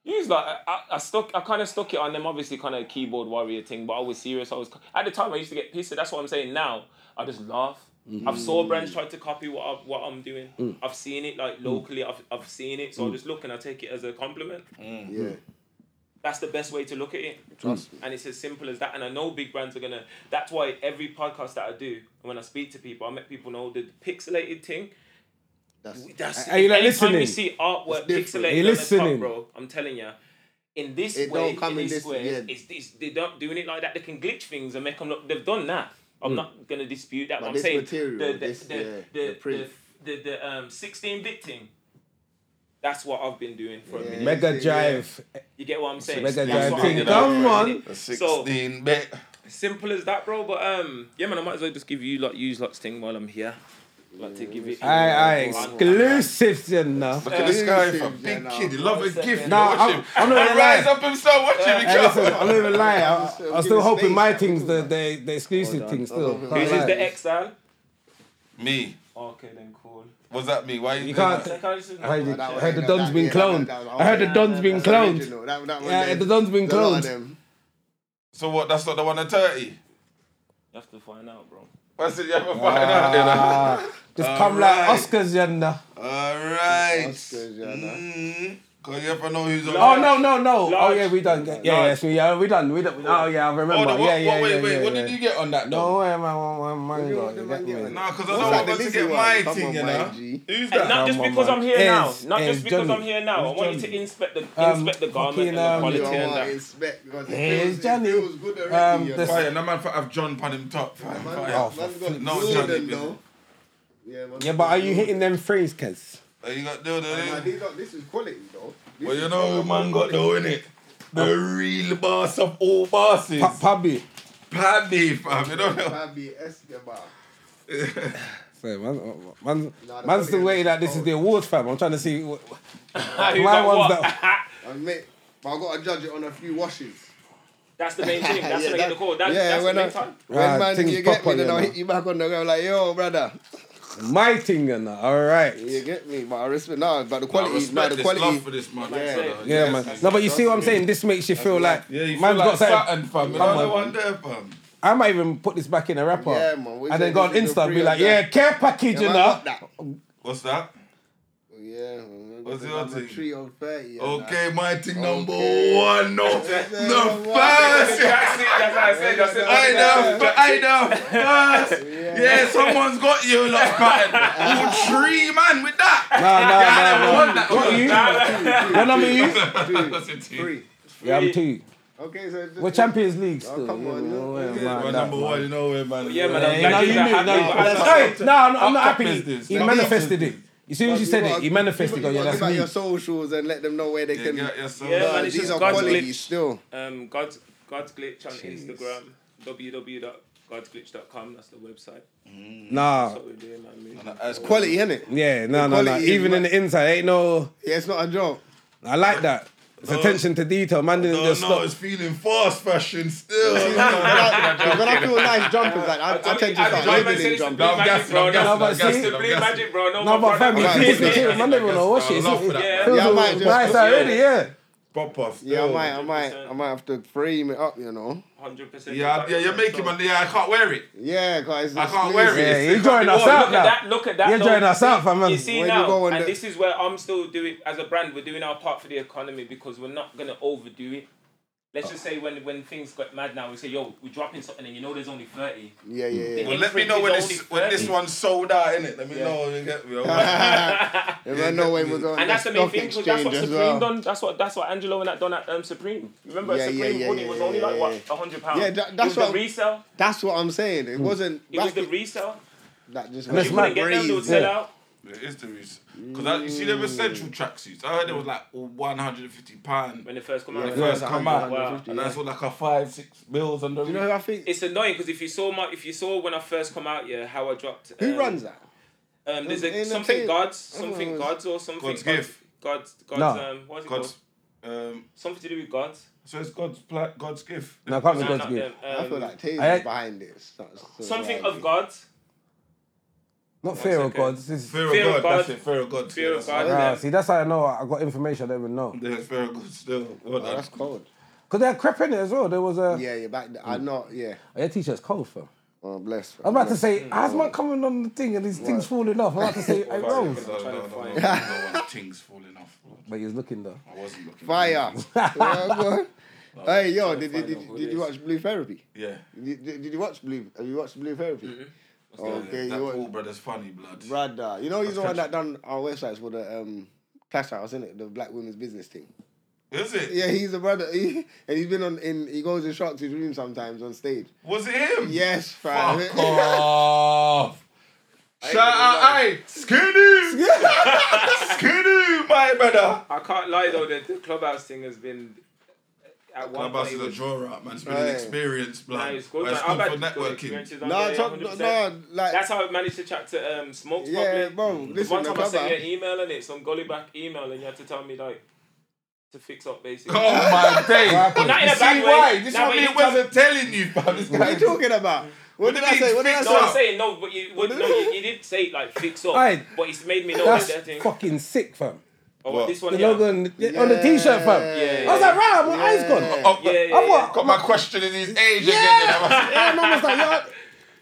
S4: You was like, I, I stuck, I kind of stuck it on them, obviously, kind of keyboard warrior thing, but I was serious. I was, at the time, I used to get pissed. That's what I'm saying now. I just laugh. I've saw brands try to copy what, I, what I'm doing. I've seen it, like, locally, I've, I've seen it. So I just look and I take it as a compliment.
S3: Yeah.
S4: That's the best way to look at it.
S3: Trust me.
S4: And it's as simple as that. And I know big brands are gonna. That's why every podcast that I do, and when I speak to people, I make people know the pixelated thing.
S3: That's
S4: That's
S6: Are you, like,
S4: anytime
S6: listening?
S4: you see artwork
S3: It's different.
S4: pixelated,
S6: Are you
S4: on the top,
S6: listening?
S4: bro. I'm telling you. In this
S3: It
S4: way,
S3: don't come
S4: in
S3: in
S4: this,
S3: this-
S4: way,
S3: yeah.
S4: it's, it's, they don't doing it like that. They can glitch things and make them look. They've done that. I'm not gonna dispute that.
S3: Mm. But
S4: I'm
S3: this
S4: saying
S3: material,
S4: the the
S3: this-
S4: the,
S3: yeah,
S4: the,
S3: the print.
S4: the, the, the, um 16 bit thing. That's what I've been doing for a
S3: Yeah.
S4: minute.
S6: Mega Drive,
S4: You get what I'm saying?
S6: Mega
S4: That's
S6: Drive
S4: what
S6: thing.
S4: I've been doing
S6: Come
S4: for a
S6: on.
S4: minute.
S2: man. 16 bit.
S4: Simple as that, bro. But um, yeah, man, I might as well just give you like use lots thing while I'm here. Like to give it.
S6: Aye, aye, exclusives, you know.
S2: Look at this guy,
S3: Exclusive,
S2: fam. Big
S3: yeah, no.
S2: kid. He love a
S4: One
S2: gift.
S4: second.
S2: watch
S6: Nah,
S2: him.
S6: I'm- I'm not
S2: and
S6: gonna lie.
S2: rise up himself. Watch him. He
S6: Hey,
S2: goes.
S6: listen, I'm not even lying. I,
S3: Give
S6: I'm
S3: me
S6: still hoping
S3: space,
S6: my
S3: man.
S6: things, the the, the exclusive thing, still.
S3: Hold on.
S6: Can't
S4: Who's
S6: lie.
S4: is the exile?
S2: Me.
S4: Okay, then cool.
S2: Was that me? Why you,
S6: You
S2: doing
S6: can't-
S2: that?
S4: Like, I just-
S6: I heard, it,
S3: that
S6: I
S3: one
S6: heard the
S3: ain't
S6: Don's
S3: that-
S6: been
S3: yeah, that
S6: cloned.
S3: one- that one-
S6: I heard the
S3: yeah,
S6: Don's been
S3: That's
S6: cloned.
S3: original. That, that one
S6: Yeah,
S3: there.
S6: the Don's been
S3: A lot of
S6: cloned.
S3: them.
S2: So what? That's not the one at 30.
S4: You have to find out, bro.
S2: I said, you haven't found out, you know.
S6: Ah, Just come like
S2: Alright.
S6: Oscars, you know.
S2: All right.
S3: Oscars, yeah, no.
S2: Mm. Cause you ever know who's on.
S6: Oh no no no! Oh
S4: Large.
S6: yeah, we done. Yeah, yeah, yes, we, yeah, we done. We done. Oh yeah, I remember.
S2: Oh, the, what,
S6: yeah, yeah,
S2: what, wait,
S6: yeah,
S2: wait.
S6: yeah,
S2: what
S6: yeah.
S2: did you get on that
S6: No,
S2: though?
S6: where my my my
S3: What
S6: man
S3: do you
S6: got?
S3: want the
S6: You
S3: man
S6: get
S3: get
S6: me?
S3: on?
S2: Nah, cause I
S3: What's
S2: don't
S3: that,
S2: want
S3: the
S2: to
S3: Lizzie
S2: get
S3: one?
S2: my
S3: Come
S2: thing,
S3: on,
S2: you
S3: my
S2: know.
S3: G.
S2: Who's
S4: And
S2: that?
S4: not just
S6: my
S4: because
S6: man.
S4: I'm here now.
S6: Yes,
S4: Not
S6: yes,
S4: just because
S6: Johnny.
S4: I'm here now. I
S6: It's
S4: want you to
S6: Johnny.
S4: inspect the
S6: Um,
S4: inspect the garment
S6: fucking,
S4: and the
S6: um,
S3: You
S4: quality
S3: don't
S4: and
S3: want
S4: that.
S3: inspect because it
S6: Here's
S3: feels- it
S6: Johnny.
S3: feels good already,
S6: Um,
S3: you
S6: the-
S3: know.
S2: Fire. No man have John pan him top. Fire.
S3: Man
S2: fire.
S3: got-
S6: for
S3: man got
S2: No,
S3: Jordan,
S2: Johnny,
S3: though.
S2: man.
S3: Yeah, man
S6: Yeah,
S3: got
S6: but are you
S3: Jordan.
S6: hitting them threes, Kez?
S2: Oh, you got the
S3: Nah,
S2: other.
S3: these are- This is quality, though. This
S2: Well, you
S3: is
S2: know,
S3: proper
S2: man got
S3: quality.
S2: though, innit? The real boss of all bosses.
S6: Pa- Pubby.
S2: Paddy, fam. You don't know.
S3: Fabi Escobar.
S6: So, man, man,
S3: Nah, the
S6: man's
S3: quality
S6: still waiting
S3: is
S6: that this is the awards, fam. I'm trying to see. What,
S4: Who's
S6: My
S4: got
S6: one's
S4: what?
S3: I admit, but I gotta judge it on a few washes.
S4: That's the main thing. That's
S3: Yeah,
S4: gonna get the
S3: that-
S4: call. That's,
S3: yeah,
S4: that's the
S3: when
S4: main
S3: I-
S4: time.
S3: When
S6: Ah,
S3: man,
S6: things
S3: you get
S6: pop
S3: me,
S6: on
S3: then
S6: you
S3: I'll
S6: now.
S3: hit you back on the ground like, yo, brother.
S6: my thing, and all right.
S3: You get me, but I respect nah, but the
S2: I
S3: quality, nah,
S2: respect
S3: the
S2: this
S3: quality.
S2: love for this man.
S4: Yeah.
S2: brother.
S6: Yeah,
S2: Yes.
S6: man. No, but you see what I'm saying? This makes you feel like
S2: Yeah, you feel
S6: man's
S2: like
S6: got something.
S2: Saturn, fam. You
S6: Come
S2: know the
S6: on.
S2: one there, fam.
S6: I might even put this back in a wrapper.
S3: Yeah, man, we
S6: And then
S3: said
S6: go on
S3: this is the
S6: Insta and be
S3: free
S6: like,
S3: of
S6: yeah,
S3: that.
S6: care package,
S3: Yeah,
S6: you
S3: man,
S6: know.
S3: got that.
S2: What's that?
S3: Yeah, man.
S2: What's
S3: got
S2: your
S3: number
S2: thing?
S3: Three on thirty. yeah,
S2: Okay, my thing number
S3: Okay.
S2: one. No,
S3: Yeah,
S2: the
S3: yeah,
S2: first.
S4: That's it. That's what I said. That's it.
S2: I know, but I know. First, yeah, someone's got you, like man. Oh, three man with that. I
S6: Nah, nah, nah,
S2: never
S6: Ah, nah.
S2: want that.
S6: What are you? What number are you?
S2: That's a
S3: nah.
S2: two.
S3: Three.
S6: Yeah, I'm two.
S3: Okay, so just,
S6: We're Champions League
S3: Oh,
S6: still.
S3: come on,
S6: Yeah,
S3: look.
S6: man,
S3: Yeah,
S2: We're
S6: man, that,
S2: number
S6: man.
S2: one, you know where man.
S4: Yeah, man,
S6: Hey,
S4: I'm
S6: no,
S4: glad
S6: you
S4: you're
S6: knew.
S4: happy.
S6: No,
S4: but I
S3: that's
S4: just-
S3: fine.
S6: Hey, no, I'm, I'm
S2: Up-
S6: not
S2: up
S6: happy.
S2: is this.
S6: He
S2: Up
S6: manifested it. You see when she
S3: You
S6: said
S3: gotta-
S6: it, he
S3: you
S6: manifested.
S3: gotta
S6: Oh, yeah,
S3: give
S6: that's
S3: out
S6: me.
S3: your socials and let them know where they
S2: Yeah,
S3: can.
S2: yeah, yeah, so-
S4: Yeah, man,
S3: Nah,
S4: it's
S3: these
S4: just
S3: are
S4: God's
S3: quality
S4: glitch.
S3: still.
S4: Um, God's God's Glitch on Instagram, www.godsglitch.com. That's the website.
S6: Nah.
S4: That's what we're doing, man. I mean.
S2: That's quite.
S3: Quality, innit? Yeah.
S6: Yeah, no, no, no.
S3: quality is
S6: Even in
S3: mad.
S6: the inside, ain't no.
S3: it's not a job.
S6: I like that. It's attention to detail. Man didn't
S2: No,
S6: just
S2: no,
S6: stop.
S2: it's feeling fast fashion still. No,
S3: when I feel nice jumpers, like, I, I,
S4: I
S3: tend
S4: mean,
S3: to
S4: I
S3: start
S4: mean,
S3: living in
S4: it's
S3: jumpers.
S4: blue
S2: I'm
S4: magic,
S2: guessing,
S4: bro.
S2: I'm guessing,
S4: No,
S2: I'm
S6: but
S4: it's
S6: see-
S2: guessing,
S4: the
S2: I'm
S4: blue
S2: guessing.
S4: magic, bro. No,
S6: No,
S4: my
S6: but fam,
S4: brother-
S6: you
S2: I'm
S6: teased
S2: guessing,
S6: it.
S2: I'm
S6: Man didn't even
S2: guessing.
S6: know what shit.
S2: I
S6: It's
S2: laugh for
S6: it
S2: that.
S4: Yeah.
S6: feels
S3: Yeah, I
S6: all
S3: might just-
S6: biased already, yeah.
S2: Pop off.
S3: Yeah, I
S2: still.
S3: might, I might, I might have to frame it up, you know.
S4: 100%.
S2: Yeah, yeah, you're making money. Yeah, I can't wear it.
S3: Yeah, guys.
S2: I can't wear it.
S6: Yeah,
S2: It's-
S6: you joining us
S2: Look
S6: out
S4: Look at
S6: now.
S4: that, look at that.
S6: You're
S4: though.
S6: joining us out, fam, man.
S4: You see
S3: Where you
S4: now,
S3: going
S4: and
S3: there?
S4: this is where I'm still doing, as a brand, we're doing our part for the economy because we're not going to overdo it.
S2: Uh.
S4: Let's just say when, when things get mad now, we say, yo, we're dropping something and you know there's only 30.
S3: Yeah, yeah, yeah.
S2: Well, let me know when this when this one's sold out, innit? Let me know. You get me.
S3: If I know when we're going
S4: And
S3: to
S4: that's the main
S3: stock
S4: thing because that's
S3: exchange
S4: what
S3: as
S4: Supreme
S3: well.
S4: done. That's what that's what Angelo and that done at um, Supreme. Remember
S3: Yeah, yeah,
S4: Supreme
S3: yeah,
S4: hoodie
S3: yeah,
S4: was
S3: yeah,
S4: only
S3: yeah,
S4: like
S3: yeah.
S4: what a hundred pounds.
S3: Yeah, that-
S4: It
S3: that's
S4: was
S3: what
S4: the
S3: I'm-
S4: resale.
S3: That's what I'm saying. It wasn't.
S4: Hmm. It was
S3: back
S4: the
S3: in-
S4: resale.
S3: that just
S6: it's
S4: You wouldn't
S6: mad.
S4: get them; they would
S6: Yeah.
S4: sell out.
S2: It is the reason. Because you see them essential tracksuits. I heard it was like one hundred and fifty pound
S4: when they first come out.
S2: when it first come out,
S4: Wow.
S2: and that's all like a five six bills under.
S3: You know who I think?
S4: It's annoying because if you saw my, if you saw when I first come out, yeah, how I dropped.
S3: who
S4: um,
S3: runs that?
S4: Um, there's
S3: In the
S4: a, something
S3: tape.
S4: gods, something
S3: was-
S4: gods or something.
S2: God's gift.
S4: God's God's
S6: No.
S4: um, what's it
S2: God's,
S4: called?
S2: um,
S4: Something to do with gods.
S2: so it's God's pla- God's gift.
S6: No, can't be
S4: No,
S6: God's
S4: not
S6: gift.
S4: them, um,
S3: I feel like Taylor's
S6: I-
S3: behind this. So- so
S4: something
S3: like-
S4: of gods.
S6: Not fear of
S4: second.
S6: God. This is
S2: Fear,
S4: Fear
S2: of
S4: of
S2: God, That's
S4: God.
S2: it. Fear of God.
S4: Fear of God.
S6: Ah, see, that's how I know I got information I don't even know.
S2: There's fear of God still. What
S3: Oh,
S2: the-
S3: that's cold.
S6: Because they're crepping it as well. There was a.
S3: Yeah, yeah. Back. I know. Yeah.
S6: Oh, your t-shirt's cold, fam.
S3: Oh, bless.
S6: I was about to say, how's man coming on the thing and these things falling off? I was about to say, hey,
S2: No, no,
S6: Rose.
S2: no,
S4: trying
S2: no,
S4: to
S2: no,
S4: find-
S2: no, no, Things falling off.
S6: But he was looking though.
S2: I wasn't looking.
S3: Fire. Yeah, go on. Hey, yo, did, did,
S4: find
S3: did,
S4: out who
S3: did
S4: it
S3: you
S4: is.
S3: watch Blue Therapy?
S2: Yeah.
S3: Did, did, did you watch Blue? Have you watched Blue Therapy? Okay,
S2: Mm-hmm. that
S3: you watch,
S2: Paul brother's funny blood.
S3: Brother, you know he's the one that done our websites for the um Clash House, isn't it? The Black Women's Business thing.
S2: Is it?
S3: Yeah, he's the brother, he, and he's been on in. He goes and sharks his room sometimes on stage.
S2: Was it him?
S3: Yes, fam.
S2: Fuck off. Shout out, aye, skinny, skinny, my brother.
S4: I can't lie though, the, the clubhouse thing has been at one
S2: Clubhouse
S4: point.
S2: is
S4: it
S2: a
S4: was-
S2: draw out, man. It's been an
S3: Right.
S2: experience, blood.
S4: Nah, it's good.
S2: But it's
S4: man. I've
S2: good
S4: had
S2: for
S4: good
S2: networking.
S4: experiences on
S3: no,
S4: there,
S3: talk, no,
S4: 100%.
S3: like
S4: That's how I managed to chat to um, Smokes
S3: yeah,
S4: properly.
S3: bro.
S4: The
S3: Listen,
S4: one
S3: the
S4: time I sent you an
S3: clubhouse.
S4: email and it's some golly back email and you had to tell me like to fix up basically.
S2: Oh my day!
S4: Not
S2: you
S4: in a bad
S2: see
S4: way.
S2: why? This is
S4: Nah,
S2: what
S4: but
S2: me
S4: you
S2: wasn't telling you, fam. This
S3: What are
S2: guy
S3: you talking about? What
S2: What
S3: did
S2: do
S3: I
S2: you mean
S3: say? What did I
S2: fix
S4: No,
S2: up?
S3: say?
S4: I'm saying no, but you, would, no, you, you did say like fix up,
S6: Aye.
S4: but it's made me know that
S6: That's
S4: that thing.
S6: fucking sick, fam.
S4: Oh,
S2: What?
S4: this one
S6: The
S4: here.
S6: logo on, the- on the t-shirt, fam.
S4: Yeah,
S6: I was like, right, my eyes gone.
S2: Oh,
S4: yeah, yeah,
S6: I'm
S4: yeah.
S6: what?
S2: Got my question in his age again.
S6: Yeah, man was like, yo,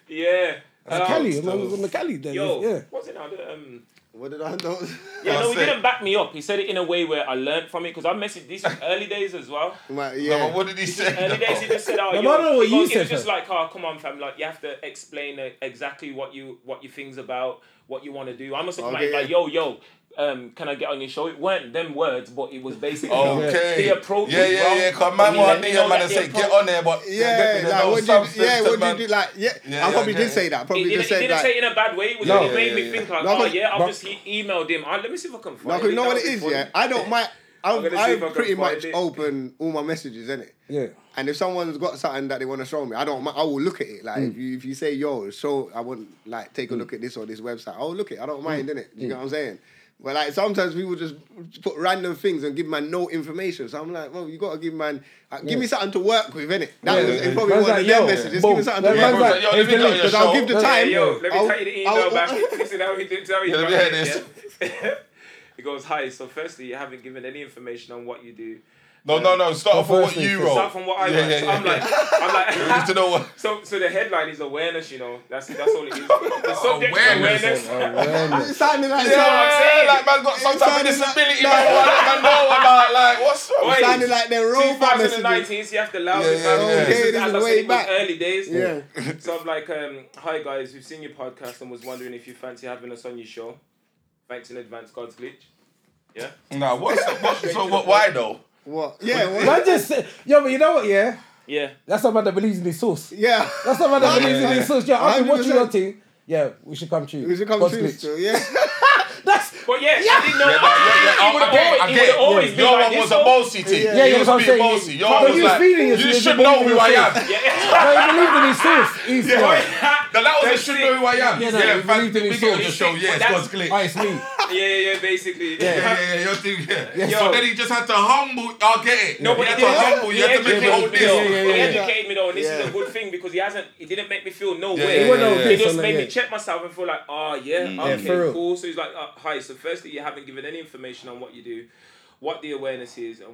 S4: yeah. Um,
S6: Kelly, man was on the Kelly then.
S4: Yo,
S6: Yeah.
S4: what's it now? The, um,
S3: What did I know?
S4: yeah,
S2: That's
S4: no, he
S2: it.
S4: didn't back me up. He said it in a way where I learned from it because I messaged these early days as well.
S3: My-
S2: Yeah,
S3: yeah.
S2: but what did he say?
S4: Early days, he just said, "Oh,
S6: No,
S4: yo,
S6: no, no, what
S4: he
S6: you
S4: goes- he
S6: said
S4: was just like,
S6: first.
S4: oh, come on, fam, like you have to explain uh, exactly what you what your things about, what you want to do." I must have come out
S3: Okay,
S4: like,
S3: yeah.
S4: "Yo, yo." Um, can I get on your show? It weren't them words, but it was basically
S2: Okay.
S4: the approach.
S2: Yeah,
S4: was
S2: yeah,
S4: wrong,
S2: yeah. Cause
S4: but
S2: man
S4: he
S2: want
S4: let me know
S2: DM man
S4: that
S2: and
S4: the
S2: say get
S4: approach-
S2: on there, but
S3: Yeah,
S2: there's
S3: like
S2: no
S3: what did you,
S2: substance
S3: yeah,
S2: to
S3: what
S2: man.
S3: did you like? Yeah,
S2: Yeah,
S3: I
S2: yeah,
S3: probably
S2: okay,
S3: did
S2: yeah.
S3: say that. Probably
S4: It didn't,
S3: just
S4: it
S3: said
S4: didn't
S3: that.
S4: say it in a bad way. It was
S6: No.
S4: just, it made
S2: Yeah, yeah,
S4: me think like,
S3: No,
S4: oh
S3: but-
S4: yeah, I'll
S6: but-
S4: just he emailed him. Ah, let me see if I can find
S3: No, 'cause
S4: it.
S3: you know
S4: That
S3: what
S4: would
S3: it
S4: be
S3: is,
S4: funny.
S3: yeah. I don't mind.
S4: I'm
S3: I'm,
S4: gonna see if I
S3: I'm
S4: can
S3: pretty
S4: find
S3: much
S4: it.
S3: open all my messages, innit?
S6: Yeah.
S3: And if someone's got something that they want to show me, I don't. mi- I will look at it. Like if you if you say, "Yo, show," I want like take a look at this or this website. I'll look at. it. I don't mind, innit? You know what I'm saying? But like sometimes people just put random things and give man no information. So I'm like, well, you gotta give man, uh, give me something to work with, innit? That
S6: Yeah.
S3: was it's probably
S6: Man's
S3: one
S6: like,
S3: of their
S6: yo,
S3: messages.
S6: boom.
S3: Give me something to
S6: Man's
S3: work
S2: Everyone's
S3: with.
S2: like, yo, let me look
S6: like- Because
S2: at your
S3: Because I'll give
S2: show.
S3: the time.
S4: Hey, yo, let me
S3: I'll-
S4: tell you the email
S3: I'll-
S4: back. This is how he did tell you.
S2: Yeah, let me
S4: about
S2: hear
S4: it, yeah. He goes, hi. So firstly, you haven't given any information on what you do.
S2: No, no, no. Start off with what
S6: firstly,
S2: you wrote.
S4: Start from what
S2: Oh.
S4: I
S2: Yeah,
S4: write.
S2: yeah,
S4: So
S2: yeah,
S4: I'm
S2: yeah.
S4: like,
S2: Just to
S4: I'm like.
S2: know what.
S4: So, so the headline is awareness, you know. That's that's all it is. The subject is
S2: Awareness.
S4: awareness.
S3: It's sounding like
S2: Yeah,
S4: I'm saying.
S2: like man got some
S3: It
S2: type of
S3: sounded like-
S2: disability, man. What let man know about? Like, what's wrong?
S4: Wait.
S3: sounding like they're robot messages.
S4: 2019, so you have to allow
S2: Yeah, yeah,
S4: this. man.
S2: yeah.
S4: This
S2: Okay,
S4: is-
S3: this
S4: as
S3: is
S4: I
S3: way
S4: said, it was
S3: back.
S4: early days.
S3: Yeah.
S4: So I'm like, um, hi guys, we've seen your podcast and was wondering if you fancy having us on your show. Thanks in advance, God's glitch. Yeah.
S2: Nah, what's the, what, so what? Why though?
S3: What? Yeah. what-
S6: Man just said, yo, but you know what, yeah?
S4: Yeah.
S6: That's somebody that believes in his source.
S3: Yeah.
S6: That's somebody that believes in his source. Yeah, I've been watching your
S3: 100%.
S6: team. Yeah, we should come to you.
S3: We should come
S6: God's
S3: to
S6: glitch.
S3: this. Yeah.
S6: That's
S4: But yeah, I didn't know.
S2: Yeah, but yeah, yeah,
S4: It would
S2: I get
S4: always,
S2: it, I
S4: it
S2: get
S4: would
S2: it.
S4: always be
S2: Your
S4: like
S2: one
S4: this,
S2: was a
S4: though.
S2: bossy thing.
S3: Yeah, yeah,
S2: you
S3: that's what I'm
S2: was being
S3: saying.
S2: bossy. Your
S3: But
S2: one was
S3: you was
S2: like,
S3: feeling
S2: you
S3: it, you
S2: should
S3: was
S2: know who
S3: believing
S2: I
S3: yourself.
S2: am.
S4: Yeah.
S6: No, he believed in his source. He's yeah.
S2: No, that was a
S4: That's
S2: should
S4: it.
S2: know who I am.
S6: Yeah, no,
S2: yeah,
S6: we
S2: fact,
S6: believed in his
S2: beginning of the
S6: soul.
S2: show, yeah,
S4: But
S2: it's
S4: that's-
S2: God's click.
S6: Oh,
S2: Yeah,
S6: it's me.
S4: yeah, yeah, yeah, basically.
S2: yeah, yeah, your thing, yeah.
S4: Yes.
S2: So then he just had to humble, I'll get it.
S4: No, but
S2: you had
S4: he
S2: to
S4: did.
S2: humble, you
S4: He
S2: had to make it
S4: educated
S2: hold
S4: me though.
S2: this.
S6: yeah,
S4: He
S6: yeah.
S4: educated me though, and this is
S3: Yeah.
S4: a good thing because he hasn't. He didn't make me feel no
S2: Yeah,
S4: way.
S2: yeah, He wasn't yeah, Mm. all yeah.
S4: He
S6: pissed
S4: just
S6: on
S4: made
S6: the
S4: me
S6: head.
S4: check myself and feel like, oh yeah, okay,
S6: for real.
S4: cool. So he's like, uh, hi. So firstly, you haven't given any information on what you do, what the awareness is, and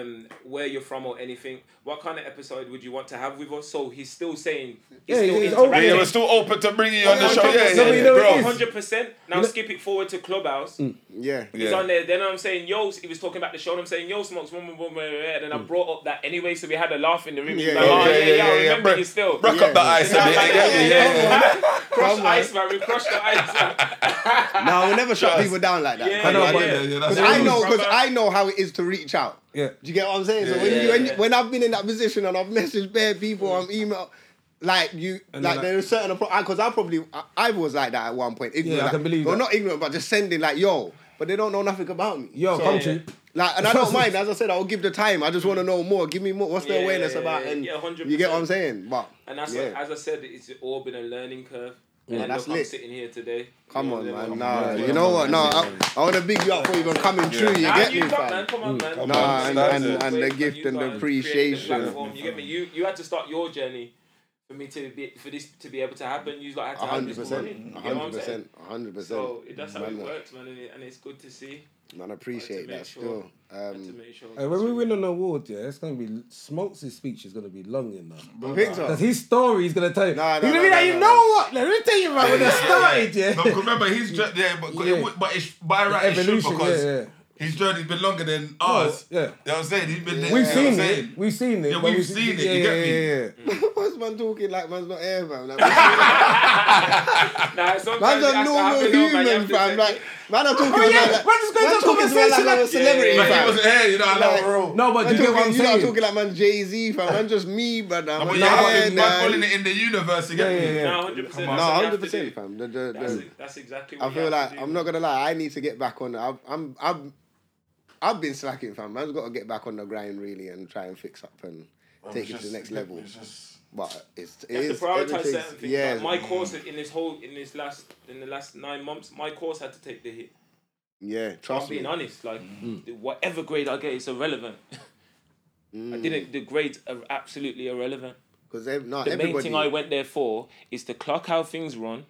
S4: um, where you're from or anything. What kind of episode would you want to have with us? So he's still saying, he's
S6: Yeah,
S4: still
S6: he's
S2: Yeah,
S6: open.
S2: you
S4: interacting.
S2: were still open to bringing you on the show. Yeah,
S6: No, but
S2: yeah,
S6: you know what it
S2: bro.
S6: is? Mm.
S4: Hundred percent. Now skip it forward to Clubhouse.
S3: Yeah.
S4: He's
S2: Yeah.
S4: on there. Then I'm saying, yo, he was talking about the show. And I'm saying, yo, smokes, boom, boom, boom, boom, and
S6: Mm.
S4: then I brought up that anyway, so we had a laugh in the room.
S3: Yeah,
S4: like,
S3: yeah,
S4: oh,
S2: Okay,
S4: yeah, yeah, I remember
S2: Break-
S4: you still.
S2: Break
S3: Yeah,
S2: up the
S3: yeah.
S2: ice a bit.
S4: Like,
S2: yeah, yeah, yeah.
S4: Crush the ice, man. We crushed the ice. Man.
S3: No, I will never shut people down like that.
S4: Yeah,
S3: I know,
S4: yeah,
S3: but-
S4: yeah,
S2: yeah, that's
S3: Because I
S2: true.
S3: know, because
S4: Proper.
S3: I know how it is to reach out.
S6: Yeah.
S3: Do you get what I'm saying? so when,
S2: yeah,
S3: you, when,
S4: yeah.
S3: you- when I've been in that position and I've messaged bare people, I'm email, like you, like,
S6: like-
S3: there's certain because I probably I, I was like that at one point. Ignorant,
S6: Yeah, I
S3: like-
S6: can believe
S3: Well,
S6: that.
S3: not ignorant, but just sending like yo, but they don't know nothing about me.
S6: Yo,
S3: So-
S6: come to.
S3: Like, and I don't mind. As I said, I'll give the time. I just want to know more. Give me more. What's the
S4: Yeah,
S3: awareness
S4: yeah, yeah,
S3: about?
S4: yeah.
S3: And
S4: Yeah, 100%.
S3: you get what I'm saying? But
S4: And that's
S3: yeah.
S4: what, as I said, it's all been a learning curve. and
S3: that's
S4: look, I'm
S3: lit.
S4: sitting here today.
S3: Come
S4: Yeah,
S3: on,
S4: yeah,
S3: man.
S4: yeah.
S3: Nah, you know what? Nah, I, I want to big you up for even coming through. You
S4: Nah,
S3: get
S4: you
S3: me,
S4: got,
S3: fam?
S4: man. Come on,
S6: Mm,
S4: man.
S2: Come
S3: Nah,
S2: on,
S3: and,
S2: that's
S3: and,
S2: it.
S3: and the
S4: Wait,
S3: gift
S4: you
S3: and
S4: guys
S3: the
S4: created
S3: appreciation.
S4: platform, You get me? You you had to start your journey for me to be for this to be able to happen. You like had to have
S3: hundred
S4: this
S3: percent,
S4: money. You know what I'm
S3: hundred
S4: saying?
S3: percent, hundred
S4: So
S3: percent.
S4: that's how it works, man, and, it, and it's good to see
S3: Man, I appreciate
S4: make
S3: that
S4: sure-
S3: still.
S4: and to
S3: Um,
S4: make sure.
S6: Hey, uh, when we win an award, yeah, it's gonna be Smokes' speech is gonna be long enough.
S3: Victor,
S6: Because his story is gonna tell you.
S3: Nah, nah,
S6: he's gonna
S3: nah,
S6: be like,
S3: nah,
S6: you
S3: nah,
S6: know
S3: nah.
S6: what? Let me tell you about when I started, yeah.
S2: No, 'cause remember his journey, yeah, but,
S6: Yeah.
S2: It would, but it's by right it should
S6: evolution,
S2: because
S6: yeah, yeah.
S2: his journey's been longer than ours.
S6: yeah.
S2: You know what I'm saying? He's been there. you
S6: We've
S2: know
S6: seen
S2: what I'm
S6: it.
S2: saying?
S6: We've seen it.
S2: Yeah,
S6: but
S2: we've
S6: we've
S2: seen it,
S6: Yeah,
S2: you get
S6: yeah,
S2: me?
S6: yeah, yeah.
S3: what's man talking like man's not here, man? Like,
S4: Nah,
S3: man's
S4: sometimes it
S3: a
S4: has to happen,
S3: normal
S4: though, man. You
S3: human,
S4: have to
S3: fam.
S4: take
S3: Like,
S4: it.
S3: man, I'm talking
S6: Oh, yeah,
S3: about like,
S6: man just going to
S3: man
S6: a
S3: talking to me like
S6: conversation
S3: I'm a
S6: like-
S3: celebrity,
S2: Like, he
S3: fam.
S2: wasn't here, you know, I know
S3: Like-
S2: like, rule.
S6: No, but
S3: Man
S6: you
S3: talking-
S6: get what I'm
S3: You lot
S6: saying.
S3: talking like man Jay Z, fam. Man, just me, but
S2: No,
S3: I'm
S2: but
S3: like,
S2: you
S3: yeah,
S2: have man
S3: man.
S2: pulling it in the universe
S6: Yeah,
S2: again.
S6: yeah, yeah.
S4: Nah, 100%.
S3: No,
S4: that's what you have to
S3: hundred percent,
S4: do.
S3: fam. The- the-
S4: That's,
S3: the-
S4: it- that's exactly what
S3: I
S4: you
S3: feel
S4: have to
S3: like
S4: do.
S3: I'm not gonna lie. I need to get back on. I've, I'm, I've, I've been slacking, fam. Man's got to get back on the grind really and try and fix up and take it to the next level.
S2: It's just-
S3: But it's it
S4: You have
S3: is
S4: to prioritize
S3: everything's-
S4: certain things.
S3: Yeah,
S4: Like, my course in this whole in this last in the last nine months, my course had to take the hit.
S3: yeah.
S4: I'm
S3: Trust me.
S4: being honest, like
S2: Mm.
S4: the- whatever grade I get, it's irrelevant. I
S2: Mm.
S4: didn't. The grades are absolutely irrelevant.
S3: Because not
S4: The main
S3: everybody.
S4: thing I went there for is to clock how things run,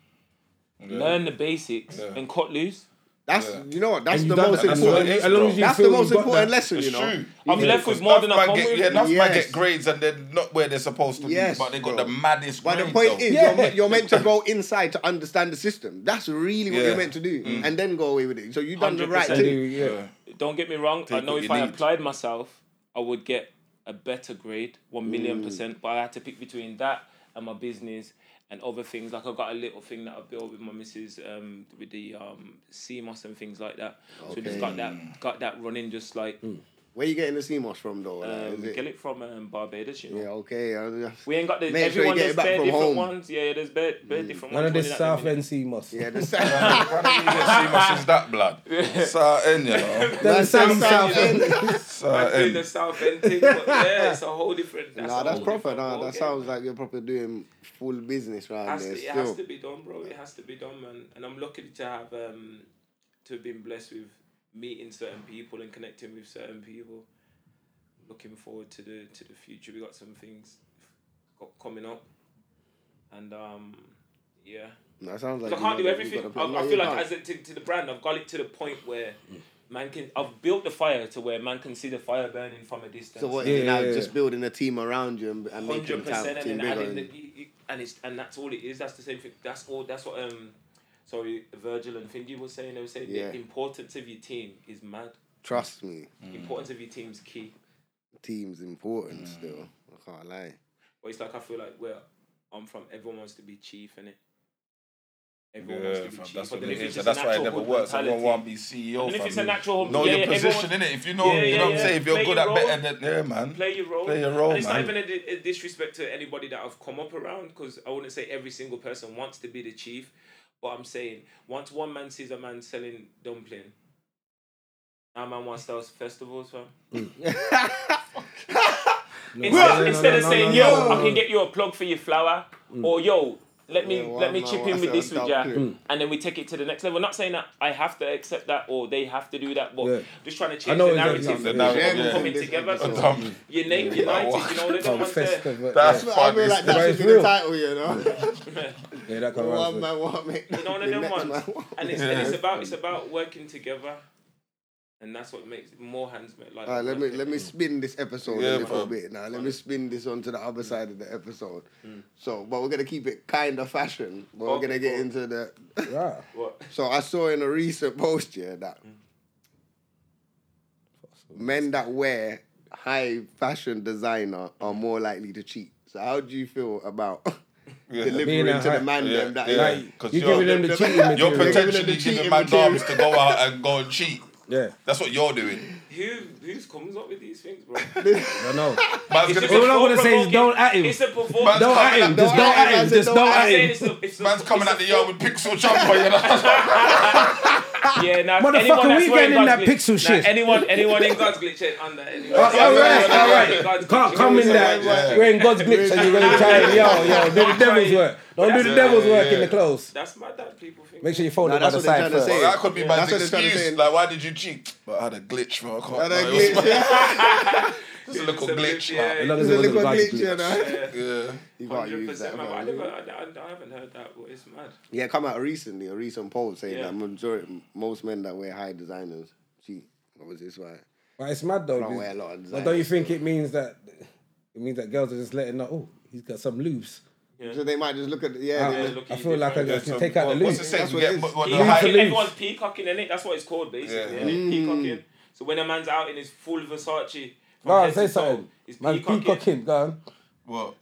S4: learn the basics,
S2: Yeah.
S4: and cut loose.
S3: that's you know what. That's
S6: And you
S3: the
S6: done
S3: most
S6: that, that's what
S3: important.
S2: it is,
S6: As long
S2: bro.
S6: as you
S3: That's the
S6: feel
S3: most
S6: you got
S3: important
S6: that-
S3: lesson, you
S2: It's
S3: know.
S2: true.
S4: I'm
S2: Yeah,
S4: left with
S2: because
S4: more than
S2: enough man
S4: I come
S2: get,
S4: with.
S2: Yeah, enough man
S3: Yes.
S2: get grades and they're not where they're supposed to
S3: Yes,
S2: be, but they got
S3: bro.
S2: the maddest
S3: But
S2: grades.
S3: the point
S2: though.
S3: is,
S6: Yeah.
S3: you're, me- you're meant to go inside to understand the system. That's really what
S2: Yeah.
S3: you're meant to do,
S4: Mm.
S3: and then go away with it. So you've done the right
S4: 100%.
S6: Yeah,
S3: thing.
S6: yeah.
S4: Don't get me wrong. I
S2: Take
S4: know
S2: what
S4: if
S2: you
S4: I
S2: need.
S4: applied myself, I would get a better grade, one
S2: Mm.
S4: million percent. But I had to pick between that and my business and other things. Like I got a little thing that I built with my missus, um, with the um CMOS and things like that. So just got that got that running, just like
S3: Where you getting the CMOS from, though? Like,
S4: um,
S3: is it-
S4: get it from um, Barbados. You know?
S3: Yeah, okay. uh,
S4: We ain't got the
S3: Make sure you
S4: everyone.
S3: get
S4: there's
S3: it back
S4: bare
S3: from
S4: different
S3: home. Mm.
S4: ones. Yeah, yeah, there's bare, bare different
S6: None
S4: ones.
S6: of
S4: running
S6: this
S4: at the
S6: South
S4: minute.
S6: End sea moss.
S3: Yeah, the
S2: Seamus is that blood. Certain, you know.
S6: That's
S3: South
S6: South South
S3: End.
S6: End.
S4: I'm doing the
S2: Certain.
S4: South End thing, but yeah, it's a whole different. That's
S3: Nah,
S4: a
S3: that's
S4: whole
S3: proper.
S4: different
S3: Nah, that
S4: ballgame,
S3: sounds
S4: man.
S3: like you're proper doing full business round
S4: has
S3: there
S4: to, it
S3: still.
S4: has to be done, bro. It has to be done, man. And I'm lucky to have um, to have been blessed with meeting certain people and connecting with certain people. Looking forward to the to the future. We got some things co- coming up, and um, yeah.
S3: Nah, that sounds like
S4: 'Cause I
S3: you
S4: can't
S3: know
S4: do
S3: that you've
S4: everything.
S3: got
S4: I,
S3: a plan.
S4: I
S3: No,
S4: feel
S3: you
S4: like
S3: can't.
S4: as a, to, to the brand, I've got it to the point where man can. I've built the fire to where man can see the fire burning from a distance.
S3: so what
S6: Yeah,
S3: is it now?
S6: yeah,
S3: Just
S6: yeah.
S3: building a team around you and, and making
S4: hundred
S3: the town
S4: percent,
S3: team
S4: and then
S3: bigger.
S4: adding the,
S3: and-
S4: you- you- and it's and that's all it is. That's the same thing. That's all. That's what um, sorry, Virgil and Fingy were saying. They were saying
S3: Yeah.
S4: the importance of your team is mad.
S3: Trust me,
S2: Mm.
S4: Importance of your team's key.
S3: team's important
S6: Mm.
S3: still. I can't lie.
S4: But it's like I feel like where I'm from, everyone wants to be chief in it. Everyone wants to be
S2: fam,
S4: chief.
S2: that's
S4: but
S2: what
S4: then
S2: it
S4: if it's
S2: is.
S4: just
S2: and
S4: a
S2: That's why it
S4: natural
S2: never
S4: hood
S2: works. Everyone
S4: mentality-
S2: want to be CEO.
S4: And if
S2: fam.
S4: it's a natural hood-
S2: know
S4: yeah,
S2: your
S4: yeah,
S2: position in
S4: everyone-
S2: it. If you know,
S4: Yeah,
S2: you know what I'm
S4: yeah,
S2: saying. If
S4: play
S2: you're good
S4: your
S2: at
S4: role.
S2: better than yeah,
S6: Um,
S2: man.
S4: play your role.
S2: Play your role,
S4: And it's
S2: man.
S4: not even a, di- a disrespect to anybody that I've come up around because I wouldn't say every single person wants to be the chief, But I'm saying, once one man sees a man selling dumpling, now man wants those festivals, fam.
S6: Mm. no,
S4: Instead,
S6: no,
S4: instead
S6: no,
S4: of
S6: no,
S4: saying,
S6: no,
S4: yo,
S6: no, Mm.
S4: I can get you a plug for your flower, or yo, let me
S3: Yeah, well,
S4: let me
S3: no,
S4: chip
S3: I
S4: in with
S3: said
S4: this
S3: I'm
S4: with ya,
S3: down too.
S4: and then we take it to the next level. Not saying that I have to accept that or they have to do that, but
S6: Yeah.
S4: just trying to
S6: I
S4: change
S6: know
S4: the
S6: exactly
S4: narrative.
S2: you're
S6: what
S2: saying.
S4: People
S2: Yeah.
S4: coming
S3: Yeah.
S4: together.
S3: A
S4: so
S2: dumb.
S4: Your name, your
S2: Yeah.
S4: United, you know, they don't want to.
S6: Festival.
S2: That's
S6: yeah,
S3: I
S2: funny.
S3: feel like
S6: But
S3: that
S6: it's
S3: should be the
S6: real.
S3: title, you know.
S6: yeah, that can
S3: one
S6: run.
S3: man, one man.
S4: You know, one
S3: the
S4: of them
S3: next
S4: ones.
S3: man, one man.
S4: And it's, and it's about it's about working together, and that's what makes more hands make like.
S3: All right, let me let me spin this episode
S2: Yeah,
S3: a little
S2: bro.
S3: bit now. Let me spin this onto the
S6: Mm.
S3: other side of the episode. So, but we're gonna keep it kind of fashion. But we're
S4: Mm. Okay,
S3: gonna get
S4: cool.
S3: into the.
S6: Yeah.
S4: What?
S3: So I saw in a recent post here that men that wear high fashion designer are more likely to cheat. So how do you feel about
S2: Yeah.
S3: delivering
S6: Being a
S3: to
S6: high-
S3: the man
S2: yeah,
S3: them that
S2: yeah.
S3: like,
S6: Like,
S2: Cause
S6: you're
S2: you're-
S6: giving them the cheating material.
S2: You're
S3: Giving them
S2: potentially
S3: the
S2: giving
S3: cheating
S2: man
S3: material.
S2: arms to go out and go and cheat.
S6: Yeah,
S2: That's what you're doing.
S4: Who who's comes up with these things, bro?
S6: I know.
S2: Man's
S4: It's
S2: gonna
S4: just
S2: be-
S6: All I wanna say is
S4: thought-provoking-
S6: don't at him.
S4: It's a performance.
S2: Man's
S6: Don't
S2: coming
S6: at him.
S2: at-
S6: Just don't at him. Just don't
S4: I'm
S6: at
S4: saying
S6: him.
S4: it's a- it's a-
S2: Man's coming
S4: it's
S2: at
S4: a
S2: the yard with pixel jumper, you know.
S4: Yeah, now
S6: Motherfucker,
S4: anyone that's
S6: we
S4: wearing
S6: getting in
S4: God's
S6: that
S4: glitch-
S6: pixel
S4: nah,
S6: shit.
S4: Anyone, anyone in God's glitch ain't under anyway.
S6: All right, all
S4: Yeah,
S6: right.
S4: God's glitch.
S6: Can't come in there
S2: Yeah.
S6: wearing God's glitch and you're going to try and, yo, yo, do the devil's work. Don't do the devil's work in the clothes.
S4: That's mad that people think.
S6: Make sure you fold
S3: Nah,
S6: it by
S3: that's
S6: the
S3: what they're
S6: side
S3: trying to
S6: first.
S3: say.
S2: that could be my
S3: That's what they're trying to say.
S2: excuse. Like, why did you cheat? But I had a glitch, bro. I can't.
S3: Had a
S2: like, it was- Just a
S4: It's
S2: little
S4: a bit-
S2: glitch.
S4: yeah,
S2: like,
S6: As long
S3: It's
S6: as
S3: a
S6: it wasn't
S3: little
S6: God's
S3: glitch, you
S6: glitch.
S3: know.
S2: Yeah.
S3: You can't
S4: Hundred
S3: use that.
S4: percent, man. I
S3: man.
S4: never, I, I, I haven't heard that. But it's mad.
S3: Yeah, come out recently, a recent poll saying
S4: Yeah.
S3: that majority, most men that wear high designers cheat. What was this right?
S6: But it's mad though.
S3: Don't
S6: because-
S3: wear a lot of
S6: But don't you
S3: designers,
S6: think it means that it means that girls are just letting out? Oh, he's got some lubes.
S3: So they might just look at yeah.
S6: I,
S3: they
S4: look
S6: I
S4: at
S6: feel
S4: you
S6: like I
S4: different.
S6: just can take out the
S2: What-
S6: lube.
S2: What's it saying?
S3: That's what
S2: Get
S3: it is.
S2: what- what the
S4: Peacock-
S6: high-
S2: height-
S4: everyone's peacocking in it. That's what it's called, basically.
S2: Yeah.
S4: innit? Peacocking. So when a man's out in his full Versace. from
S6: Go on,
S4: head
S6: say
S4: to toe,
S6: something.
S4: It's
S6: Man,
S4: peacocking.
S6: peacocking. Go on.
S2: What?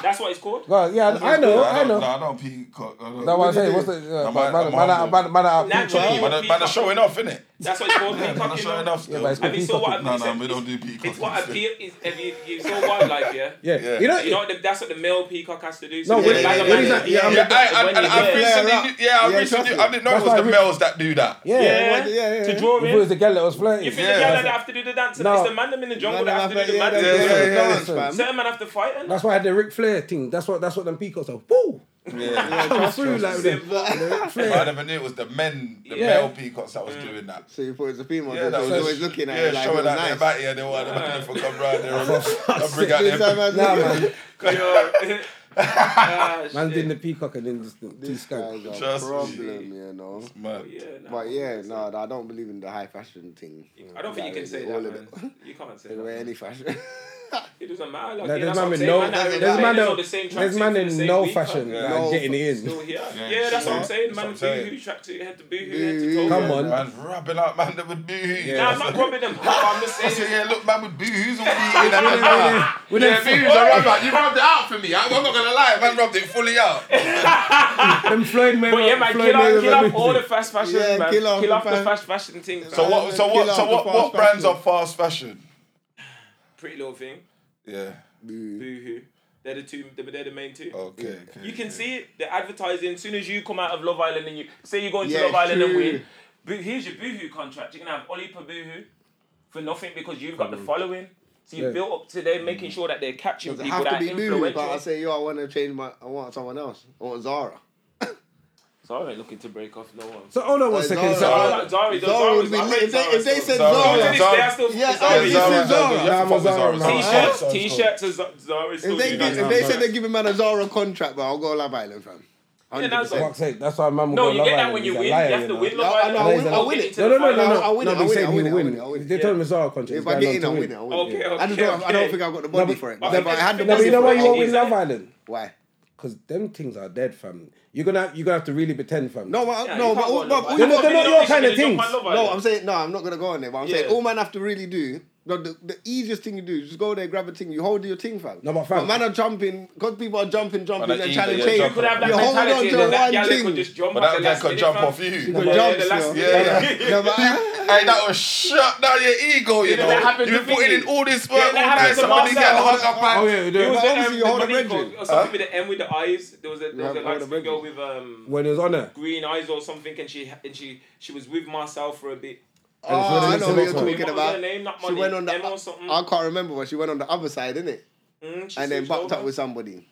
S4: That's what it's called.
S6: Go on. Yeah, I know, I
S2: don't-
S6: know.
S2: No, I don't peacock. I don't-
S6: That's what I'm saying. What's the.
S2: No,
S6: uh,
S2: man-
S6: Man
S2: I'm
S6: man-
S2: humble.
S6: man- man out
S4: Naturally,
S2: Man, man, are showing off, innit?
S4: That's what it's called.
S2: Man, are
S4: Peacocking.
S2: showing
S4: though.
S2: off.
S6: Yeah, but it's
S2: still.
S4: Have you saw what I've
S2: No, no,
S4: said?
S2: we don't do
S4: It's what
S2: peacocking.
S4: appeal is. Have you, you saw wildlife, yeah?
S6: Yeah.
S2: Yeah.
S6: You know,
S4: You know what the, that's what the male peacock has to do.
S6: No,
S4: So
S6: when-
S4: when like a
S6: when
S4: man-
S6: he's at- yeah, I'm-
S2: Yeah, I, I,
S4: when
S2: and
S4: he's
S2: I've
S4: there,
S2: recently,
S3: up.
S2: yeah, I've
S3: Yeah,
S2: recently,
S3: exactly.
S2: I didn't know
S6: That's
S2: it was
S6: why
S2: the
S6: I re-
S2: males that do that.
S6: yeah.
S4: Yeah,
S3: Yeah, yeah, yeah.
S4: to draw
S6: If it was
S4: in.
S6: the girl that was flirting.
S4: You think
S2: Yeah.
S4: the girl that have to do the dance?
S6: No.
S4: It's the man them in the jungle that have to do the man.
S2: yeah, yeah,
S4: dance.
S2: yeah,
S4: Certain man have to fight and
S6: That's why I had the Ric Flair thing. That's what that's what them peacocks are. Woo!
S2: Yeah.
S6: Come through like with them. the Ric
S2: I
S6: Flair.
S2: never knew it was the men, the
S6: Yeah.
S2: male peacocks that was doing that.
S3: So you thought it's a female.
S2: Yeah, that was
S3: always looking at
S2: yeah,
S3: it like it
S2: showing
S3: was
S2: that
S3: nice.
S2: they're back here. They want them looking for come round there and and bring out
S3: This time
S2: them.
S3: I was
S6: Nah,
S3: looking-
S6: man.
S4: Yo. eh, Ah,
S6: Man's
S4: shit.
S6: doing the peacock and then just the two
S3: This
S6: skank.
S3: guy's a
S2: Just-
S3: problem, you know.
S2: Man,
S4: Yeah, nah.
S3: But yeah, no, I don't believe in the high fashion thing.
S4: I don't think you can say that,
S3: All of
S4: man. You can't say
S3: They wear
S4: that.
S3: any fashion.
S4: It doesn't matter. Like,
S6: Like,
S4: yeah,
S6: there's
S4: that's
S6: man
S4: what I'm
S6: with
S4: saying,
S6: no,
S4: man. That's what
S6: there's
S4: I'm
S6: man
S4: saying.
S6: that-
S4: It's all the same
S6: there's
S4: tracksuit
S6: man
S4: from the
S6: in
S4: same
S6: no
S4: week,
S6: fashion,
S4: man.
S6: like
S3: No
S6: getting it in.
S4: Still here. Yeah,
S2: Yeah,
S4: that's what I'm
S2: yeah.
S4: saying.
S2: That's what
S4: Man,
S2: I'm saying.
S4: boohoo, tracksuit, head to boohoo, head to toe.
S6: Come on.
S2: man's rubbing out man that with boohoo.
S4: Nah,
S2: Yeah.
S4: I'm not rubbing them. I'm just
S2: I said,
S4: saying.
S2: yeah, look, man, with boohoo's all beating and then man.
S6: With
S2: Yeah,
S6: them,
S2: boohoo's I rubbed out. You rubbed it out for me. I'm I'm not gonna lie, man, rubbed it fully out.
S6: them Floyd Mayweather.
S4: But yeah, man,
S6: Floyd
S4: kill off,
S6: Mayweather
S4: kill off
S6: music.
S4: all the fast fashion,
S3: Yeah,
S4: man.
S3: kill off the
S4: the
S3: fast-
S4: fast fashion things.
S2: So
S4: man.
S2: what? So what?
S3: Kill
S2: So
S3: out the
S2: what?
S3: fast
S2: What brands are
S3: fashion.
S2: fast fashion?
S4: Pretty little thing.
S2: Yeah.
S4: Boohoo. They're the two. They're the main two.
S2: Okay. okay.
S4: You can see it. The advertising. As soon as you come out of Love Island and you say you go into
S3: Yeah,
S4: Love Island and
S3: true.
S4: win, boo, here's your boohoo contract. You're gonna have Oli per boohoo for nothing because you've got the following. So you
S6: Yeah.
S4: have built up to them, making sure that they're catching
S3: Does it
S4: people
S3: have to
S4: that are
S3: be boo? But I
S4: influential.
S3: say, yo, I want to change my. I want someone else. I want Zara.
S4: So I ain't looking to break off no one.
S6: So hold on one
S3: Hey,
S6: second.
S3: Zara.
S6: So,
S3: Zara
S4: Zara, Zara, Zara, Zara,
S3: would be
S4: Zara,
S3: lit if they if they said
S2: Zara.
S4: To
S3: Zara.
S4: this
S2: Zara.
S4: day, I still
S3: Yeah,
S4: Zara
S3: I
S4: is
S3: just
S4: Zara.
S3: said Zara.
S2: Yeah, fuck with Zara.
S6: Zara, man.
S4: T-shirts,
S2: Zara.
S4: T-shirts, is Zara is still
S3: If they
S4: doing that.
S3: get if they said they're giving man a Zara contract, but I'll go Love Island, fam. Hundred
S4: that's
S3: percent.
S6: fuck's sake, that's why man will
S4: No,
S6: go
S4: you
S6: Love
S4: get that
S6: Island.
S4: when
S6: He's
S4: you
S6: a
S4: win. You
S6: liar,
S4: have to
S6: know.
S4: win
S3: No,
S4: Love
S3: I
S4: Island.
S3: know,
S6: I win,
S4: Don't
S6: I
S4: get
S3: win it.
S4: into the
S6: No, no, no, no,
S3: I win it,
S4: final.
S6: no. no,
S3: I
S6: they
S3: win
S6: say
S3: it, I
S6: we
S3: win it, I
S6: win.
S3: win it, I win it.
S6: They told him it's our contract.
S3: If
S6: he's
S3: I get
S6: like,
S3: in,
S6: no,
S3: I'll
S6: to
S3: win it. I'll win
S4: Oh,
S3: it.
S4: okay,
S3: I just don't. I
S4: okay,
S3: don't
S4: okay.
S3: think I've got the
S6: No,
S3: body
S6: but-
S3: for it.
S4: but
S3: If I
S4: it's-
S3: had the
S6: No, but
S3: body
S6: you know
S3: for
S6: why
S3: it,
S6: you
S3: I'll
S6: won't
S3: win
S6: win
S3: it.
S6: Love Island?
S3: Why?
S6: Because them things are dead, fam. You're gonna you're gonna have to really pretend, fam.
S3: No, but,
S4: Yeah,
S3: no,
S4: you
S3: but, all,
S4: can't go on
S3: but
S4: Love
S3: all
S4: Island.
S3: you
S6: They're not-
S3: got to
S6: they're not
S3: do-
S6: your kind of
S4: You're
S6: things.
S4: on Love
S3: No,
S4: Island.
S3: I'm saying no. I'm not gonna go on there. But I'm
S4: Yeah.
S3: saying all man have to really do No, the, the easiest thing you do is just go there, grab a thing, you hold your thing, fam.
S6: No, but fam-
S3: man are jumping because people are jumping, jumping,
S2: that
S3: and Oh,
S2: easy,
S3: trying to
S2: yeah,
S3: change.
S2: jump
S4: You could have that
S3: you hold on
S4: mentality
S3: to
S4: and then that
S3: one
S4: yellow
S3: thing.
S4: could just jump
S2: But
S4: up
S2: that
S4: the
S2: guy
S4: last
S2: could
S4: minute,
S2: jump
S4: fam.
S2: off you.
S3: Got
S4: Yeah,
S3: jumps,
S4: the last
S3: you know.
S4: minute,
S2: Yeah.
S4: fam.
S3: No, but I-
S2: Hey, that was shut down your ego, you
S4: Yeah,
S2: know.
S4: that happened
S2: You've
S4: to
S2: been putting
S4: Vinny.
S2: in all this
S4: Yeah,
S2: work,
S4: that
S2: all night,
S4: happened to
S2: somebody
S4: Marcel.
S2: get hung up
S6: Oh
S2: and
S6: yeah, you
S4: It
S6: do.
S3: But
S4: was the,
S3: obviously
S4: um,
S3: you
S4: the
S3: hold a
S4: money
S3: bridge
S4: called-
S3: in.
S4: or something
S2: Huh?
S4: with the M with the eyes. There was a there was
S3: Yeah, hold
S4: a
S3: a
S4: light
S3: bridge
S4: girl
S3: in.
S4: with um
S6: when it was on there.
S4: green eyes or something, and she and she she was with Marcel for a bit.
S3: Oh, I know who you're
S6: What was
S3: talking
S4: her
S3: about.
S4: name? Not
S3: She
S4: Money.
S3: went on the.
S4: Emma or something.
S3: I can't remember, but she went on the other side, innit?
S4: Mm, she
S3: And then
S4: switched
S3: bucked up
S4: over.
S3: with somebody.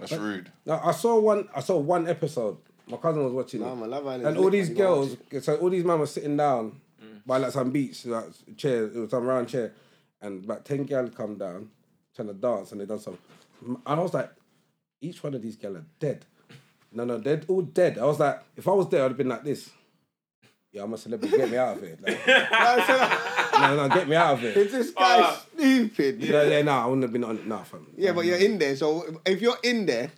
S2: That's rude.
S6: No, I saw one. I saw one episode. My cousin was watching
S3: Nah,
S6: it,
S3: man, Love Island's
S6: and all
S3: lit,
S6: these
S3: man, you gotta watch
S6: girls. So all these men were sitting down by like some beach, like chair, it was some round chair, and about ten girls come down trying to dance, and they done some. And I was like, each one of these girls are dead. No, no, they're all dead. I was like, if I was there, I'd have been like this. Yeah, I'm a celebrity. Get me out of here. Like, no, no, get me out of here.
S3: Is this guy
S4: Ah.
S3: stupid?
S6: Yeah, yeah, no, I wouldn't have been on it. No, fam.
S3: Yeah, but you're in there. So if you're in there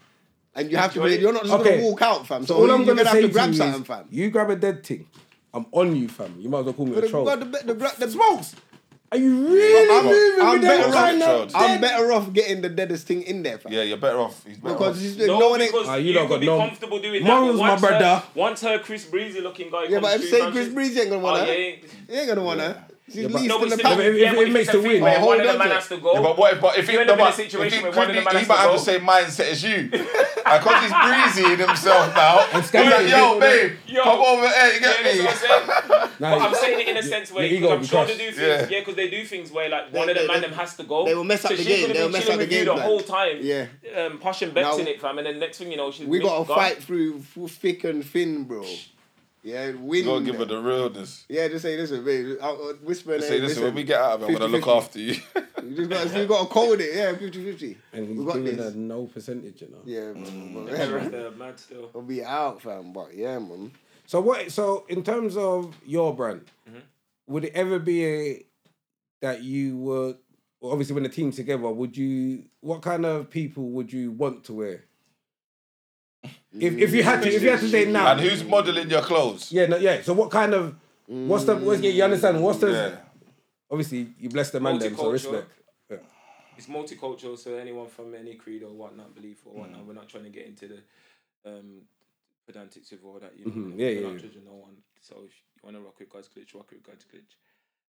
S3: and you have to,
S4: Enjoy
S3: be,
S4: it.
S3: you're not just
S6: Okay.
S3: gonna walk out, fam. So,
S6: So all
S3: you're
S6: I'm
S3: gonna,
S6: gonna,
S3: have
S6: say
S3: to grab
S6: to you
S3: something,
S6: is,
S3: fam.
S6: you grab a dead thing, I'm on you, fam. You might as well call me
S3: But
S6: a
S3: the,
S6: troll.
S3: but the, the, the, the,
S6: Smokes, are you really
S3: I'm-
S6: moving
S3: I'm
S6: with
S3: better
S6: them
S3: off
S6: kind
S2: trolled.
S6: of?
S3: I'm better off getting the deadest thing in there, fam.
S2: Yeah, you're better off. He's better
S3: Because
S2: off.
S3: it's-
S4: No,
S3: no, one ain't.
S4: because
S6: Ah, you
S4: you,
S6: lot
S4: could
S6: got
S4: be
S6: no
S4: comfortable doing
S6: morals,
S4: that.
S6: my
S4: but once her-
S6: brother.
S4: once her Chris Breezy looking guy,
S3: Yeah,
S4: comes
S3: but if
S4: through,
S3: say
S4: man,
S3: Chris
S4: she's-
S3: Breezy ain't gonna
S4: Oh,
S3: wanna,
S4: yeah,
S3: he
S4: yeah.
S3: ain't gonna wanna. She's
S6: but-
S3: least
S4: No,
S3: in the
S4: but it's
S6: if-
S4: still-
S6: if-
S3: pack.
S6: if-
S4: yeah, but
S6: it
S4: if
S6: makes
S4: it's a
S6: the
S4: thing
S6: win.
S4: where
S6: But
S3: hold
S4: one of
S3: on
S4: the man
S3: to it.
S4: has to go.
S2: Yeah, but what if, but if he,
S4: You end
S2: no,
S4: up in a
S2: but if
S4: situation
S2: he,
S4: where one of
S2: Gridley-
S4: them man
S2: he
S4: has to
S2: might have
S4: go.
S2: the same mindset as you. and because he's breezy in himself now, he's
S6: Scandal.
S2: like, yo, babe,
S4: Yo.
S2: come over here, you
S4: Yeah,
S2: get
S4: that's
S2: me?
S4: what I'm saying.
S6: Nah,
S4: But I'm
S6: you-
S4: saying it in a sense where because
S6: your ego
S4: I'm sure
S6: will be
S4: they do things.
S2: Yeah.
S4: Yeah, because they do things where like one of
S3: they-
S4: the man
S3: they-
S4: them has to go.
S3: they will mess up
S4: so
S3: the
S4: she's
S3: game,
S4: gonna
S3: they'll
S4: be
S3: mess
S4: chilling
S3: up the
S4: with you
S3: game
S4: the
S3: plan.
S4: whole time.
S3: Yeah.
S4: Um, Posh and Bex
S3: Now-
S4: in it, fam, and then next thing you know, she's
S3: We
S4: Miss
S3: gotta
S4: Gun.
S3: fight through f- thick and thin, bro. Yeah, win.
S2: You gotta give her the realness.
S3: Yeah, just say listen, babe. I'll, I'll whisper. in her
S2: Say,
S3: ear,
S2: listen, when we get out of it, I'm gonna look
S3: 50-50.
S2: after you.
S3: You just got, you got to code it, yeah, 50-50.
S6: And
S3: we
S6: he's
S3: got
S6: doing
S3: this.
S6: a no percentage, you know.
S3: Yeah,
S2: Mm.
S3: man. but-
S4: Yeah, right there, mad still.
S3: I'll be out, fam. But yeah, man.
S6: So what? So in terms of your brand,
S4: Mm-hmm.
S6: would it ever be a that you were well, obviously when the team's together? Would you? What kind of people would you want to wear? If, if you had to, if you had to say now,
S2: and who's modeling your clothes?
S6: yeah, no, yeah. So what kind of? What's the? What's, yeah, you understand? What's the?
S2: Yeah.
S6: Obviously, you bless the man, them, so
S4: Multicultural.
S6: respect.
S4: It's multicultural, so anyone from any creed or whatnot, belief or
S3: Mm.
S4: whatnot, we're not trying to get into the um, pedantics of all that. You know,
S3: Mm-hmm.
S6: Mhm, yeah,
S4: we're
S6: yeah,
S4: not
S6: yeah.
S4: judging no one. So if you want to rock with God's glitch, rock with God's glitch.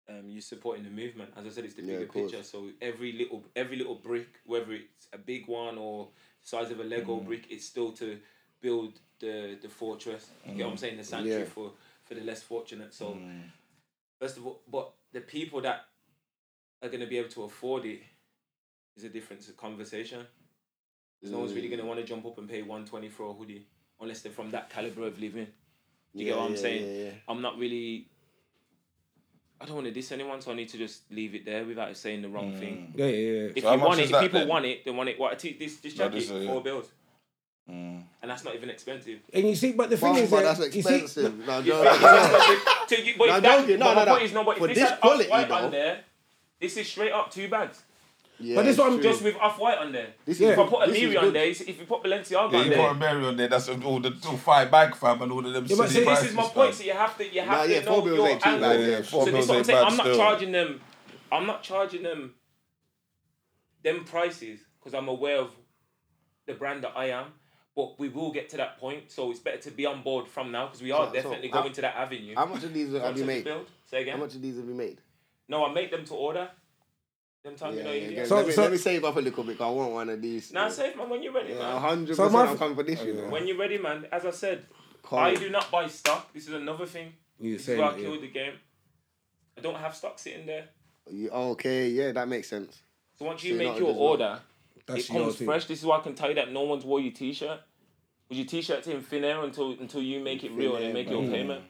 S4: Um, you're supporting the movement. As I said, it's the
S3: Yeah,
S4: bigger
S3: of course.
S4: picture. So every little every little brick, whether it's a big one or size of a
S3: Mm.
S4: Lego brick, it's still to build the the fortress. You know what I'm saying? The sanctuary
S3: Mm. Yeah. Mm.
S4: for for the less fortunate. So first of all, but the people that are going to be able to afford it is a different conversation. 'Cause no one's really going to want to jump up and pay 120 for a hoodie unless they're from that caliber of living. Do you
S3: Yeah,
S4: get what I'm
S3: yeah,
S4: saying?
S3: yeah, yeah.
S4: I'm not really. I don't want to diss anyone, so I need to just leave it there without saying the wrong thing.
S3: Mm.
S6: Yeah, yeah, yeah.
S4: If
S2: So how
S4: you
S2: much is
S4: want it, if
S2: that
S4: people
S2: then?
S4: want it, they want it. What? T- this this
S2: No,
S4: jacket,
S2: this is- Mm.
S4: four bills, and that's not even expensive.
S6: And you see, but the thing
S3: But,
S6: is,
S3: but
S6: that-
S3: that's
S6: you see-
S3: expensive. No,
S4: You
S3: no,
S4: think
S3: no.
S4: it's expensive? To you- but
S3: No,
S4: if
S3: don't
S4: that-
S3: get- no,
S4: but
S3: no,
S4: my
S3: no.
S4: point is, no, but
S3: For
S4: if
S3: this
S4: this had
S3: quality,
S4: off-white
S3: though.
S4: on there, this is straight up two bags.
S3: Yeah,
S6: But this
S3: it's
S6: one
S3: true.
S4: Just with off white on there.
S3: This
S6: Yeah.
S3: is,
S4: If I put
S3: this is
S4: Amiri on
S3: good.
S4: there, it's- if you put Balenciaga
S2: Yeah,
S4: on
S2: you put a
S4: there.
S2: Mary on there. That's all the all five bag fam and all of them.
S6: Yeah, but
S2: silly
S6: see,
S4: This is my
S2: prices,
S4: point.
S2: fam.
S4: So you have to, you have
S3: Nah,
S4: to
S3: yeah,
S4: know
S3: four bills
S4: your
S3: ain't cheap,
S4: angle.
S3: like, yeah,
S2: four
S4: so this
S2: bills
S4: is what I'm
S2: ain't
S4: saying.
S2: bad
S4: I'm not
S2: still.
S4: charging them. I'm not charging them. Them prices because I'm aware of the brand that I am. But we will get to that point, so it's better to be on board from now because we are
S3: So- so,
S4: definitely
S3: how-
S4: going to that avenue.
S3: How much of these
S4: How
S3: have
S4: much
S3: you
S4: does it
S3: made?
S4: build? Say again.
S3: How much of these have you made?
S4: No, I make them to order. Them
S3: Yeah,
S4: time you
S3: yeah,
S4: know. you
S3: yeah.
S4: do-
S6: So-
S3: let, me, let me save up a little bit. 'cause I want one of these.
S4: Nah, safe man. When you're ready,
S3: Yeah,
S4: man.
S3: hundred
S6: So
S3: percent.
S6: my- Oh,
S3: I'm coming for this, you know.
S4: When you're ready, man. As I said,
S3: Can't-
S4: I do not buy stock. This is another thing.
S6: You
S4: This is
S6: saying
S4: where I
S6: that, yeah.
S4: killed the game. I don't have stock sitting there.
S3: You- okay, yeah, that makes sense.
S4: So once you
S3: So you're
S4: make
S3: not
S4: your
S3: as well.
S4: order,
S6: That's
S4: it
S6: your
S4: comes
S6: thing.
S4: fresh. This is why I can tell you that no one's wore your t-shirt. Because your t-shirt's in thin air until until you make it real and
S3: air,
S4: then make your
S3: man.
S4: payment.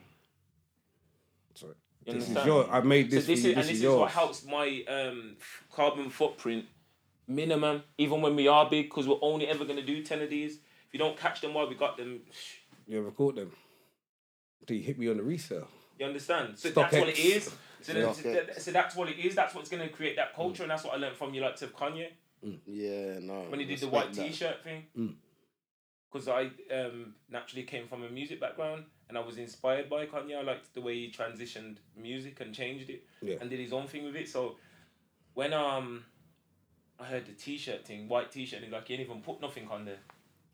S6: Sorry.
S4: You
S6: This is
S4: understand?
S6: your. I made
S4: so this
S6: this. for
S4: is
S6: you,
S4: and this is
S6: yours.
S4: what helps my um, carbon footprint minimum, even when we are big, because we're only ever gonna do ten of these. If you don't catch them while we got them,
S6: You ever caught them? Do you hit me on the resale?
S4: you understand? So
S6: Stock
S4: that's what it
S6: X.
S4: is. So, then,
S3: Stock X.
S4: so that's what it is. That's what's gonna create that culture, and that's what I learned from you, like to Kanye.
S3: Yeah, no.
S4: when he did the
S3: respect
S4: white
S3: that.
S4: t-shirt thing
S6: Mm.
S4: because i um, naturally came from a music background and i was inspired by kanye i liked the way he transitioned music and changed it
S6: Yeah.
S4: and did his own thing with it so when um, I heard the T-shirt thing, white T-shirt. He's like, you didn't even put nothing on there.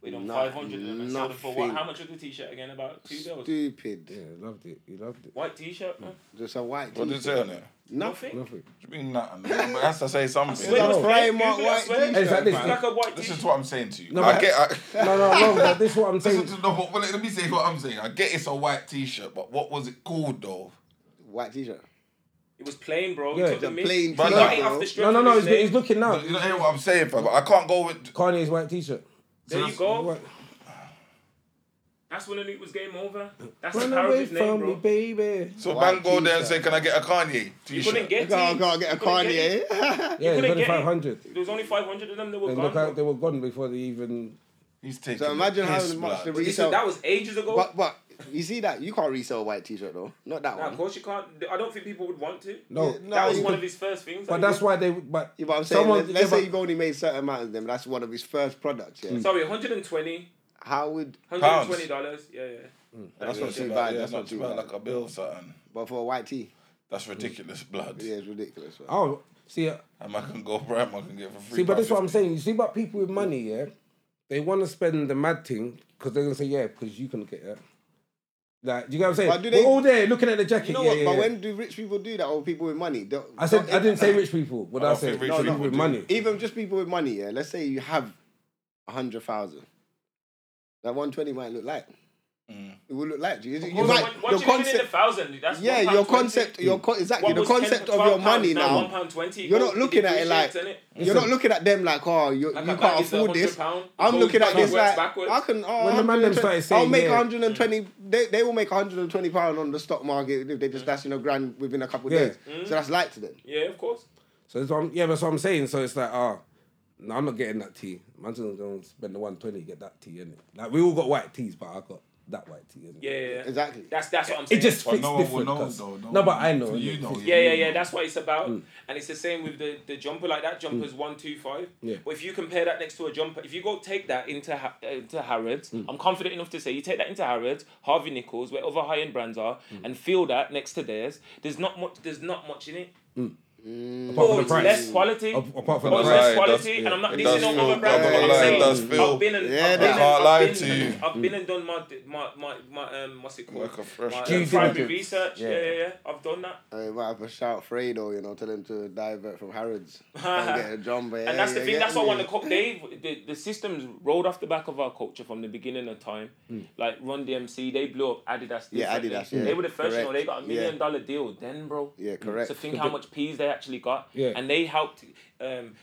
S4: We done
S3: Not-
S4: five hundred of them and sold them for what?
S3: nothing.
S4: How much was the T-shirt again? About two bills.
S3: Stupid.
S6: Yeah, loved it. You loved it.
S4: White T-shirt, man.
S3: Just a white.
S2: What did you
S3: t-shirt.
S2: say on it?
S4: Nothing.
S6: Nothing.
S2: What do you mean nothing? But that's to say something.
S4: Wait,
S3: That's
S4: what's-
S3: Primark
S4: Google it,
S3: white
S4: swear.
S3: T-shirt,
S4: It's
S6: man.
S4: like a white
S2: This
S4: T-shirt.
S2: is what I'm saying to you.
S6: No,
S2: I
S6: but-
S2: get. I,
S6: No, no, no. but This is what I'm
S2: listen
S6: saying.
S2: to, no, but let, let me say what I'm saying. I get it's a white T-shirt, but what was it called though?
S3: White t-shirt.
S4: It was plain, bro.
S6: Yeah,
S4: Yeah, took the
S6: the
S4: mick.
S3: plain
S4: Got
S2: t-shirt,
S4: it
S3: bro.
S4: off the strip
S6: No, no,
S4: of
S6: no.
S4: his
S6: He's, he's
S4: name.
S6: looking now.
S2: You don't hear what I'm saying, fam. I can't go with.
S6: Kanye's white T-shirt.
S4: There you go.
S6: What?
S4: That's when the it was game over. That's the
S6: Run away
S4: parrot's name,
S6: from me,
S4: bro.
S6: baby.
S2: So
S3: White
S2: man, go there and
S3: T-shirt.
S2: say, "Can I get a Kanye
S4: You couldn't
S2: T-shirt?"
S4: get it.
S3: Go, go get a
S4: You couldn't get it.
S3: Kanye.
S6: Yeah,
S4: couldn't
S6: it's only
S4: get it.
S6: five hundred.
S4: There was only 500 of them that were
S6: They
S4: gone.
S6: look out. They
S4: bro.
S6: were gone before they even.
S2: He's taking.
S3: So imagine
S2: the
S3: how
S2: piss,
S3: much the
S2: blood.
S4: You see,
S3: resell.
S4: that was ages ago.
S3: But but you see that you can't resell a white t-shirt though. Not that
S4: Nah, of
S3: one.
S4: course you can't. I don't think people would want to.
S6: No.
S3: Yeah, no.
S4: that was
S3: you
S4: one
S3: could-
S4: of his first things.
S6: But that's why they. But,
S3: Yeah, but Hmm. I'm saying, let,
S6: yeah,
S3: us say
S6: but-
S3: you've only made certain amounts of them. That's one of his first products. Yeah.
S4: Sorry, 120
S3: How would?
S4: $120. Yeah, yeah.
S3: That's
S2: Yeah,
S3: not too
S2: yeah,
S3: bad.
S2: yeah,
S3: that's not too bad.
S2: Like a bill, or something.
S3: But for a white tee,
S2: That's ridiculous, blood.
S3: yeah, it's ridiculous. man.
S6: Oh, see, uh,
S2: And I can go prime. I can get for free.
S6: see, but that's what I'm
S2: £3.50.
S6: saying. You see, but people with money, yeah, they want to spend the mad thing because they're gonna say, yeah, because you can get that. Like, do you get what I'm saying?
S3: But do they-
S6: We're all there looking at the jacket.
S3: You know
S6: yeah,
S3: what?
S6: yeah,
S3: but
S6: yeah.
S3: when do rich people do that, or people with money? Don't-
S6: I said,
S3: don't- Oh,
S6: I didn't say rich people. What
S2: I
S6: I,
S2: don't
S6: said,
S2: think rich
S6: people
S2: people
S6: with
S2: do.
S6: money.
S3: Even just people with money. Yeah. Let's say you have a hundred thousand. That one twenty might look like. It will look like you. You
S4: Well,
S3: might-
S4: when- Mm. once
S3: your
S4: you get in the
S3: concept.
S4: thousand, that's
S3: Yeah,
S4: £1.20.
S3: your concept. Your con- exactly
S4: What
S3: the
S4: was 10
S3: concept
S4: to
S3: of
S4: 12
S3: your money
S4: pounds now,
S3: now.
S4: £1.20,
S3: You're
S4: bro,
S3: not looking at it like
S4: depreciates, innit?
S3: you're not looking at them like oh you,
S4: Like
S3: you
S4: a
S3: can't
S4: bag is a
S3: afford this.
S4: £100,
S3: I'm
S4: so
S3: looking at
S4: it
S3: this
S4: works
S3: like
S4: backwards.
S3: I can. Oh,
S6: When the man them
S3: 120
S6: started saying,
S3: I'll make
S6: yeah.
S3: 120. They, they will make 120 pound on the stock market if they just dash in a grand within a couple of
S6: Yeah.
S3: days.
S4: Mm.
S3: So that's light to them.
S4: Yeah, of course.
S6: So that's what I'm, yeah, that's what I'm saying. So it's like, ah, no, I'm not getting that tea. Man's gonna go and spend the one twenty get that tea, innit? Like we all got white teas, but I got that white tea, innit?
S4: Yeah, yeah, yeah.
S3: Exactly.
S4: That's that's what I'm saying.
S6: It just
S2: But
S6: fits
S2: no one will
S6: different.
S2: know,
S6: cuz-
S2: though, no
S6: no, but
S2: one-
S6: I know.
S2: So you
S6: innit?
S2: know,
S4: Yeah, yeah,
S6: Mm.
S4: yeah. That's what it's about, and it's the same with the, the jumper. Like that jumper's one two five.
S6: Mm. Yeah.
S4: But if you compare that next to a jumper, if you go take that into Ha- uh, into Harrods,
S6: Mm.
S4: I'm confident enough to say you take that into Harrods, Harvey Nichols, where other high end brands are,
S6: Mm.
S4: and feel that next to theirs. There's not much. There's not much in it.
S6: Apart
S4: Or
S6: from the
S4: it's
S6: price.
S4: less quality.
S6: Ap- apart from
S4: or
S6: the
S2: price.
S4: it's less
S2: Right, it does-
S4: quality, and I'm not
S2: it
S4: dissing
S2: does
S4: on
S2: feel-
S4: other brands.
S2: I'm
S4: but
S2: not
S4: I'm
S2: gonna lie, it
S4: saying
S2: does feel-
S4: I've been and
S3: Yeah,
S4: I've
S3: they
S4: been and-
S2: can't
S4: I've
S2: lie
S4: been
S2: to
S4: and-
S2: you.
S4: I've been and done my my my, my um what's it called?
S2: Like a fresh
S4: my, uh,
S2: Due
S4: primary
S6: diligence.
S4: research. Yeah.
S6: Yeah.
S4: yeah, yeah. I've done that.
S3: I might have to shout Fredo, you know, tell him to divert from Harrods and get a jumper. Yeah,
S4: and that's the
S3: yeah,
S4: thing.
S3: yeah,
S4: That's what I
S3: yeah.
S4: want to. Co- they the, the systems rolled off the back of our culture from the beginning of time. Like Run DMC, they blew up Adidas.
S3: Hmm. Yeah,
S4: differently.
S3: Adidas, yeah.
S4: They were the first. You know,
S3: Correct.
S4: they got a million
S3: Yeah.
S4: dollar deal then, bro.
S3: Yeah, correct.
S4: So think how much peas they actually got.
S6: Yeah.
S4: And they helped. Um,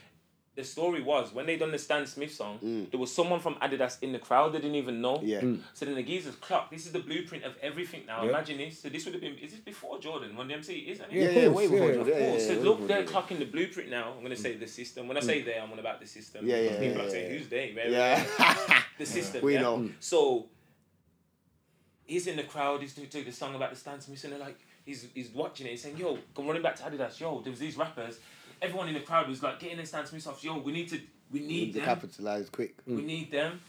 S4: the story was when they done the Stan Smith song, there was someone from Adidas in the crowd they didn't even know.
S3: Hmm. Yeah. Mm.
S4: So then the geezers clock. This is the blueprint of everything now.
S6: Hmm. Yeah.
S4: Imagine this. So this would have been. Is this before Jordan? Run DMC is.
S3: Yeah,
S6: Of
S3: yeah,
S6: course,
S3: way before
S6: yeah.
S3: Jordan.
S4: Of
S3: Yeah,
S4: course.
S3: yeah,
S4: Oh, So
S3: way
S4: look,
S3: before
S4: they're
S3: Jordan.
S4: clocking the blueprint now. I'm gonna say the system. When I say they, I'm on about the system.
S3: Yeah, yeah,
S4: People
S3: yeah,
S4: are saying
S3: yeah.
S4: who's they? Right?
S3: Yeah.
S4: The system.
S3: We
S4: yeah? Mm.
S3: know.
S4: So he's in the crowd. He's doing doing the song about the Stan Smith, and they're like, he's he's watching it. He's saying, "Yo, go running back to Adidas. Yo, there was these rappers. Everyone in the crowd was like getting the Stan Smith off. Yo, we need to, we need
S3: to
S4: them.
S3: capitalize quick.
S4: We need them.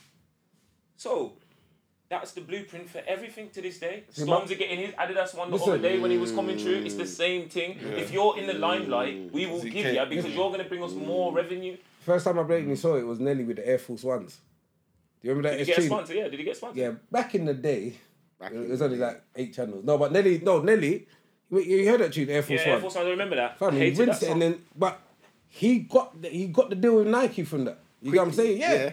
S4: So that's the blueprint for everything to this day.
S6: See,
S4: Storms
S6: but-
S4: are getting his Adidas one the
S6: Listen.
S4: other day when he was coming through. It's the same thing. If you're in the limelight, we will
S2: Because he
S4: give
S2: can't-
S4: you because you're going to bring us more
S6: Mm.
S4: revenue.
S6: First time I blatantly saw it was Nelly with the Air Force Ones. Do you remember that
S4: Did you get a
S6: extreme?
S4: sponsor? Yeah, did he get a sponsor?
S6: Yeah, back in the day,
S3: Back
S6: it
S3: in
S6: was
S3: the
S6: only
S3: day.
S6: like eight channels. No, but Nelly, no Nelly, you, you heard that tune, Air
S4: Yeah,
S6: Force
S4: Air
S6: One.
S4: Force One. I remember that.
S6: Fam, he
S4: Hated that
S6: rinsed it
S4: song.
S6: and then, but he got the, he got the deal with Nike from that. You get what I'm saying? Yeah,
S4: Yeah.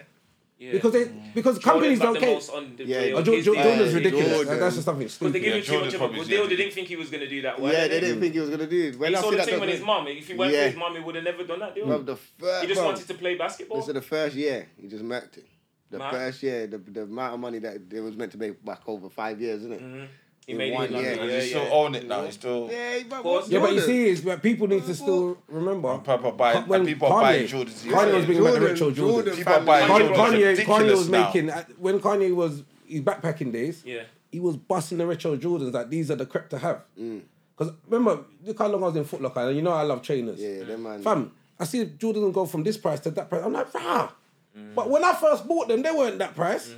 S4: Mm.
S6: because they because
S4: Jordan's
S6: companies
S4: like
S6: don't
S4: the
S6: care.
S4: most on the
S3: Yeah,
S4: rail
S6: Oh, Jor-
S4: kids
S6: Jor-
S4: these
S6: Jordan's
S4: days.
S6: ridiculous.
S3: Jordan.
S6: That- That's just something
S4: But they
S6: stupid.
S4: give
S2: Yeah,
S4: him too much
S2: Jordan's
S4: of a
S2: probably
S4: good deal. They
S2: stupid.
S4: didn't think he was going to do that.
S3: Yeah,
S4: well,
S3: yeah,
S4: did
S3: they didn't think he was gonna do it. When
S4: He
S3: I
S4: saw
S3: see
S4: the
S3: that,
S4: thing with his
S3: document-
S4: mum. If he went
S3: Yeah.
S4: for his mum, he would have never done that deal.
S3: Bruv, the first,
S4: He just
S3: bruv,
S4: wanted to play basketball.
S3: this is the first year he just murked it. The
S4: Mad.
S3: first year, the, the amount of money that it was meant to make back over five years, isn't it?
S4: Mm-hmm. He
S3: in
S4: made
S3: one
S4: it. in
S3: year.
S4: London.
S2: And
S4: Yeah,
S2: you still
S4: yeah.
S2: own it now. You still.
S3: Yeah, he- bruv,
S4: course.
S3: what
S6: Yeah, but you
S3: Jordan?
S6: see, is that people need to still remember.
S2: Papa buy, and
S6: When
S2: people are buying
S6: Kanye-
S2: Jordans.
S6: Kanye was
S2: yeah.
S6: big- thinking about the
S3: Jordan-
S6: retro Jordan.
S3: Jordan
S2: People
S3: family.
S2: buy
S4: Kanye-
S6: Kanye,
S2: Jordans.
S6: Kanye, Kanye
S2: Ridiculous
S6: was
S2: now.
S6: making at- when Kanye was his backpacking days.
S4: Yeah.
S6: he was busting the retro Jordans like these are the crap to have.
S3: Mm.
S6: Because remember, look how long I was in Foot Locker, and you know I love trainers.
S3: Yeah, them man.
S6: Fam, I see Jordans go from this price to that price. I'm like, rah. But when I first bought them, they weren't that price.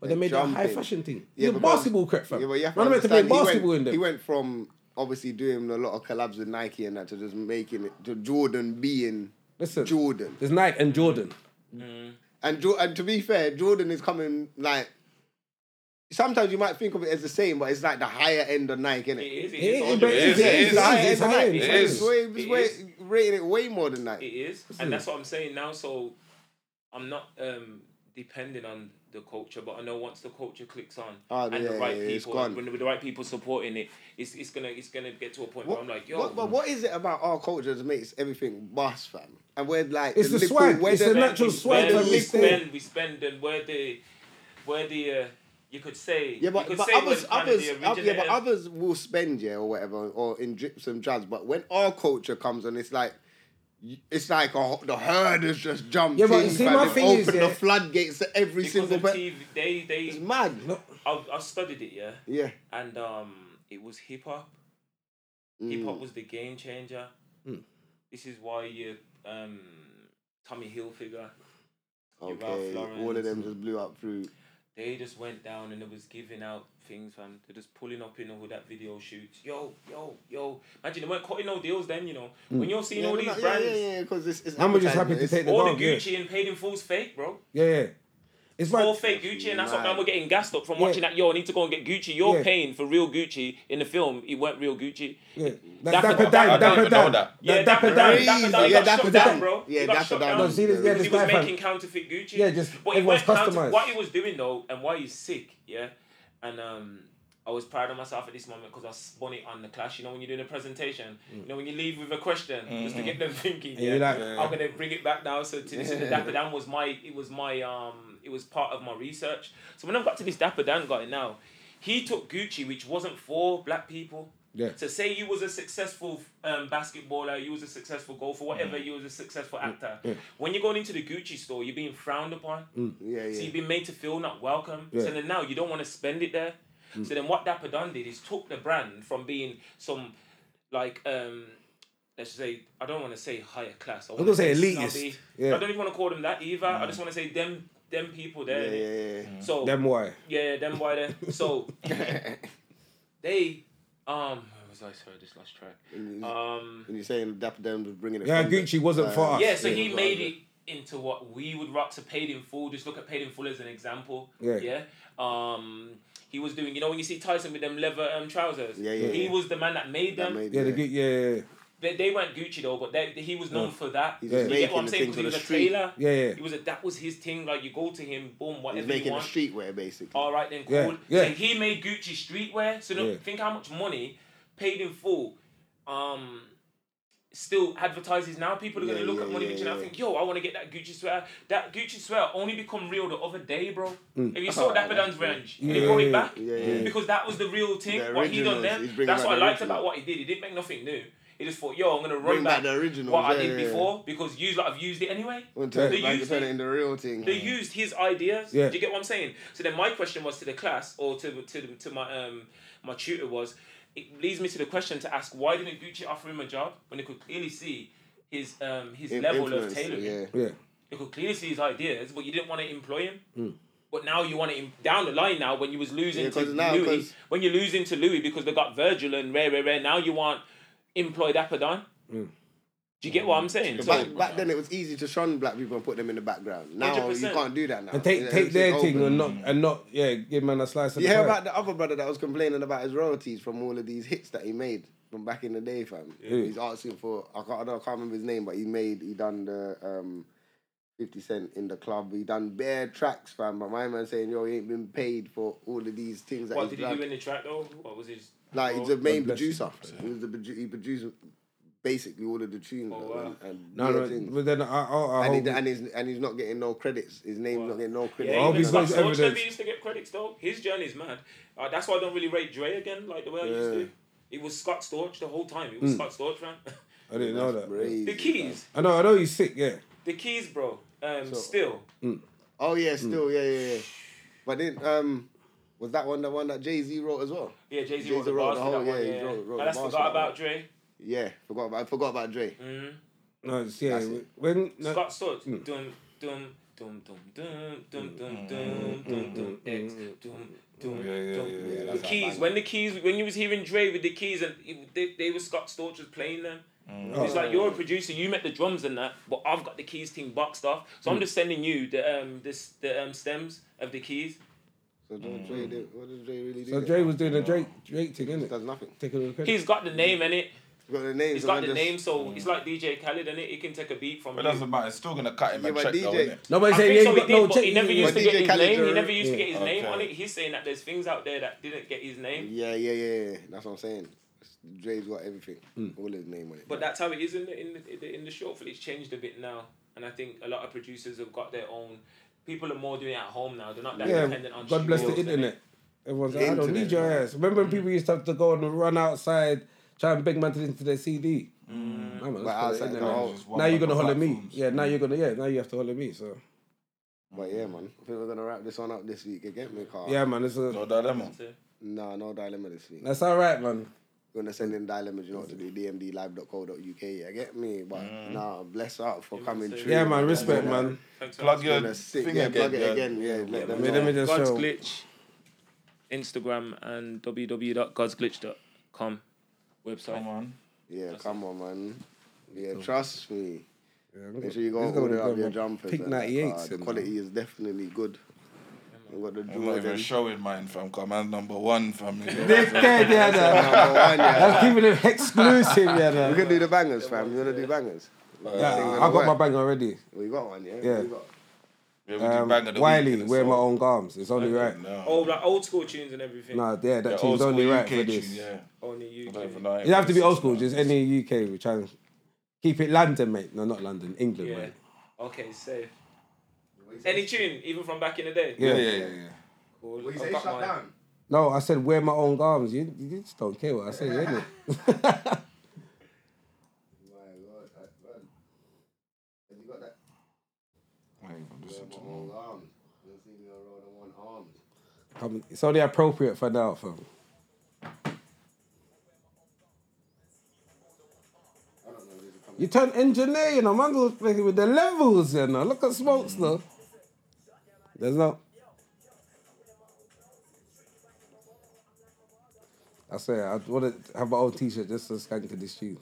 S6: But they made it a high
S3: jumping.
S6: fashion thing.
S3: Yeah,
S6: it's a
S3: but-
S6: basketball crap, fam.
S3: Yeah, but you have to
S6: Man, I meant to play
S3: understand, he
S6: basketball
S3: went,
S6: in them.
S3: He went from obviously doing a lot of collabs with Nike and that to just making it to Jordan being
S6: Listen,
S3: Jordan.
S6: there's Nike and Jordan.
S3: And jo- and to be fair, Jordan is coming like. Sometimes you might think of it as the same, but it's like the higher end of Nike, innit?
S4: It is. It
S6: It-
S4: is.
S6: it-
S4: on
S6: but
S4: the-
S2: is, it
S6: it's- yeah,
S2: is,
S6: it's high, it's high,
S2: it
S6: it's high.
S2: is.
S3: It's way, it's
S4: It
S3: way,
S4: is.
S3: rating it way more than that.
S4: It is, and that's what I'm saying now. So I'm not um depending on the culture, but I know once the culture clicks on
S3: Ah,
S4: and
S3: yeah,
S4: the right
S3: yeah, it's
S4: people,
S3: gone.
S4: when the right people supporting it, it's it's gonna it's gonna get to a point
S3: What-
S4: where I'm like, yo,
S3: what- but what is it about our culture that makes everything bust, fam? And we're like,
S6: It's the
S3: little
S6: swag. It's
S3: weather-
S6: the
S4: spend,
S6: natural
S4: we
S6: swag
S4: spend,
S6: that
S4: we
S6: we
S4: spend, we spend, and where the where the uh, you could say
S3: Yeah, but,
S4: you could
S3: but
S4: say we're
S3: others,
S4: kind of
S3: others,
S4: the
S3: oth- yeah, but
S4: originator.
S3: others will spend, yeah, or whatever, or in drips and drabs. But when our culture comes on, it's like, y- it's like a, ho- the herd has just jumped
S6: Yeah,
S3: in,
S6: but you see,
S3: fam.
S6: my
S3: They've
S6: thing is,
S3: opened
S6: yeah,
S3: the floodgates to every
S4: because
S3: single
S4: of
S3: person.
S4: TV, they
S3: It's
S4: they
S3: mad.
S4: I've, I studied it, yeah,
S3: Yeah,
S4: and um, it was hip hop. Hip
S3: Mm.
S4: hop was the game changer. This is why you um, Tommy Hilfiger, your Ralph
S3: okay.
S4: Lauren,
S3: All of them just blew up through.
S4: they just went down and it was giving out things, fam. They're just pulling up in all that video shoots. Yo, yo, yo. Imagine they weren't cutting no deals then, you know. When you're
S3: Mm.
S4: seeing
S3: yeah,
S4: all
S3: we're
S4: these
S3: not- yeah,
S4: brands,
S3: yeah, yeah, because it's, it's
S6: I'm just happy
S3: advertisement.
S6: to
S3: It's-
S6: take the
S4: all
S6: ball.
S4: the
S6: Yeah,
S4: Gucci and paid in full's fake, bro.
S6: yeah. yeah. It's like
S4: All fake Gucci, and that's what man we're getting gassed up from
S6: Yeah.
S4: watching that. Yo, I need to go and get Gucci. You're
S6: Yeah.
S4: paying for real Gucci in the film. It weren't real Gucci.
S6: Yeah,
S4: Dapper
S6: that Dapper
S2: I
S4: Dan,
S6: Dan,
S2: don't
S6: Dapper
S2: even know
S6: Dan,
S2: that.
S4: Yeah, Dapper
S6: that Dapper
S4: Dan.
S6: Dan.
S4: Dapper Dan
S3: Crazy.
S4: got
S3: Yeah,
S4: shut
S3: Dapper
S4: down,
S3: Dan.
S4: bro. He
S3: Yeah,
S4: got
S3: Dapper
S4: shut
S3: Dan.
S4: down.
S6: No, see this-
S4: Because
S6: yeah, this
S4: he was
S6: guy found-
S4: making counterfeit Gucci.
S6: Yeah, just
S4: But he
S6: everyone's
S4: went counter-
S6: customised.
S4: What he was doing though, and why he's sick, yeah, and um, I was proud of myself at this moment because I spun it on the clash. You know, when you're doing a presentation, you know, when you leave with a question, just to get them thinking.
S6: you're
S4: Yeah,
S6: like, yeah,
S4: I'm gonna bring it back now. So to this, the Dapper Dan was my, it was my, um, it was part of my research. So when I got to this Dapper Dan guy now, he took Gucci, which wasn't for black people.
S6: Yeah.
S4: So say you was a successful um, basketballer, you was a successful golfer, whatever, you was a successful actor. When you're going into the Gucci store, you're being frowned upon.
S3: Yeah,
S4: So
S3: yeah.
S4: you've been made to feel not welcome. So then now you don't want to spend it there. So then what Dapper Don did is took the brand from being some like um let's just say I don't want to say higher class. I am
S6: gonna say elitist. Yeah.
S4: I don't even want to call them that either. I just want to say them them people there.
S3: Mm. Yeah,
S4: innit?
S3: yeah, yeah.
S4: So
S6: Them why?
S4: yeah, them why there. So they um where was I sorry I just lost track. Um
S3: And you're saying Dapper Dan was bringing it.
S6: Yeah,
S3: from the-
S6: Gucci wasn't for us.
S4: yeah, so he
S3: Yeah.
S4: made it into what we would rock to paid in full. Just look at paid in full as an example.
S6: Yeah.
S4: Yeah. Um he was doing you know when you see Tyson with them leather um trousers.
S3: Yeah, yeah,
S4: He
S3: yeah.
S4: was the man that made
S3: That
S4: them.
S3: made-
S6: Yeah, the Gu- yeah, yeah, yeah.
S4: they, they weren't Gucci though, but they, he was known for that.
S3: He's
S4: You
S3: just
S4: get what
S3: making
S4: I'm
S3: the
S4: saying?
S3: things
S4: Because he
S3: on
S4: was a
S3: the street.
S4: tailor.
S6: Yeah, yeah.
S4: He was a that was his thing. Like you go to him, boom,
S3: He's
S4: whatever you
S3: making a
S4: want.
S3: streetwear basically.
S4: All right, then
S6: Yeah,
S4: cool.
S6: yeah.
S4: So he made Gucci streetwear. So no,
S6: Yeah.
S4: think how much money paid in full. Um, still advertises now. People are gonna
S3: Yeah,
S4: look
S3: yeah,
S4: at Money
S3: yeah,
S4: Gucci and I
S3: yeah.
S4: think, yo, I want to get that Gucci sweater. That Gucci sweater only become real the other day, bro. If you saw Dapper Dan's range, they
S6: Yeah,
S4: brought
S6: yeah,
S4: it back
S3: Mm. yeah, yeah.
S4: because that was the real thing.
S3: The
S4: what he done
S3: originals, he's
S4: then.
S3: bringing
S4: That's
S3: back
S4: what I
S3: the
S4: liked
S3: original.
S4: about what he did. He didn't make nothing new. He just thought, yo, I'm gonna run
S3: Bring
S4: back,
S3: back the originals,
S4: what I
S3: yeah,
S4: did
S3: yeah, yeah.
S4: before because you lot have used it anyway.
S3: Wouldn't
S4: They
S3: turn it back,
S4: used
S3: turn
S4: it.
S3: it into the real thing.
S4: They used his ideas.
S6: Yeah.
S4: Do you get what I'm saying? So then my question was to the class or to to the- to my um my tutor was it leads me to the question to ask why didn't Gucci offer him a job when they could clearly see his um his
S3: In-
S4: level of
S3: influence,
S4: tailoring.
S3: Yeah.
S6: yeah.
S4: You could clearly see his ideas, but you didn't want to employ him. But now you want to em- down the line now when you was losing
S3: Hmm. Yeah,
S4: to
S3: 'cause now-
S4: Louis
S3: 'cause-
S4: when you're losing to Louis because they got Virgil and rare rare rare. Now you want employed Apadon.
S3: Hmm.
S4: Do you get what I'm saying? So
S3: back, back then, it was easy to shun black people and put them in the background. Now you
S4: 100%.
S3: can't do that now.
S6: And take
S3: Yeah,
S6: take
S3: it's
S6: their
S3: open.
S6: thing and not and not yeah, give man a slice of
S3: You
S6: the
S3: hear
S6: pie.
S3: about the other brother that was complaining about his royalties from all of these hits that he made from back in the day, fam. He's asking for I can't, I don't- I can't remember his name, but he made he done the um, Fifty Cent in the club. He done bare tracks, fam. But my man saying yo, he ain't been paid for all of these things that
S4: what
S3: he's
S4: did
S3: done.
S4: he do in the track though? What was his?
S3: Like he's the main
S6: God bless you.
S3: producer. He was the produ- he produced basically all of the tunes.
S4: Oh, wow.
S3: and, and
S6: No,
S3: bare
S6: no,
S3: things.
S6: but then I, I, I
S3: And,
S6: hold,
S3: he, and, he's, and he's not getting no credits. His name's not getting no credits.
S6: Well,
S4: Yeah,
S6: he's
S4: even Scott
S6: got his
S4: Storch never
S6: evidence.
S4: used to get credits though. His journey's mad. Uh, that's why I don't really rate Dre again like the way I used to. It was Scott Storch the whole time. It
S3: Hmm.
S4: was Scott Storch, man.
S6: I didn't know that.
S3: Crazy,
S4: the keys,
S6: I know, I know he's sick. Yeah,
S4: the keys, bro. Um, still,
S3: fam. Oh yeah, still yeah yeah yeah. But then um, was that one the one that Jay Z wrote as well?
S4: yeah, Jay Z
S3: Jay-Z
S4: wrote the
S3: wrote
S4: bars
S3: the
S4: for that
S3: whole-
S4: one.
S3: yeah, he
S4: Yeah,
S3: wrote- wrote
S4: I
S3: the
S4: just
S3: bars
S4: forgot
S3: for that
S4: about Dre.
S3: Yeah, forgot about I forgot about Dre.
S6: no, it's, yeah.
S3: That's it.
S6: When no, Hmm.
S4: Scott Storch. Dum dum dum dum dum dum dum dum dum dum dum dum dum Doom,
S6: Hmm. Yeah, yeah,
S4: doom.
S6: yeah, yeah,
S4: the
S6: that's a
S4: keys.
S3: banger.
S4: When the keys, when you was hearing Dre with the keys, and it- they, they were Scott Storch was playing them. It's like
S6: Oh.
S4: you're a producer, you make the drums and that, but I've got the keys thing boxed off. So
S6: Hmm.
S4: I'm just sending you the um this the um stems of the keys.
S3: So Dre- Dre, did, what did Dre really do?
S6: So
S3: there?
S6: Dre was doing the Drake Drake thing,
S3: Just
S6: innit?
S3: does nothing.
S6: Taking all the credit.
S4: He's got the name in it.
S3: He's got the names.
S4: He's
S3: and I
S4: got the
S3: just-
S4: name, so it's like DJ Khaled in it. He can take a beat from.
S2: But
S4: you.
S2: that's about. It's still gonna cut him
S3: Yeah,
S2: a
S3: but
S2: check though,
S3: DJ
S2: innit?
S6: Nobody's
S4: I think
S6: saying he
S4: so
S6: ain't
S4: he
S6: got
S4: did,
S6: no
S4: but
S6: check.
S4: he never
S6: in
S4: used to
S6: him.
S3: But
S4: get
S3: DJ
S4: his
S3: Khaled
S4: name. He
S3: Durant.
S4: never used to
S6: Yeah.
S4: get his name on
S2: Okay.
S4: it. He's saying that there's things out there that didn't get his name.
S3: Yeah, yeah, yeah, yeah. That's what I'm saying. Dre's got everything. All his name on it.
S4: But that's how it is in the in the, in the industry. Hopefully, it's changed a bit now, and I think a lot of producers have got their own. People are more doing it at home now. They're not that
S6: Yeah,
S4: dependent on.
S6: God bless the
S4: studios, innit?
S6: internet. Everyone's like, I don't
S3: Internet,
S6: need your
S3: man.
S6: ass. Remember when people used to have to go and run outside, try and beg man to listen to their CD? Mm. Man, let's
S3: But
S6: put it
S3: outside
S6: in there,
S3: the
S6: man.
S3: hall.
S2: Just one
S6: Now you're
S2: other
S6: gonna holler me.
S2: platforms.
S6: Yeah, now you're gonna yeah, now you have to holler me. So
S3: But yeah, man. I think we're gonna wrap this one up this week. Again, me, Carl.
S6: yeah, man, it's
S2: No
S6: a,
S2: dilemma.
S4: So,
S3: Nah, no dilemma this week.
S6: that's all right, man.
S3: We're gonna send in dilemmas. You know what to do? DMDlive.co.uk. Yeah, get me. But nah, bless up for coming
S4: say-
S3: through.
S6: Yeah, man, respect, man.
S4: thanks for
S2: Plug your
S3: Gonna sit-
S2: thing
S3: yeah,
S2: again.
S3: plug it
S2: yeah.
S3: again. Yeah, let them
S6: Let
S3: know.
S6: me just
S4: God's
S6: show.
S4: Glitch, Instagram and www.godsglitch.com
S2: Come
S4: website.
S2: on.
S3: Yeah, come on, man. Yeah, trust me.
S6: Yeah, I'm
S3: Make
S6: good.
S3: sure you go
S6: This
S3: and
S6: guy
S3: order
S6: was
S3: up
S6: going
S3: your
S6: with
S3: jumpers.
S6: Pink
S3: and that,
S6: 98s
S3: uh, The
S6: and
S3: quality is definitely good. I got the
S2: I'm not
S3: drawers.
S2: even
S3: in.
S2: showing mine, fam. Come on, number one, fam.
S6: This guy, yeah, nah.
S3: Number one, yeah.
S6: That's keeping it exclusive, yeah. nah.
S3: We can do the bangers, fam. You wanna do bangers?
S6: Yeah, I got my bang already.
S3: We got one, yeah.
S6: Yeah.
S3: We got-
S2: Yeah, we do
S6: Um,
S2: bang of the week,
S6: Wiley,
S2: innit,
S6: wear
S2: so-
S6: my own garms. It's only right.
S2: No.
S4: Oh, like old school tunes and everything. Oh,
S6: Nah, yeah, that
S2: Yeah,
S6: team's
S2: old
S6: only
S2: school
S6: right
S2: UK
S6: for
S2: tune,
S6: this.
S2: Yeah.
S4: Only
S2: I
S4: UK.
S2: don't even know
S6: It have to be old school, just any UK. We're trying to keep it London, mate. No, not London, England,
S4: Yeah.
S6: mate.
S4: Okay, safe. Any tune, even from back in the day.
S2: Yeah, yeah, yeah. yeah.
S4: Cool.
S3: What you
S4: I've
S3: say,
S4: got
S3: shut
S4: mine.
S3: down?
S6: No, I said wear my own garms. You, you just don't care what I say, innit?
S3: My lord, that man. Have you got that?
S2: Wait, I'm just
S3: One more arm. You don't see me on road on one arm.
S6: Come- It's only appropriate for now,
S3: I
S6: fam.
S3: don't know if this is coming.
S6: You turn engineer, you know, man's always playing with the levels, you know. Look at smokes, though. There's no. I say, I want to have my own t shirt just to skank to this tune.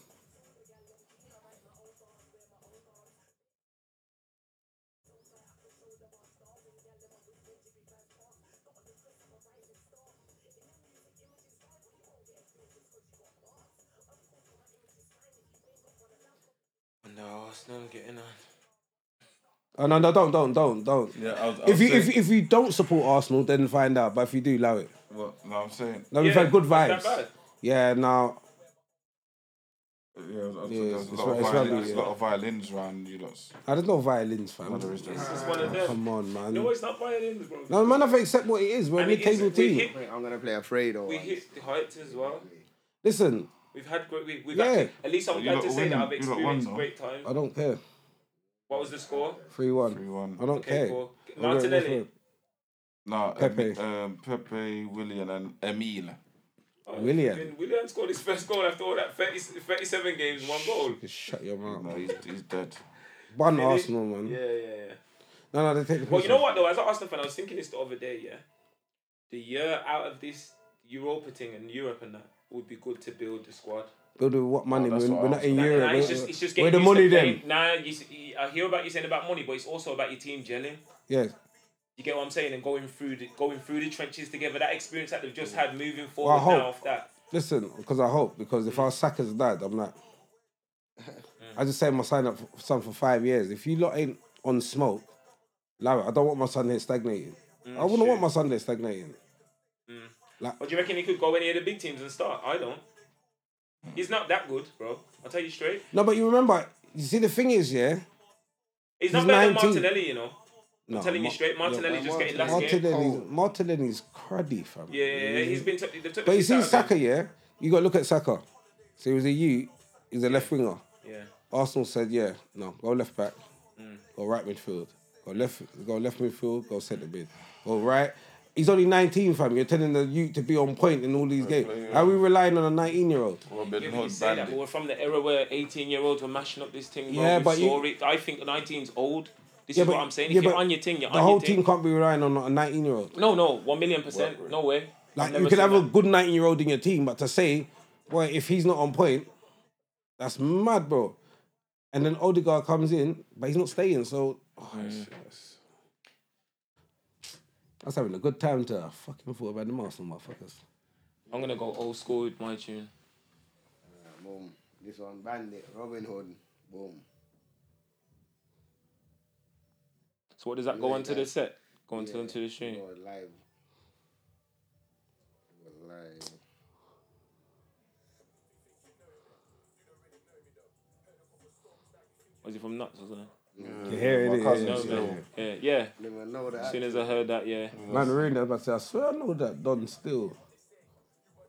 S4: No, Arsenal getting on.
S6: Oh, no, no, don't, don't, don't, don't.
S2: Yeah, I was, I
S6: If
S2: was
S6: you,
S2: saying,
S6: if, if you don't support Arsenal, then find out. But if you do, allow it.
S2: What? No, I'm saying.
S6: No, we've had good
S4: Yeah, it's not
S6: vibes.
S4: bad.
S6: Yeah, now
S2: Yeah, I was,
S6: Yeah,
S2: there's, a
S6: it's
S2: lot of
S6: right- it's
S2: violin,
S6: right,
S2: there's a
S6: yeah.
S2: lot of violins around you lot.
S6: I there's no violins, fam.
S2: There is
S4: It's
S2: this.
S4: just one of them.
S6: Come on, man.
S4: No, it's not violins, bro.
S6: No, man, I have to accept what it is. We're a
S4: And it is-
S6: mid-table
S4: we
S6: team.
S4: hit-
S3: Wait, I'm gonna play Afredo.
S4: We
S3: once.
S4: hit the heights as well.
S6: Listen,
S4: We've had great. We, we've
S6: Yeah.
S4: actually, at least I'm
S2: You
S4: glad
S2: lot
S4: to say
S2: winning.
S4: that I've
S2: You lot won,
S4: experienced
S2: though.
S4: great time.
S6: I don't care.
S4: What was the score?
S6: Three-one.
S2: 3-1.
S6: I don't care.
S4: cool.
S6: We're- we're-
S4: Martinelli.
S2: No,
S6: Pepe.
S2: Pepe, um, Pepe, Willian, and Emile.
S4: Oh,
S6: Willian.
S4: fucking Willian scored his first goal after all that 30, 37 games, one goal.
S6: Just shut your mouth.
S2: No, he's, he's dead.
S6: One Arsenal, man.
S4: Yeah, yeah, yeah.
S6: No, no, they take the piss.
S4: Well, you know what though, as an Arsenal fan, I was thinking this the other day. Yeah, the year out of this Europa thing and Europe and that would be good to build the squad.
S6: Go do what money?
S2: Oh, that's
S6: we're,
S2: what
S6: we're
S2: I
S6: not
S2: was-
S6: in
S4: Nah,
S6: Europe.
S4: nah, it's
S6: We're-
S4: just, it's just
S6: we're
S4: getting
S6: the
S4: used to
S6: money
S4: playing-
S6: then.
S4: Nah, you, s- you- I hear about you saying about money, but it's also about your team gelling.
S6: Yes.
S4: You get what I'm saying? And going through the, going through the trenches together. That experience that they've just had moving
S6: Well,
S4: forward
S6: I
S4: now
S6: hope-
S4: off that.
S6: Listen, because I hope because if our
S4: Mm.
S6: Saka's dad, I'm like, I just saved my son up for, son for five years. If you lot ain't on smoke, like I don't want my son here stagnating.
S4: Mm,
S6: I wouldn't want my son there stagnating.
S4: Or do you reckon he could go any of the big teams and start? I don't. He's not that good, bro. I'll tell you straight.
S6: No, but you remember, you see the thing is, yeah.
S4: He's, not
S6: He's Oh,
S4: better than
S6: 19.
S4: Martinelli, you know.
S6: No,
S4: I'm telling you
S6: Ma-
S4: straight, Martinelli just getting last game.
S6: Martinelli's, Martinelli's cruddy, fam.
S4: Yeah, yeah, yeah. He's been. T- they've took the
S6: But you
S4: piss
S6: see
S4: out of him.
S6: Saka, yeah? You got to look at Saka. So he was a U, he's a left winger.
S4: Yeah.
S6: Arsenal said, yeah, no, go left back,
S4: Mm.
S6: go right midfield, go left, go left midfield, go centre mid, go right. He's only 19, fam. You're telling the youth to be on point in all these games. Are we relying on a 19 year old?
S2: Robin
S4: Yeah, but you
S2: Hood
S4: say that, but
S2: bandit.
S4: we're from the era where 18 year olds were mashing up this thing. Bro.
S6: Yeah,
S4: we
S6: but
S4: saw
S6: you-
S4: it. I think 19's old. This
S6: Yeah,
S4: is
S6: but-
S4: what I'm saying.
S6: yeah,
S4: if you're
S6: but
S4: on your thing, you're
S6: The
S4: on
S6: whole
S4: your
S6: team
S4: thing.
S6: can't be relying on a 19 year old.
S4: No, no, one million percent. No way.
S6: Like,
S4: I've
S6: you
S4: never
S6: could
S4: seen
S6: have a
S4: that.
S6: good 19 year old in your team, but to say, well, if he's not on point, that's mad, bro. And then Odegaard comes in, but he's not staying, so. oh, shit. That's having a good time to fucking thought about the Arsenal motherfuckers.
S4: I'm gonna go old school with my tune.
S3: Boom. This one, Bandit, Robin Hood. Boom.
S4: So what does that go
S3: like
S4: onto
S3: that?
S4: the set? Go onto onto the stream.
S3: We're live. We're live.
S4: Was it from Nuts? Wasn't it?
S6: here it is.
S4: No, man. Yeah, yeah.
S3: Never know
S4: As
S3: that.
S4: soon as I heard that, yeah.
S6: Man, the ring, I was about to say, I swear I know that Don still.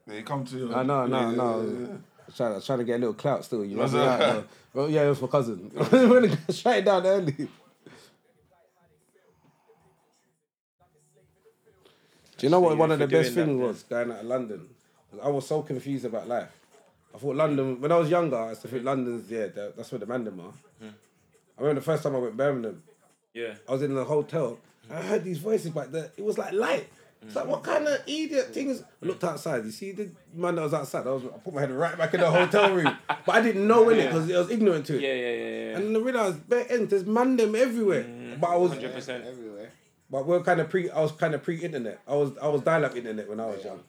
S2: They come to you.
S6: I know, no, no. Trying to, trying to get a little clout still, you know. what I mean? Like, uh, well, yeah, it was my cousin. Shut it down early. Do you know what
S4: Actually,
S6: one
S4: if
S6: of the
S4: you're
S6: best
S4: doing
S6: things
S4: that,
S6: was going out of London? 'Cause I was so confused about life. I thought London, when I was younger, I used to think London's, yeah, that, that's where the Mandem are. I remember the first time I went Birmingham,
S4: Yeah.
S6: I was in the hotel. I heard these voices, but the, it was like light. It's like
S4: Mm.
S6: what kind of idiot things? I looked outside. You see the man that was outside. I was I put my head right back in the hotel room, but I didn't know in it because I was ignorant to it.
S4: Yeah, yeah, yeah, Mm. yeah.
S6: And then I realized bare ends, there's man them everywhere. But I was,
S4: 100%.
S3: Everywhere.
S6: but we're kind of pre. I was kind of pre-internet. I was I was dial-up internet when I was young.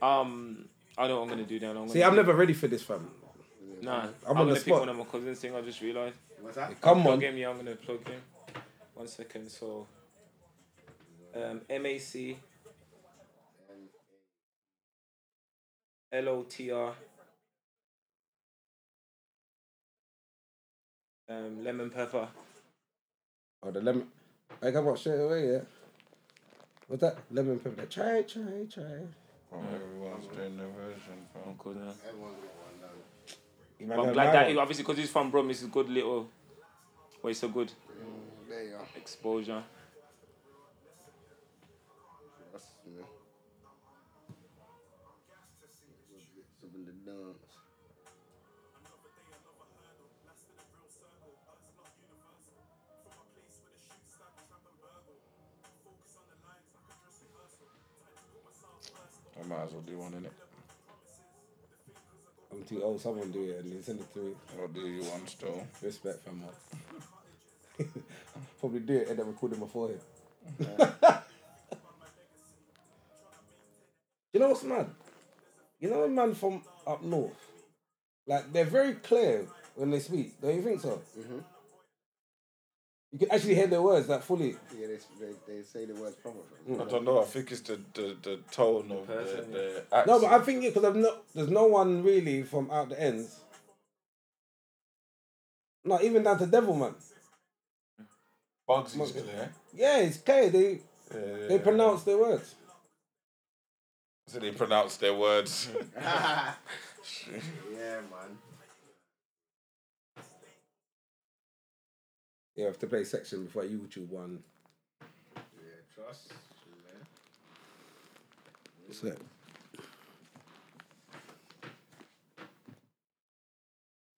S4: Um, I know what I'm gonna do now. I'm gonna
S6: See, I'm
S4: do-
S6: never ready for this, fam.
S4: Nah, I'm,
S6: on
S4: gonna
S6: the
S4: pick
S6: spot.
S4: one of my cousins' thing. I just realized.
S3: What's that?
S6: Come
S4: Plug
S6: on,
S4: him. Yeah, I'm gonna plug him. One second. So, um, MAC. L O T R. Um, lemon pepper.
S6: oh the lemon. I got what straight away. Yeah. What's that lemon pepper? Like, Try, try, try.
S2: Everyone's doing their version, fam.
S4: Cool, nah.
S3: Everyone's got one down.
S4: But like that, obviously, because he's from Brom, it's a good little. Well, it's a good
S3: Mm, There you are.
S4: exposure.
S3: That's, yeah. Something to dance.
S2: I might as well do one in it.
S6: I'm too old. Someone do it and then send it to me.
S2: I'll do you one still.
S6: Respect for Mark. Probably do it and then record in my forehead. you know what's mad? You know a man from up north, like they're very clear when they speak. Don't you think so? You can actually hear their words like fully.
S3: Yeah, they, they, they say the words proper. fam.
S2: I don't know. I think it's the the, the tone of the,
S4: person,
S2: the accent.
S6: No, but I think because I've not. There's no one really from out the ends. Not even down to Devil Man.
S2: Bugsy's clear.
S6: Yeah, it's clear. They
S2: Yeah, yeah,
S6: they
S2: yeah.
S6: pronounce their words.
S2: So they pronounce their words.
S3: Mm. Yeah, man.
S6: Yeah, I have to play section before YouTube one.
S3: Yeah, trust. Man.
S6: So,
S3: Yeah,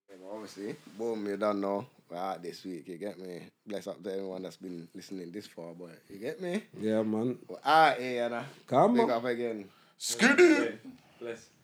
S3: but obviously, boom, you don't know. We're out this week, you get me? Bless up to everyone that's been listening this far, but you get me?
S6: yeah, man.
S3: We're out here, and I
S6: Come
S3: pick
S6: on.
S3: up again.
S2: Skidoo.
S4: Bless.